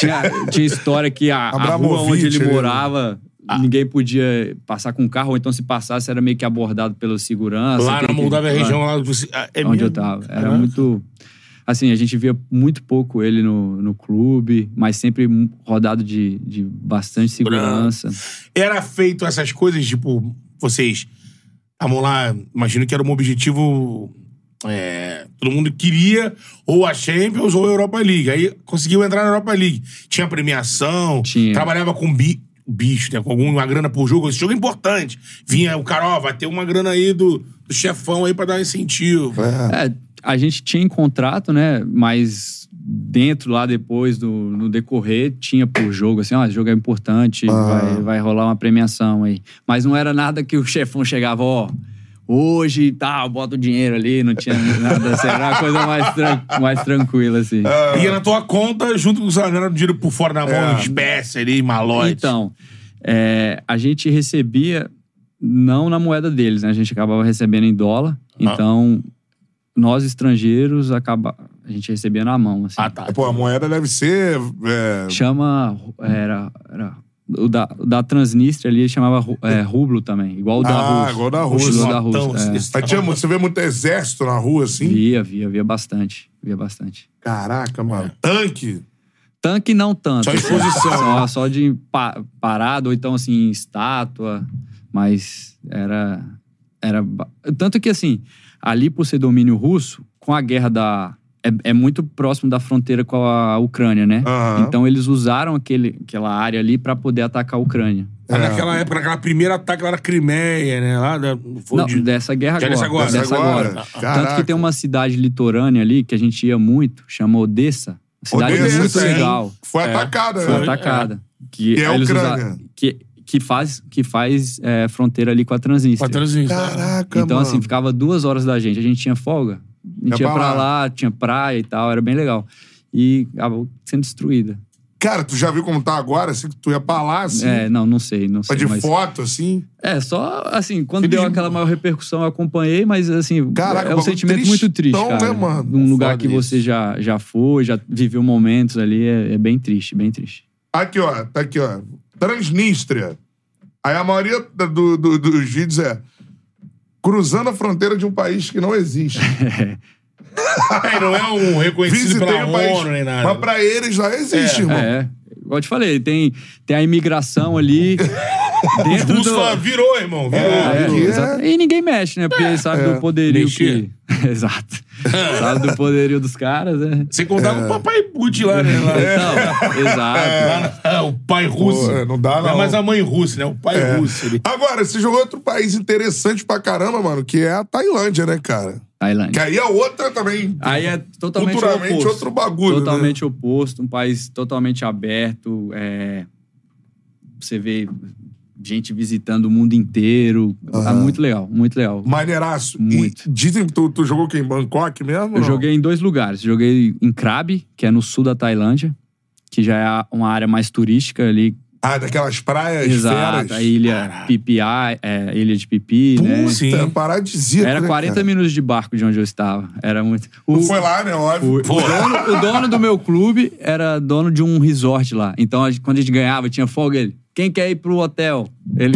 Speaker 3: tinha, tinha história que a, a rua
Speaker 1: Abramovich, né?
Speaker 3: onde ele
Speaker 1: ele-
Speaker 3: morava,
Speaker 2: Ah.
Speaker 3: ninguém podia passar com carro, ou então se passasse era meio que abordado pelo segurança.
Speaker 2: Lá
Speaker 3: aquele
Speaker 2: na
Speaker 3: que-
Speaker 2: Moldávia, a
Speaker 3: lá
Speaker 2: região lá. Você, ah, é
Speaker 3: onde
Speaker 2: mesmo?
Speaker 3: eu tava. Era
Speaker 2: Caraca.
Speaker 3: muito. Assim, a gente via muito pouco ele no, no clube, mas sempre mu- rodado de, de bastante segurança.
Speaker 2: Era feito essas coisas, tipo, vocês estavam lá, imagino que era um objetivo. é, todo mundo queria ou a Champions ou a Europa League. Aí conseguiu entrar na Europa League. Tinha premiação,
Speaker 3: Tinha.
Speaker 2: trabalhava com bi, bicho, né? Com alguma grana por jogo. Esse jogo é importante. Vinha o cara, ó, vai ter uma grana aí do, do chefão aí pra dar um incentivo.
Speaker 3: É, a gente tinha em contrato, né? Mas dentro lá depois, do, no decorrer, tinha por jogo, assim, ó, esse jogo é importante,
Speaker 2: Ah.
Speaker 3: vai, vai rolar uma premiação aí. Mas não era nada que o chefão chegava, ó, hoje e tal, bota o dinheiro ali, não tinha nada assim, era uma coisa mais, tran- mais tranquila, assim.
Speaker 2: Ia na tua conta junto com o salário do dinheiro por fora na mão,
Speaker 1: Ah. É.
Speaker 2: em espécie ali, malote.
Speaker 3: Então, é, a gente recebia não na moeda deles, né? A gente acabava recebendo em dólar. Então, nós estrangeiros acaba, a gente recebia na mão, assim.
Speaker 2: Ah, tá.
Speaker 1: Pô, a moeda deve ser. é,
Speaker 3: Chama era, era o da, o da Transnistria ali chamava ru- é, rublo também, igual o da
Speaker 1: Ah,
Speaker 3: Rússia.
Speaker 1: igual o da
Speaker 3: O
Speaker 1: Rússia.
Speaker 3: estilo da
Speaker 2: Notão,
Speaker 3: Rússia, é.
Speaker 2: esse-
Speaker 1: Mas tinha mu- você vê muito exército na rua, assim?
Speaker 3: Via, via, via bastante, via bastante.
Speaker 1: Caraca, mano.
Speaker 3: É.
Speaker 1: Tanque.
Speaker 3: Tanque não tanto.
Speaker 2: Só
Speaker 3: assim,
Speaker 2: exposição,
Speaker 3: Só, só de pa- parado, ou então assim, estátua. Mas era. era ba- Tanto que assim, ali por ser domínio russo, com a guerra da. É, é muito próximo da fronteira com a Ucrânia, né?
Speaker 1: Aham.
Speaker 3: Então eles usaram aquele, aquela área ali pra poder atacar a Ucrânia.
Speaker 2: Ah,
Speaker 1: É.
Speaker 2: Naquela época, naquela primeira ataque lá na Crimeia, né? Lá da, foi
Speaker 3: Não,
Speaker 2: de-
Speaker 3: dessa guerra
Speaker 2: Já
Speaker 3: agora.
Speaker 2: dessa agora.
Speaker 3: dessa
Speaker 1: agora.
Speaker 3: agora. Tanto
Speaker 1: Caraca.
Speaker 3: que tem um- uma cidade litorânea ali que a gente ia muito, chama Odessa. Cidade
Speaker 1: Odessa,
Speaker 3: muito
Speaker 1: hein?
Speaker 3: legal.
Speaker 1: Foi atacada,
Speaker 3: É, Foi
Speaker 1: né?
Speaker 3: atacada. Que,
Speaker 1: Que é a
Speaker 3: eles usa-
Speaker 1: Ucrânia.
Speaker 3: que, que faz, que faz é, fronteira ali com a
Speaker 2: com a
Speaker 3: Transnistria.
Speaker 2: Transnistria.
Speaker 1: Caraca,
Speaker 3: então,
Speaker 1: mano.
Speaker 3: assim, ficava duas horas da gente. A gente tinha folga. A gente
Speaker 1: Ia
Speaker 3: ia
Speaker 1: pra
Speaker 3: pra
Speaker 1: lá.
Speaker 3: lá. tinha praia e tal, era bem legal. E acabou sendo destruída.
Speaker 1: Cara, tu já viu como tá agora, assim, que tu ia pra lá, assim,
Speaker 3: É, não, não sei, não
Speaker 1: pra
Speaker 3: sei.
Speaker 1: de
Speaker 3: Mas...
Speaker 1: foto, assim.
Speaker 3: É, só assim, quando
Speaker 1: Filho
Speaker 3: deu
Speaker 1: de-
Speaker 3: aquela maior repercussão, eu acompanhei, mas assim,
Speaker 1: Caraca,
Speaker 3: é um
Speaker 1: bagulho
Speaker 3: sentimento
Speaker 1: tristão,
Speaker 3: muito triste,
Speaker 1: né,
Speaker 3: cara.
Speaker 1: mano?
Speaker 3: Um lugar
Speaker 1: Foda
Speaker 3: que você
Speaker 1: isso.
Speaker 3: já, já foi, já viveu momentos ali, é, é bem triste, bem triste.
Speaker 1: Aqui, ó, tá aqui, ó. Transnistria. Aí a maioria da- do- do- dos vídeos é cruzando a fronteira de um país que não existe.
Speaker 2: É, não é um reconhecido
Speaker 1: Visitei
Speaker 2: pela
Speaker 1: o
Speaker 2: ONU
Speaker 1: país.
Speaker 2: nem nada.
Speaker 1: Mas pra eles lá existe, irmão.
Speaker 3: É, igual eu te falei, tem, tem a imigração ali. dentro
Speaker 2: Russo
Speaker 3: do...
Speaker 2: fala, virou, irmão, virou.
Speaker 1: É,
Speaker 3: É,
Speaker 1: aqui
Speaker 3: exato. E ninguém mexe, né? Porque sabe do poderio
Speaker 2: Mexer.
Speaker 3: que. exato. sabe do poderio dos caras, né?
Speaker 2: Sem contar
Speaker 1: É.
Speaker 2: com o papai Putin lá, né? Lá,
Speaker 3: Então,
Speaker 1: É.
Speaker 3: exato.
Speaker 2: lá na- o pai russo.
Speaker 1: Pô, não dá, não. É.
Speaker 2: É mais a mãe russa, né? O pai russo. Ele...
Speaker 1: Agora, você jogou outro país interessante pra caramba, mano, que é a Tailândia, né, cara? Que
Speaker 3: Tailândia.
Speaker 1: aí é outra também.
Speaker 3: Aí é totalmente
Speaker 1: Culturalmente
Speaker 3: oposto.
Speaker 1: outro bagulho, né?
Speaker 3: Totalmente oposto, um país totalmente aberto. é, Você vê gente visitando o mundo inteiro. Tá muito legal, muito legal.
Speaker 1: Maneiraço.
Speaker 3: Muito.
Speaker 1: E dizem que tu, tu jogou aqui em Bangkok mesmo?
Speaker 3: Eu
Speaker 1: não?
Speaker 3: joguei em dois lugares. Joguei em Krabi, que é no sul da Tailândia, que já é a- uma área mais turística ali,
Speaker 1: Ah, daquelas praias
Speaker 3: Exato,
Speaker 1: feras.
Speaker 3: a ilha Pipi, é, ilha de Pipi, né?
Speaker 2: Puta,
Speaker 1: Puta, é paradisíaco,
Speaker 3: Era
Speaker 1: né,
Speaker 3: 40
Speaker 1: cara?
Speaker 3: minutos de barco de onde eu estava. Era muito. O,
Speaker 1: Foi lá, né? Óbvio.
Speaker 3: o dono, o dono do meu clube era dono de um resort lá. Então, a gente- quando a gente ganhava, tinha folga ele. Quem quer ir pro hotel? Ele.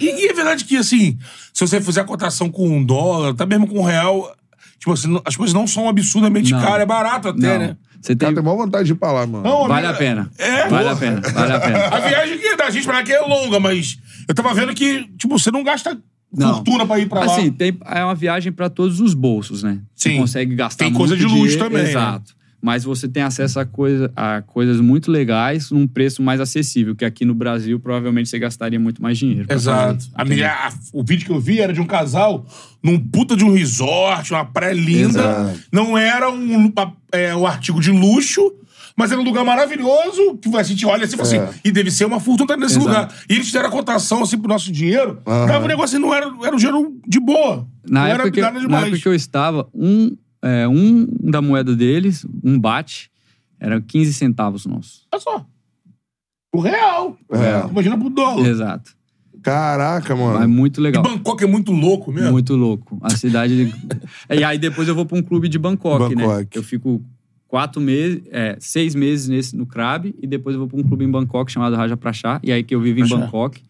Speaker 2: E, e é verdade que, assim, se você fizer a cotação com um dólar, até mesmo com um real, tipo assim, não- as coisas não são absurdamente
Speaker 3: Não.
Speaker 2: caras, é barato até,
Speaker 3: Não.
Speaker 2: né?
Speaker 3: Você tem.
Speaker 1: Cara, tem maior vontade de ir pra lá, mano.
Speaker 2: Não,
Speaker 3: Vale a
Speaker 1: né?
Speaker 2: minha-
Speaker 3: pena.
Speaker 2: É,
Speaker 3: Vale
Speaker 2: porra.
Speaker 3: a pena. Vale a pena.
Speaker 2: A viagem que da gente pra lá que é longa, mas eu tava vendo que, tipo, você não gasta
Speaker 3: Não.
Speaker 2: fortuna pra ir pra lá.
Speaker 3: Assim, tem, é uma viagem para todos os bolsos, né? Você
Speaker 2: Sim.
Speaker 3: consegue gastar
Speaker 2: Tem
Speaker 3: muito
Speaker 2: coisa de luxo
Speaker 3: dinheiro,
Speaker 2: também, né?
Speaker 3: Exato. Mas você tem acesso a, coisa, a coisas muito legais num preço mais acessível, que aqui no Brasil provavelmente você gastaria muito mais dinheiro. pra
Speaker 2: Exato.
Speaker 3: fazer.
Speaker 2: A minha, a- o vídeo que eu vi era de um casal num puta de um resort, uma praia linda.
Speaker 1: Exato.
Speaker 2: Não era um, lu- a- é, um artigo de luxo, mas era um lugar maravilhoso que a gente olha assim e fala
Speaker 1: É.
Speaker 2: assim, e deve ser uma fortuna nesse
Speaker 3: Exato.
Speaker 2: lugar. E eles deram a cotação assim pro nosso dinheiro. Dava um negócio assim, não era, era um dinheiro de boa.
Speaker 3: Na,
Speaker 2: não
Speaker 3: época
Speaker 2: era
Speaker 3: que,
Speaker 2: nada
Speaker 3: na época
Speaker 2: demais.
Speaker 3: que eu estava, um, é, um da moeda deles, um bate, era 15 centavos nosso.
Speaker 2: Olha só. O real.
Speaker 1: É.
Speaker 2: Imagina pro dólar.
Speaker 3: Exato.
Speaker 1: Caraca, mano.
Speaker 3: Mas muito legal.
Speaker 2: Bangkok é muito louco mesmo.
Speaker 3: Muito louco. A cidade. de- e aí depois eu vou pra um clube de Bangkok, né?
Speaker 1: Bangkok.
Speaker 3: Eu fico quatro meses, é, seis meses nesse no Krabi e depois eu vou pra um clube em Bangkok chamado Raja Prachá. E aí que eu vivo em
Speaker 2: Prachá.
Speaker 3: Bangkok.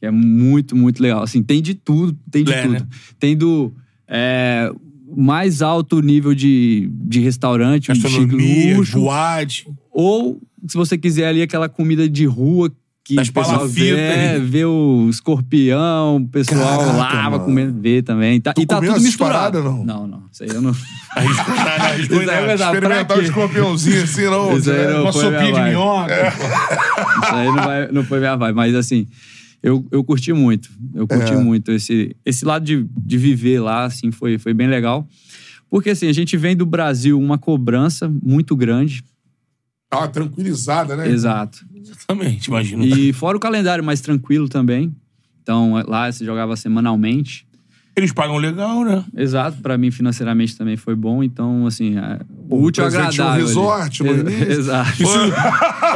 Speaker 3: que é muito, muito legal. Assim, tem de tudo, tem de
Speaker 2: É,
Speaker 3: tudo.
Speaker 2: né?
Speaker 3: Tem do é, mais alto nível de, de restaurante, um chique
Speaker 2: Gastronomia,
Speaker 3: luxo.
Speaker 2: boate.
Speaker 3: Ou, se você quiser ali, aquela comida de rua que
Speaker 2: Das
Speaker 3: o pessoal vê,
Speaker 2: palafitas.
Speaker 3: é, vê o escorpião, o pessoal
Speaker 1: Caraca,
Speaker 3: lava
Speaker 1: mano.
Speaker 3: comendo, vê também. Tá,
Speaker 1: Tu
Speaker 3: e tá
Speaker 1: comeu
Speaker 3: tudo
Speaker 1: essas
Speaker 3: misturado.
Speaker 1: paradas, não?
Speaker 3: Não, não. Isso aí eu não...
Speaker 2: Arriscou nada, arriscou
Speaker 3: Isso aí é
Speaker 2: nada.
Speaker 3: verdade.
Speaker 1: Experimentar
Speaker 3: pra
Speaker 1: um
Speaker 3: quê?
Speaker 1: escorpiãozinho assim, não.
Speaker 3: Isso aí não
Speaker 2: Uma
Speaker 3: foi É. minha
Speaker 2: sopinha de
Speaker 3: vibe.
Speaker 2: minhoca.
Speaker 3: Isso aí não, vai- não foi minha vibe. Mas, assim, eu, eu curti muito. Eu curti
Speaker 1: É.
Speaker 3: muito. Esse, esse lado de, de viver lá, assim, foi, foi bem legal. Porque, assim, a gente vem do Brasil uma cobrança muito grande.
Speaker 1: Dá uma tranquilizada, né?
Speaker 3: Exato.
Speaker 2: Exatamente, imagino.
Speaker 3: E fora o calendário mais tranquilo também. Então, lá você jogava semanalmente.
Speaker 2: Eles pagam legal, né?
Speaker 3: Exato, pra mim financeiramente também foi bom. Então, assim, é, o útil ao
Speaker 1: presente de um
Speaker 3: agradável. ali.
Speaker 1: resort, no
Speaker 3: Ex-
Speaker 1: início.
Speaker 3: Exato.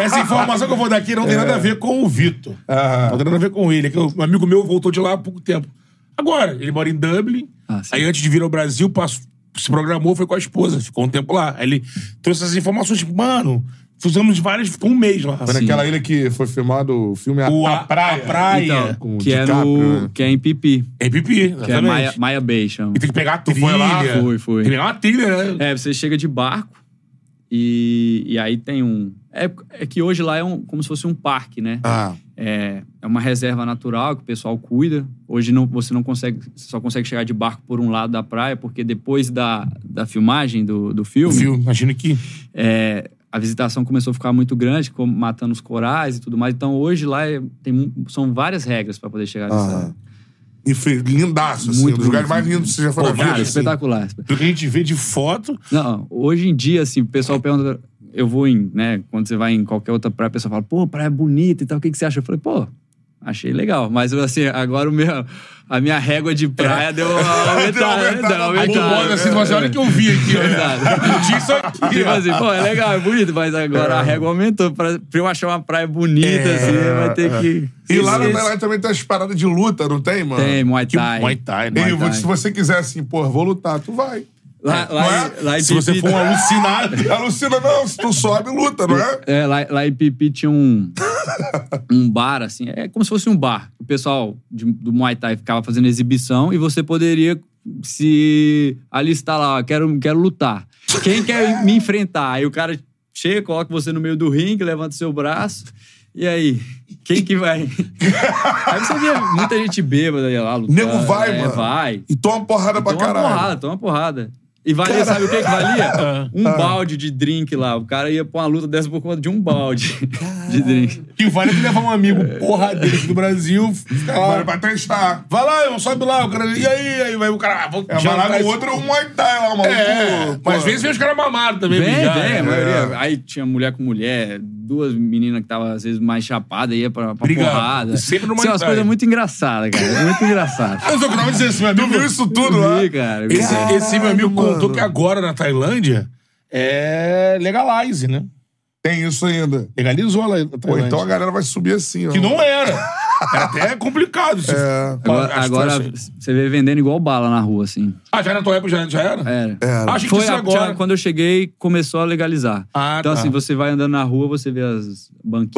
Speaker 2: Essa informação que eu vou dar aqui não
Speaker 3: É.
Speaker 2: tem nada a ver com o Vitor.
Speaker 1: Ah,
Speaker 2: Não tem nada a ver com ele. É que um amigo meu voltou de lá há pouco tempo. Agora, ele mora em Dublin.
Speaker 3: Ah, sim.
Speaker 2: aí antes de vir ao Brasil, passou- se programou, foi com a esposa. Ficou um tempo lá. Aí ele trouxe essas informações, tipo, mano, fizemos várias, ficou um mês lá.
Speaker 1: Foi naquela ilha que foi filmado o filme
Speaker 2: O,
Speaker 1: A,
Speaker 2: a, praia. A praia.
Speaker 3: Então,
Speaker 1: com o
Speaker 3: que, é
Speaker 1: DiCaprio, né?
Speaker 3: no, que é em Pipi,
Speaker 2: É pipi,
Speaker 3: que é
Speaker 2: exatamente.
Speaker 3: Maia, Maia Bay, chama.
Speaker 2: E tem que pegar a trilha.
Speaker 1: foi lá?
Speaker 3: Fui, fui.
Speaker 2: Tem que pegar uma trilha, né?
Speaker 3: É, você chega de barco e, e aí tem um... É, é que hoje lá é um, como se fosse um parque, né?
Speaker 1: Ah,
Speaker 3: É, é uma reserva natural que o pessoal cuida. Hoje não, você não consegue, você só consegue chegar de barco por um lado da praia, porque depois da, da filmagem do, do
Speaker 2: Eu
Speaker 3: filme,
Speaker 2: vi, imagino que...
Speaker 3: é, a visitação começou a ficar muito grande, como matando os corais e tudo mais. Então hoje lá é- tem, mu- são várias regras para poder chegar
Speaker 1: aham.
Speaker 3: nessa.
Speaker 1: E foi lindaço, assim.
Speaker 3: Muito
Speaker 1: um dos lugares
Speaker 3: bonito.
Speaker 1: mais lindos que você já foi na
Speaker 3: Pô, cara,
Speaker 1: vida. assim.
Speaker 3: espetacular.
Speaker 2: Do que a gente vê de foto,
Speaker 3: Não, hoje em dia, assim, o pessoal pergunta. Eu vou em, né? Quando você vai em qualquer outra praia, o pessoal fala, pô, praia bonita e tal, o que, que você acha? Eu falei, pô, achei legal. Mas assim, agora o meu, a minha régua de praia deu uma aumentada. né,
Speaker 1: aumentada.
Speaker 3: deu uma
Speaker 2: Aí tu
Speaker 3: aumentada.
Speaker 2: olha assim, tu fala assim, olha o que eu vi aqui,
Speaker 3: Exato.
Speaker 2: ó. Eu tinha isso aqui,
Speaker 3: Tipo
Speaker 2: ó.
Speaker 3: assim, pô, é legal, é bonito, mas agora a régua aumentou. Pra, pra eu achar uma praia bonita, assim, vai ter que.
Speaker 1: E lá no
Speaker 3: Esse-
Speaker 1: Belém também tem as paradas de luta, não tem, mano?
Speaker 3: Tem Muay
Speaker 2: Que
Speaker 3: Thai.
Speaker 2: Muay Thai,
Speaker 1: E
Speaker 2: né?
Speaker 3: Muay Thai.
Speaker 1: se você quiser assim, pô, vou lutar, tu vai.
Speaker 3: Lá, lá,
Speaker 1: Não é?
Speaker 3: em- lá em
Speaker 2: Se você
Speaker 3: Pipi-
Speaker 2: for um alucinado...
Speaker 1: Alucina, não, se tu sobe, luta, não é?
Speaker 3: É, lá, lá em Pipi tinha um, um bar, assim. É como se fosse um bar. O pessoal de- do Muay Thai ficava fazendo exibição e você poderia se alistar lá, ó, quero, quero lutar. Quem quer me enfrentar? Aí o cara chega, coloca você no meio do ringue, levanta seu braço. E aí, quem que vai? aí você vê muita gente bêbada lá lutando.
Speaker 1: Nego vai,
Speaker 3: é,
Speaker 1: mano.
Speaker 3: Vai.
Speaker 1: E toma porrada pra
Speaker 3: Toma uma
Speaker 1: caralho.
Speaker 3: porrada, toma uma porrada. E valia, sabe o que que
Speaker 1: Ah.
Speaker 3: valia? Um balde de drink lá. O cara ia pra uma luta dessa por conta de um balde de drink.
Speaker 2: Que vale tu levar um amigo porradeiro do Brasil, fica lá.
Speaker 1: Vai pra testar.
Speaker 2: Vai lá, eu sobe lá, o cara. E aí, aí vai o cara. Ah, vou
Speaker 1: É,
Speaker 2: já
Speaker 1: vai lá
Speaker 2: vai-
Speaker 1: no outro, é um Muay Thai lá, maluco.
Speaker 2: É,
Speaker 1: Pô,
Speaker 2: mas às vezes vem os caras mamados também,
Speaker 3: Vem, vem,
Speaker 2: mijar, né?
Speaker 3: a maioria. Aí tinha mulher com mulher, duas meninas que estavam às vezes mais chapadas, ia pra, pra
Speaker 2: Briga.
Speaker 3: porrada.
Speaker 2: Sempre numa
Speaker 3: São umas
Speaker 2: entrada.
Speaker 3: coisas muito engraçadas, cara. É Muito engraçadas.
Speaker 2: Eu só que tava dizendo assim, meu
Speaker 1: Tu
Speaker 2: amigo.
Speaker 1: viu isso tudo lá?
Speaker 3: Vi, cara. vi.
Speaker 2: Esse, esse meu amigo
Speaker 1: Caralho,
Speaker 2: contou
Speaker 1: mano.
Speaker 2: que agora na Tailândia é legalize, né?
Speaker 1: Tem isso ainda.
Speaker 2: Legalizou lá. a
Speaker 1: Pô,
Speaker 2: Tailândia.
Speaker 1: então a galera vai subir assim, ó.
Speaker 2: Que não é. era. Era até complicado. se-
Speaker 1: É.
Speaker 3: Agora,
Speaker 2: as
Speaker 3: agora
Speaker 2: taxas.
Speaker 3: você vê vendendo igual bala na rua, assim.
Speaker 2: Ah, já era na tua época, já, já era?
Speaker 3: Era.
Speaker 1: Era.
Speaker 2: Acho que
Speaker 3: Foi
Speaker 2: isso
Speaker 3: a-
Speaker 2: agora.
Speaker 3: já- quando eu cheguei, começou a legalizar.
Speaker 2: Ah,
Speaker 3: então,
Speaker 2: tá.
Speaker 3: assim, você vai andando na rua, você vê as banquinhas,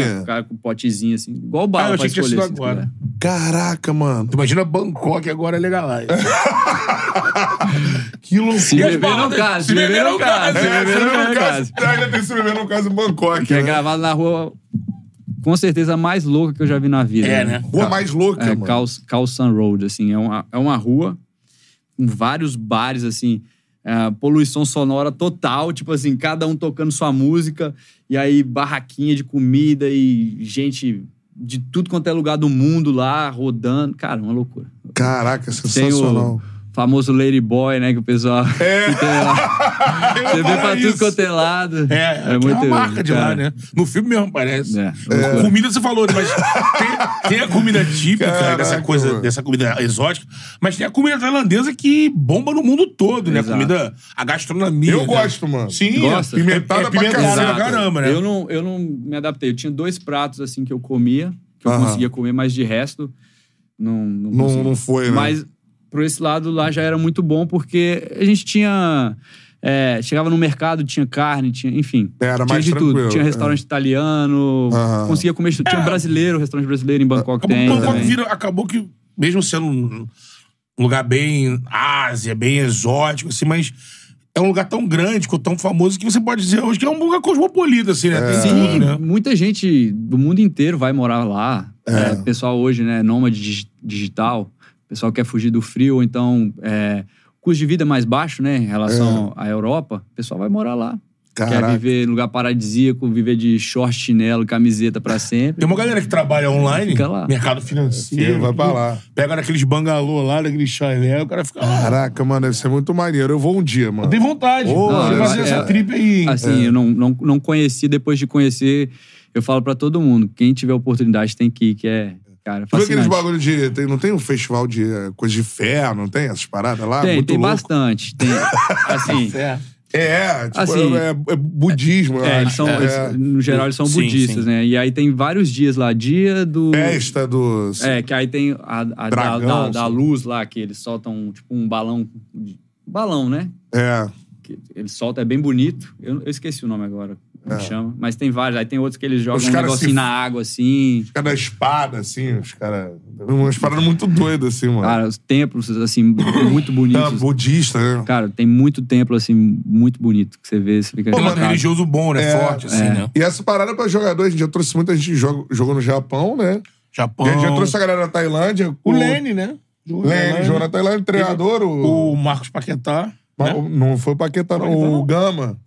Speaker 1: Banquinha.
Speaker 3: o cara com potezinho, assim. Igual bala
Speaker 2: Ah, eu
Speaker 3: pra
Speaker 2: achei que tinha
Speaker 3: escolher.
Speaker 2: sido
Speaker 3: se
Speaker 2: agora.
Speaker 3: quiser.
Speaker 1: Caraca, mano.
Speaker 2: Tu imagina Bangkok agora é legalized.
Speaker 1: Que loucura.
Speaker 3: Se
Speaker 2: E as
Speaker 3: beber, não
Speaker 2: baladas?
Speaker 3: case.
Speaker 2: Se
Speaker 3: Se beber, não case. Se
Speaker 1: É,
Speaker 2: né?
Speaker 3: beber,
Speaker 1: se beber
Speaker 3: não
Speaker 1: no caso. É,
Speaker 3: case.
Speaker 1: Ainda tem se beber no caso em Bangkok.
Speaker 3: Que é
Speaker 1: né?
Speaker 3: gravado na rua, com certeza, a mais louca que eu já vi na vida.
Speaker 2: É, né?
Speaker 1: Rua mais louca,
Speaker 3: É,
Speaker 1: mano.
Speaker 3: Cal, Cal Sun Road, assim. É uma, é uma rua com vários bares, assim. é, poluição sonora total, tipo assim, cada um tocando sua música. E aí, barraquinha de comida e gente de tudo quanto é lugar do mundo lá, rodando. Cara, uma loucura.
Speaker 1: Caraca,
Speaker 3: Tem
Speaker 1: sensacional.
Speaker 3: o famoso Ladyboy, né? Que o pessoal... que tem lá. Você vê pra tudo quanto é lado.
Speaker 2: É, é, uma marca de lá,
Speaker 3: cara.
Speaker 2: né? No filme mesmo parece.
Speaker 3: É,
Speaker 2: A
Speaker 3: loucura.
Speaker 2: Comida você falou, né? mas tem, tem a comida típica né?
Speaker 1: Caraca,
Speaker 2: dessa coisa,
Speaker 1: mano.
Speaker 2: dessa comida exótica, mas tem a comida tailandesa que bomba no mundo todo, né? A
Speaker 3: Exato.
Speaker 2: comida, a gastronomia.
Speaker 1: Eu
Speaker 2: né?
Speaker 1: gosto, mano.
Speaker 2: Sim,
Speaker 3: Gosta?
Speaker 2: é
Speaker 1: Pimentada
Speaker 2: pimentada,
Speaker 1: pra
Speaker 2: é pimentada pra
Speaker 1: Exato.
Speaker 2: caramba, né?
Speaker 3: Eu não, eu não me adaptei. Eu tinha dois pratos assim que eu comia, que eu
Speaker 1: Aham.
Speaker 3: conseguia comer, mas de resto não não,
Speaker 1: Não-
Speaker 3: consegui.
Speaker 1: não foi, né?
Speaker 3: Mas por esse lado lá já era muito bom porque a gente tinha é, chegava no mercado, tinha carne, tinha, enfim.
Speaker 1: Era
Speaker 3: tinha
Speaker 1: mais
Speaker 3: de tudo.
Speaker 1: tranquilo,
Speaker 3: Tinha
Speaker 1: é.
Speaker 3: restaurante italiano,
Speaker 1: Aham.
Speaker 3: conseguia comer. de tudo. Tinha brasileiro, restaurante brasileiro em Bangkok
Speaker 2: Acabou,
Speaker 3: tem.
Speaker 2: Bangkok
Speaker 3: também.
Speaker 2: vira- acabou que, mesmo sendo um lugar bem Ásia, bem exótico, assim, mas é um lugar tão grande, ficou tão famoso, que você pode dizer hoje que é um lugar cosmopolita,
Speaker 1: É.
Speaker 2: assim, né? Tem
Speaker 3: Sim,
Speaker 1: Então,
Speaker 2: tudo, né?
Speaker 3: muita gente do mundo inteiro vai morar lá. É, pessoal hoje, né, nômade dig- digital. Pessoal quer fugir do frio, então é, custo de vida é mais baixo, né, em relação à Europa. O pessoal vai morar lá. Quer
Speaker 1: É. Caraca.
Speaker 3: viver em lugar paradisíaco, viver de short, chinelo, camiseta pra sempre.
Speaker 2: Tem uma galera que trabalha online,
Speaker 3: Fica lá.
Speaker 2: mercado
Speaker 1: Sim,
Speaker 2: financeiro.
Speaker 1: vai pra lá.
Speaker 2: Pega naqueles bangalô lá, naquele chalé, o cara fica lá.
Speaker 1: Caraca, mano, deve ser muito maneiro. Eu vou um dia, mano.
Speaker 2: Tem vontade.
Speaker 1: Ô,
Speaker 2: você
Speaker 3: eu-
Speaker 2: fazer
Speaker 3: é-
Speaker 2: essa trip aí.
Speaker 1: É.
Speaker 3: Assim, eu não, não, não conheci, depois de conhecer, eu falo pra todo mundo, quem tiver oportunidade tem que ir, que é, cara,
Speaker 1: Tu vê aqueles
Speaker 3: fascinante.
Speaker 1: bagulho de. tem- não tem um festival de eh, coisa de fé, não tem essas paradas lá?
Speaker 3: Tem,
Speaker 1: ah, Muito
Speaker 3: tem
Speaker 1: louco.
Speaker 3: bastante. Tem, assim,
Speaker 2: É.
Speaker 1: É, tipo,
Speaker 3: Assim,
Speaker 1: é, é budismo, eu
Speaker 3: É, eles
Speaker 1: acho.
Speaker 3: são, eles-
Speaker 1: é,
Speaker 3: no geral, eles são
Speaker 2: Sim,
Speaker 3: budistas,
Speaker 2: sim.
Speaker 3: né? E aí tem vários dias lá. Dia do.
Speaker 1: festa do. assim,
Speaker 3: É, que aí tem a, a da-
Speaker 1: Dragão,
Speaker 3: da, da
Speaker 1: assim.
Speaker 3: luz lá, que eles soltam, tipo, um balão. de- balão, né?
Speaker 1: É.
Speaker 3: Que eles soltam, é bem bonito. Eu, eu esqueci o nome agora, como que chama. Mas tem vários. Aí tem outros que eles jogam um
Speaker 1: É. caras
Speaker 3: negocinho
Speaker 1: se-
Speaker 3: na água, assim.
Speaker 1: Os caras da espada, assim, os caras. Umas paradas muito doidas, assim, mano.
Speaker 3: Cara, os templos, assim, muito
Speaker 1: Ah,
Speaker 3: bonitos.
Speaker 1: budista, né?
Speaker 3: Cara, tem muito templo, assim, muito bonito que você vê, você fica.
Speaker 2: Tem um lado
Speaker 3: chocado.
Speaker 2: religioso bom, né?
Speaker 1: É,
Speaker 2: Forte, assim, né?
Speaker 1: E essa parada é pra jogador, a gente já trouxe muita gente que joga- jogou no Japão, né?
Speaker 2: Japão.
Speaker 1: E a gente já trouxe a galera da Tailândia.
Speaker 2: o
Speaker 1: com-
Speaker 2: Lene, né? O
Speaker 1: Lene, jogou na Tailândia, treinador, o.
Speaker 2: O Marcos Paquetá. né?
Speaker 1: Ma- Não foi o Paquetá, não. O Gama.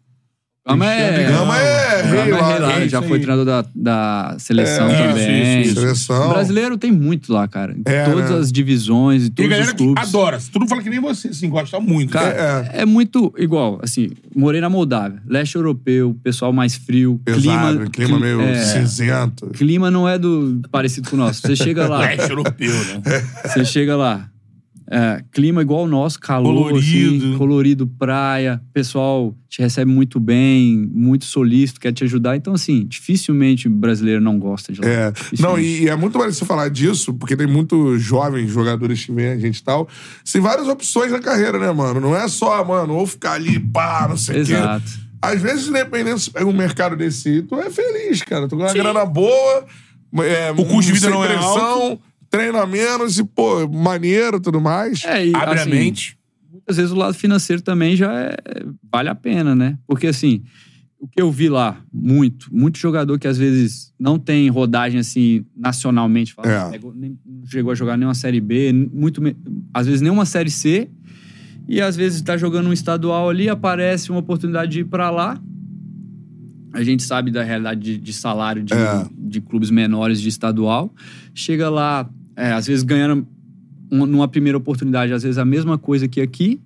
Speaker 3: Ah, mas é-
Speaker 1: Gama é
Speaker 3: Ah, mas
Speaker 1: rei lá.
Speaker 3: é lá,
Speaker 2: é
Speaker 3: já
Speaker 2: isso
Speaker 3: foi
Speaker 2: aí.
Speaker 3: treinador da, da seleção
Speaker 2: É,
Speaker 3: também.
Speaker 2: isso, isso,
Speaker 1: Seleção.
Speaker 3: Brasileiro tem muito lá, cara. Em
Speaker 1: É,
Speaker 3: todas
Speaker 1: né?
Speaker 3: as divisões, em
Speaker 2: E a
Speaker 3: todos os
Speaker 2: galera que
Speaker 3: clubes.
Speaker 2: adora. Tu não fala que nem você, assim, gosta muito.
Speaker 3: Cara,
Speaker 1: É,
Speaker 3: é. muito igual, assim, morei na Moldávia, leste europeu, pessoal mais frio,
Speaker 1: Pesado, clima,
Speaker 3: cli-
Speaker 1: meio
Speaker 3: é,
Speaker 1: cinzento.
Speaker 3: clima não é do parecido com o nosso. Você chega lá,
Speaker 2: Leste europeu, né?
Speaker 3: você chega lá, é, clima igual o nosso, calor, colorido.
Speaker 2: Colorido.
Speaker 3: colorido, praia, pessoal te recebe muito bem, muito solícito, quer te ajudar. Então, assim, dificilmente o brasileiro não gosta de lá.
Speaker 1: É. Não,
Speaker 3: Dificilmente.
Speaker 1: e, e é muito maneiro você falar disso, porque tem muitos jovens jogadores que vêm, a né, gente e tal. Tem várias opções na carreira, né, mano? Não é só, mano, ou ficar ali, pá, não sei o quê.
Speaker 3: Exato.
Speaker 1: Às vezes, dependendo, se pega um mercado desse, aí, tu é feliz, cara. Tu ganha uma
Speaker 2: Sim.
Speaker 1: grana boa, é,
Speaker 2: O custo de vida
Speaker 1: sem
Speaker 2: não é
Speaker 1: pressão, treina menos e, pô, maneiro e tudo mais.
Speaker 3: É, e,
Speaker 2: Abre a
Speaker 3: assim,
Speaker 2: mente.
Speaker 3: muitas vezes o lado financeiro também já é- vale a pena, né? Porque assim, o que eu vi lá, muito, muito jogador que às vezes não tem rodagem assim nacionalmente, fala,
Speaker 1: É.
Speaker 3: "Não pegou- nem- não chegou a jogar nenhuma série B, muito me- às vezes nenhuma série C, e às vezes tá jogando um estadual ali, aparece uma oportunidade de ir pra lá. A gente sabe da realidade de, de salário de,
Speaker 1: É.
Speaker 3: de clubes menores de estadual. Chega lá, é, às vezes ganhando um- numa primeira oportunidade, às vezes a mesma coisa que aqui,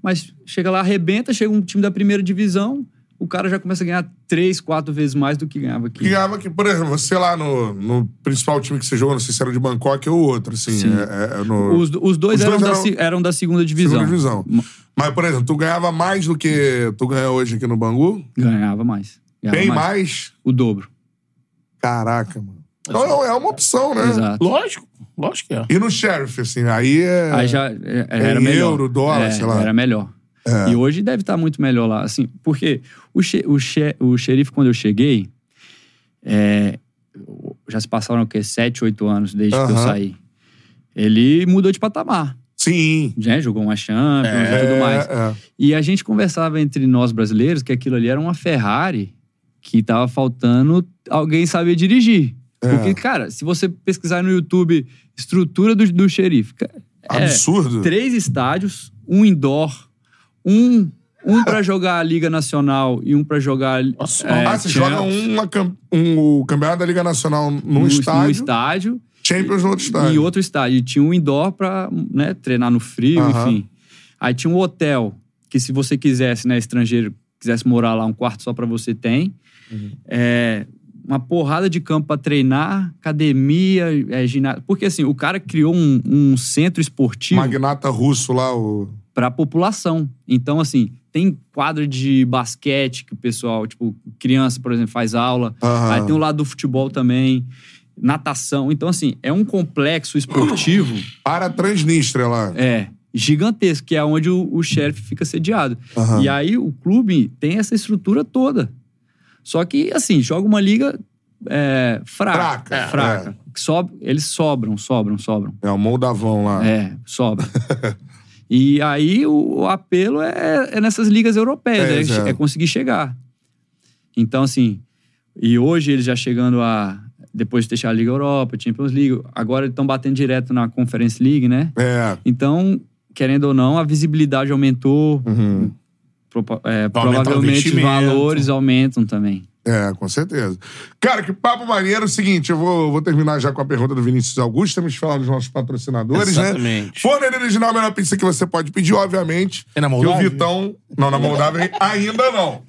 Speaker 3: mas chega lá, arrebenta, chega um time da primeira divisão, o cara já começa a ganhar três, quatro vezes mais do que ganhava aqui.
Speaker 1: Que ganhava que, por exemplo, sei lá, no, no principal time que você jogou, não sei se era de Bangkok ou outro, assim.
Speaker 3: Sim.
Speaker 1: é- é- é no-
Speaker 3: Os, os dois,
Speaker 1: Os dois
Speaker 3: eram, da,
Speaker 1: eram-
Speaker 3: se- eram da segunda divisão.
Speaker 1: Segunda divisão. Mas, por exemplo, tu ganhava mais do que tu ganha hoje aqui no Bangu?
Speaker 3: Ganhava mais. Ganhava
Speaker 1: Bem mais.
Speaker 3: O dobro.
Speaker 1: Caraca, mano. Então é uma opção, né?
Speaker 3: Exato.
Speaker 2: Lógico, lógico que é.
Speaker 1: E no sheriff, assim, aí é.
Speaker 3: Aí já é, era
Speaker 1: em
Speaker 3: melhor.
Speaker 1: euro, dólar,
Speaker 3: É,
Speaker 1: sei lá. É.
Speaker 3: Era melhor. E hoje deve estar muito melhor lá, assim, porque o, che, o, che, o xerife, quando eu cheguei, é, já se passaram o quê? Sete, oito anos desde que eu
Speaker 1: Aham.
Speaker 3: saí. Ele mudou de patamar,
Speaker 1: Sim.
Speaker 3: né? Jogou uma Champions e
Speaker 1: É,
Speaker 3: tudo mais.
Speaker 1: é.
Speaker 3: E a gente conversava entre nós brasileiros que aquilo ali era uma Ferrari que tava faltando alguém saber dirigir.
Speaker 1: É.
Speaker 3: Porque, cara, se você pesquisar no YouTube estrutura do, do xerife, ca- é,
Speaker 1: Absurdo.
Speaker 3: três estádios, um indoor, um, um para jogar a Liga Nacional e um para jogar.
Speaker 2: Nossa,
Speaker 3: é,
Speaker 1: ah, você
Speaker 3: Champions
Speaker 1: joga uma cam- um, o campeonato da Liga Nacional num
Speaker 3: no-
Speaker 1: estádio,
Speaker 3: no estádio
Speaker 1: Champions no outro estádio.
Speaker 3: e outro estádio. E tinha um indoor pra né, treinar no frio,
Speaker 1: Aham.
Speaker 3: enfim. Aí tinha um hotel, que se você quisesse, né, estrangeiro, quisesse morar lá, um quarto só pra você tem.
Speaker 1: Uhum.
Speaker 3: É, uma porrada de campo pra treinar, academia, é, ginásio. Porque assim, o cara criou um, um centro esportivo
Speaker 1: Magnata russo lá, o.
Speaker 3: pra população. Então, assim, tem quadra de basquete que o pessoal, tipo, criança, por exemplo, faz aula.
Speaker 1: Aham.
Speaker 3: Aí tem o lado do futebol também, natação. Então, assim, é um complexo esportivo,
Speaker 1: Para a Transnistria lá.
Speaker 3: é, gigantesco, que é onde o, o xerife fica sediado.
Speaker 1: Aham.
Speaker 3: E aí o clube tem essa estrutura toda. Só que, assim, joga uma liga é, fraca.
Speaker 1: Fraca, é.
Speaker 3: fraca. Que sob- eles sobram, sobram, sobram.
Speaker 1: É, o Moldavão
Speaker 2: Ah.
Speaker 1: lá.
Speaker 3: É, sobra. e aí o, o apelo é, é nessas ligas
Speaker 1: É,
Speaker 3: europeias, é,
Speaker 1: exato.
Speaker 3: é conseguir chegar. Então, assim, e hoje eles já chegando a. Depois de deixar a Liga Europa, Champions League, agora eles estão batendo direto na Conference League, né?
Speaker 1: É.
Speaker 3: Então, querendo ou não, a visibilidade aumentou,
Speaker 1: Uhum.
Speaker 3: propa- é,
Speaker 2: Vai aumentar o
Speaker 3: provavelmente os
Speaker 2: investimento.
Speaker 3: valores aumentam também.
Speaker 1: É, com certeza. Cara, que papo maneiro. É o seguinte, eu vou, vou terminar já com a pergunta do Vinícius Augusto. Temos que falar dos nossos patrocinadores, né?
Speaker 2: Exatamente.
Speaker 1: Forneira original, a melhor pizza que você pode pedir, obviamente.
Speaker 2: É na
Speaker 1: Que
Speaker 2: Moldávia?
Speaker 1: o Vitão... Não, na Moldávia ainda não.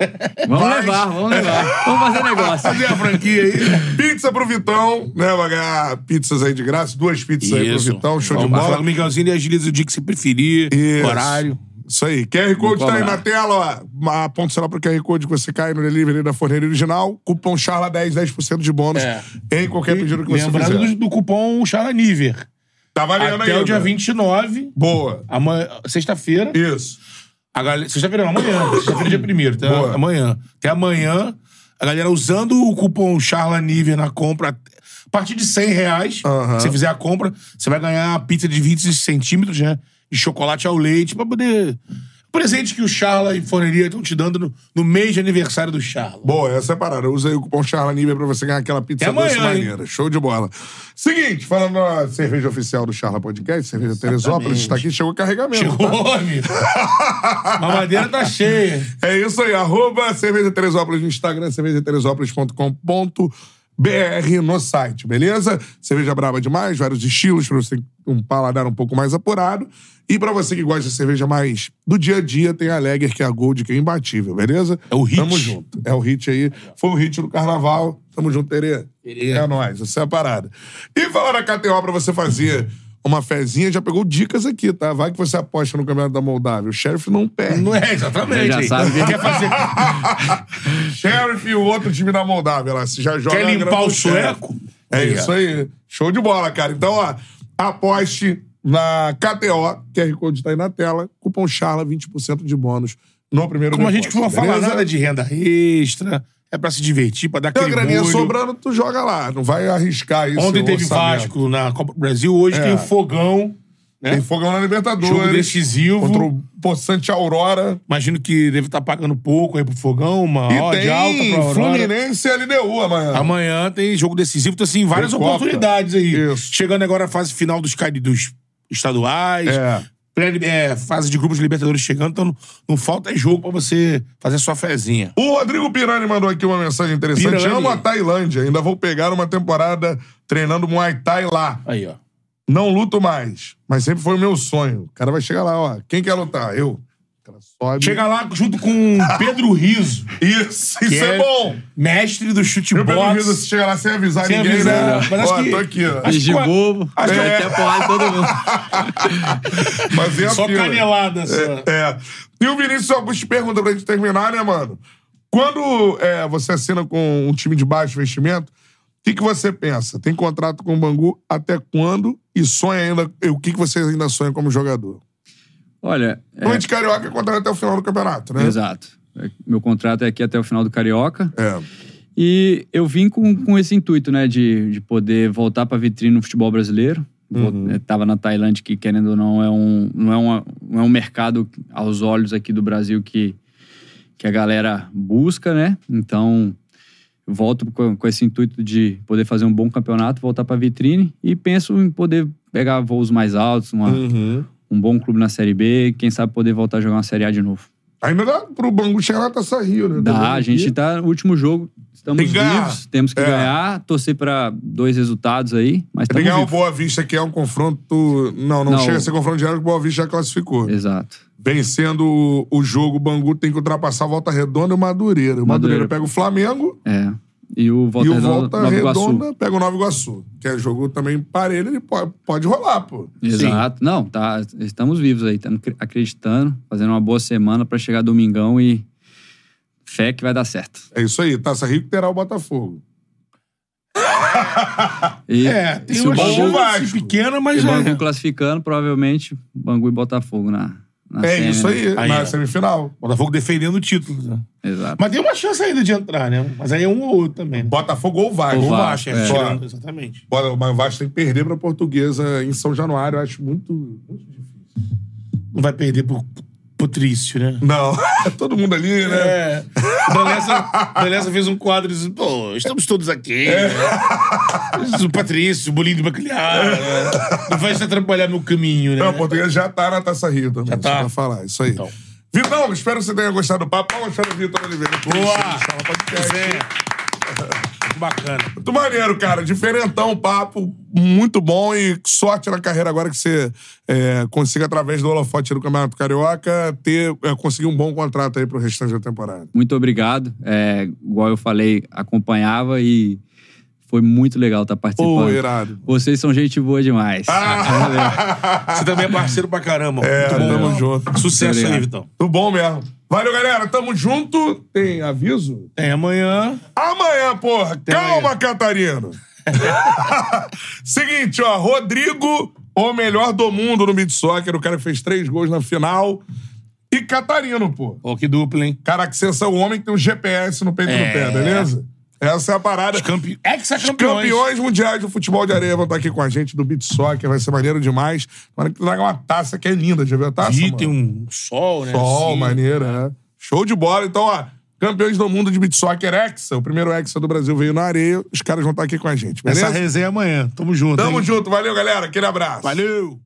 Speaker 3: Vamos
Speaker 1: Mas-
Speaker 3: levar, vamos levar. vamos fazer negócio.
Speaker 2: Cadê a franquia aí?
Speaker 1: Pizza pro Vitão, né? Vai ganhar pizzas aí de graça. Duas pizzas aí pro Vitão, show de
Speaker 2: Vamos falar
Speaker 1: bola.
Speaker 2: com o Miguelzinho e agiliza o dia que você preferir,
Speaker 1: Isso.
Speaker 2: horário.
Speaker 1: Isso aí. QR Code tá aí
Speaker 3: cobrar.
Speaker 1: na tela, ó. Aponta o lá pro QR Code que você cai no delivery da forneira original. Cupom CHARLA10, 10% de bônus
Speaker 2: É.
Speaker 1: em qualquer pedido que você
Speaker 2: Lembrando
Speaker 1: fizer.
Speaker 2: do, do cupom Charla Niver.
Speaker 1: Tá valendo aí.
Speaker 2: Até o dia 29,
Speaker 1: Boa.
Speaker 2: amanhã- sexta-feira.
Speaker 1: Isso.
Speaker 2: A galera, sexta-feira não, amanhã. Sexta-feira é dia 1
Speaker 1: Boa.
Speaker 2: tá? Amanhã. Até amanhã, a galera usando o cupom Charla Niver na compra, a partir de 100 reais,
Speaker 1: Aham.
Speaker 2: se você fizer a compra, você vai ganhar uma pizza de 20 centímetros, né? De chocolate ao leite, pra poder... Presente que o Charla e Forneria estão te dando no, no mês de aniversário do Charla.
Speaker 1: Boa, essa é a parada. Usa aí o cupom Charla Nível pra você ganhar aquela pizza
Speaker 2: Até
Speaker 1: doce
Speaker 2: amanhã, hein?
Speaker 1: maneira. Show de bola. Seguinte, falando na cerveja oficial do Charla Podcast, cerveja Teresópolis, está aqui, chegou o carregamento.
Speaker 2: Chegou,
Speaker 1: tá?
Speaker 2: amigo. A madeira tá cheia.
Speaker 1: É isso aí, arroba Cerveja Teresópolis no Instagram, cervejateresópolis.com.br no site, beleza? Cerveja braba demais, vários estilos pra você ter um paladar um pouco mais apurado. E pra você que gosta de cerveja mais do dia a dia, tem a Lager, que é a Gold, que é imbatível, beleza?
Speaker 2: É o hit.
Speaker 1: Tamo junto. É o hit aí. Foi o hit do carnaval. Tamo junto, Tere.
Speaker 2: Tere.
Speaker 1: É nóis, essa é a parada. E falar na KTO pra você fazer uma fezinha, já pegou dicas aqui, tá? Vai que você aposta no Campeonato da Moldávia. O Sheriff não perde.
Speaker 2: Não é, exatamente.
Speaker 3: Já
Speaker 2: hein?
Speaker 3: sabe que-
Speaker 2: Quer fazer...
Speaker 1: Sheriff e o outro time da Moldávia lá. Se já joga
Speaker 2: Quer
Speaker 1: a grana
Speaker 2: limpar
Speaker 1: do
Speaker 2: o
Speaker 1: Sheriff.
Speaker 2: sueco?
Speaker 1: É isso aí. Show de bola, cara. Então, ó, aposte na KTO, QR Code tá aí na tela, cupom CHARLA, 20% de bônus no primeiro
Speaker 2: Como a gente
Speaker 1: depósito,
Speaker 2: não fala
Speaker 1: beleza?
Speaker 2: nada de renda extra, é pra se divertir, pra dar
Speaker 1: Tem
Speaker 2: aquele
Speaker 1: a graninha
Speaker 2: molho.
Speaker 1: sobrando, tu joga lá. Não vai arriscar isso.
Speaker 2: Ontem teve Vasco na Copa do Brasil, hoje
Speaker 1: É.
Speaker 2: tem o Fogão, né?
Speaker 1: Tem fogão na Libertadores.
Speaker 2: jogo decisivo.
Speaker 1: Contra o Poçante Aurora.
Speaker 2: Imagino que deve estar pagando pouco aí pro Fogão, uma
Speaker 1: E
Speaker 2: odd alta
Speaker 1: tem
Speaker 2: pra Aurora.
Speaker 1: Fluminense e LDU amanhã.
Speaker 2: Amanhã tem jogo decisivo, então assim, várias
Speaker 1: Tem Copa.
Speaker 2: oportunidades aí.
Speaker 1: Isso.
Speaker 2: Chegando agora a fase final dos, cari- dos estaduais,
Speaker 1: É.
Speaker 2: pré- é, fase de grupos de Libertadores chegando, então não, não falta jogo pra você fazer a sua fezinha.
Speaker 1: O Rodrigo Pirani mandou aqui uma mensagem interessante.
Speaker 2: Pirani.
Speaker 1: Amo a Tailândia. Ainda vou pegar uma temporada treinando Muay Thai lá.
Speaker 2: Aí, ó.
Speaker 1: Não luto mais. Mas sempre foi o meu sonho. O cara vai chegar lá, ó. Quem quer lutar? Eu. O cara sobe.
Speaker 2: Chega lá junto com Pedro Riso.
Speaker 1: Isso, isso
Speaker 2: que
Speaker 1: é, bom.
Speaker 2: Mestre do chute
Speaker 1: Eu pelo menos
Speaker 2: box.
Speaker 1: se chegar lá sem avisar
Speaker 2: Sem
Speaker 1: ninguém,
Speaker 2: avisar,
Speaker 1: né?
Speaker 2: mas acho
Speaker 1: Ó,
Speaker 2: que-
Speaker 1: tô aqui, ó.
Speaker 2: acho que-
Speaker 3: De bobo,
Speaker 2: acho que-
Speaker 3: é, até porrada em todo mundo.
Speaker 1: Mas é a
Speaker 2: Só
Speaker 1: fila.
Speaker 2: canelada, só.
Speaker 1: É. E o Vinícius Augusto pergunta pra gente terminar, né, mano? Quando é, você assina com um time de baixo investimento, o que, que você pensa? Tem contrato com o Bangu até quando? E sonha ainda. e O que, que você ainda sonha como jogador?
Speaker 3: É. Olha, é,
Speaker 1: Normalmente carioca é contrato até o final do campeonato, né?
Speaker 3: exato. É, Meu contrato é aqui até o final do Carioca.
Speaker 1: É.
Speaker 3: E eu vim com, com esse intuito, né? De, de poder voltar pra vitrine no futebol brasileiro. Vol- eh, Tava na Tailândia, que querendo ou não, é um, não, é uma, não é um mercado aos olhos aqui do Brasil que, que a galera busca, né? Então, eu volto com, com esse intuito de poder fazer um bom campeonato, voltar pra vitrine e penso em poder pegar voos mais altos, uma-
Speaker 1: Uhum.
Speaker 3: um bom clube na Série B e quem sabe poder voltar a jogar uma Série A de novo.
Speaker 1: Ainda dá pro Bangu chegar na Taça Rio, né?
Speaker 3: Dá,
Speaker 1: Também.
Speaker 3: a gente tá no último jogo. Estamos
Speaker 1: Tem que ganhar.
Speaker 3: vivos, temos que
Speaker 1: É.
Speaker 3: ganhar, torcer pra dois resultados aí, mas
Speaker 1: Tem que
Speaker 3: estamos
Speaker 1: ganhar o
Speaker 3: vivos.
Speaker 1: Boa Vista, que é um confronto. Não, não,
Speaker 3: tá Não.
Speaker 1: chega a ser confronto diário, porque o Boa Vista já classificou.
Speaker 3: Exato.
Speaker 1: Vencendo o- o jogo, o Bangu tem que ultrapassar a Volta Redonda e o Madureira. O Madureira
Speaker 3: Madureira.
Speaker 1: pega o Flamengo
Speaker 3: É. E o Volta,
Speaker 1: e o
Speaker 3: Redonda-
Speaker 1: Volta
Speaker 3: Nova Iguaçu.
Speaker 1: Redonda pega o Nova Iguaçu. Que é jogo também parelho, ele pode, pode rolar, pô.
Speaker 3: Exato. Não, tá, estamos vivos aí, estamos cre- acreditando, fazendo uma boa semana pra chegar domingão e fé que vai dar certo.
Speaker 1: É isso aí, Taça Rio que terá o Botafogo.
Speaker 3: E
Speaker 2: É, tem
Speaker 3: se
Speaker 1: um
Speaker 2: uma
Speaker 3: o Bangu,
Speaker 2: chance
Speaker 1: Vasco.
Speaker 2: pequena, mas
Speaker 3: se o
Speaker 2: já... é.
Speaker 1: né?
Speaker 3: Bangu classificando, provavelmente Bangu e Botafogo na, na
Speaker 1: é
Speaker 3: semi,
Speaker 1: isso
Speaker 3: né?
Speaker 1: aí,
Speaker 2: Aí,
Speaker 1: na
Speaker 2: ó.
Speaker 1: semifinal.
Speaker 2: Botafogo defendendo o título. né?
Speaker 3: Exato.
Speaker 2: Mas tem uma chance ainda de entrar, né? Mas aí é um ou outro também. né?
Speaker 1: Botafogo ou Vasco.
Speaker 3: Ou
Speaker 2: Ou
Speaker 3: Vasco,
Speaker 2: Vasco, é,
Speaker 3: é.
Speaker 2: tirando, exatamente.
Speaker 1: Bora, mas o Vasco tem que perder pra Portuguesa em São Januário, eu acho muito, muito difícil.
Speaker 2: Não vai perder pro, pro Trício, né?
Speaker 1: Não, é todo mundo ali, né?
Speaker 2: É. O Dalessa- o Dalessa fez um quadro e disse, pô, estamos todos aqui. né? O Patrício, o bolinho de bacalhau. né? Não vai se atrapalhar no caminho, né?
Speaker 1: Não, o Portuguesa já tá na Taça Rio também,
Speaker 2: Já tá.
Speaker 1: só pra falar, isso aí.
Speaker 2: Então.
Speaker 1: Vitão, espero que você tenha gostado do papo. Palmas para o Vitor Oliveira.
Speaker 2: Boa!
Speaker 1: Fala podcast.
Speaker 2: É. Muito Bacana.
Speaker 1: Muito maneiro, cara. Diferentão, papo muito bom e sorte na carreira agora que você é, consiga, através do holofote do Campeonato Carioca, ter, é, conseguir um bom contrato aí pro restante da temporada.
Speaker 3: Muito obrigado. É, igual eu falei, acompanhava e foi muito legal estar
Speaker 1: Pô,
Speaker 3: participando.
Speaker 1: irado. Ah!
Speaker 3: Vocês são gente boa demais.
Speaker 2: Você também é parceiro pra caramba.
Speaker 1: É,
Speaker 2: Muito bom.
Speaker 1: tamo junto.
Speaker 2: Sucesso
Speaker 3: Obrigado.
Speaker 2: aí, Vitão.
Speaker 1: Tudo bom mesmo. Valeu, galera. Tamo junto. Tem aviso?
Speaker 2: Tem amanhã.
Speaker 1: Amanhã, porra. Calma, Catarino. Seguinte, ó. Rodrigo, o melhor do mundo no mid-soccer. O cara que fez três gols na final. E Catarino, pô.
Speaker 2: Ó, que dupla, hein?
Speaker 1: Caraca, vocês é o homem que tem um GPS no peito e no
Speaker 2: É.
Speaker 1: pé, beleza? Essa é a parada.
Speaker 2: Os campe...
Speaker 1: Os campeões mundiais do futebol de areia vão estar aqui com a gente do beat soccer, vai ser maneiro demais. Tomara que traga uma taça que é linda, já viu a taça?
Speaker 2: E
Speaker 1: mano?
Speaker 2: tem um sol, né?
Speaker 1: Sol,
Speaker 2: Assim.
Speaker 1: maneira, né? Show de bola. Então, ó, campeões do mundo de beat soccer Hexa, o primeiro Hexa do Brasil veio na areia, os caras vão estar aqui com a gente, beleza?
Speaker 2: Essa resenha é amanhã. Tamo junto.
Speaker 1: Tamo
Speaker 2: hein?
Speaker 1: junto, valeu, galera, aquele abraço.
Speaker 2: Valeu.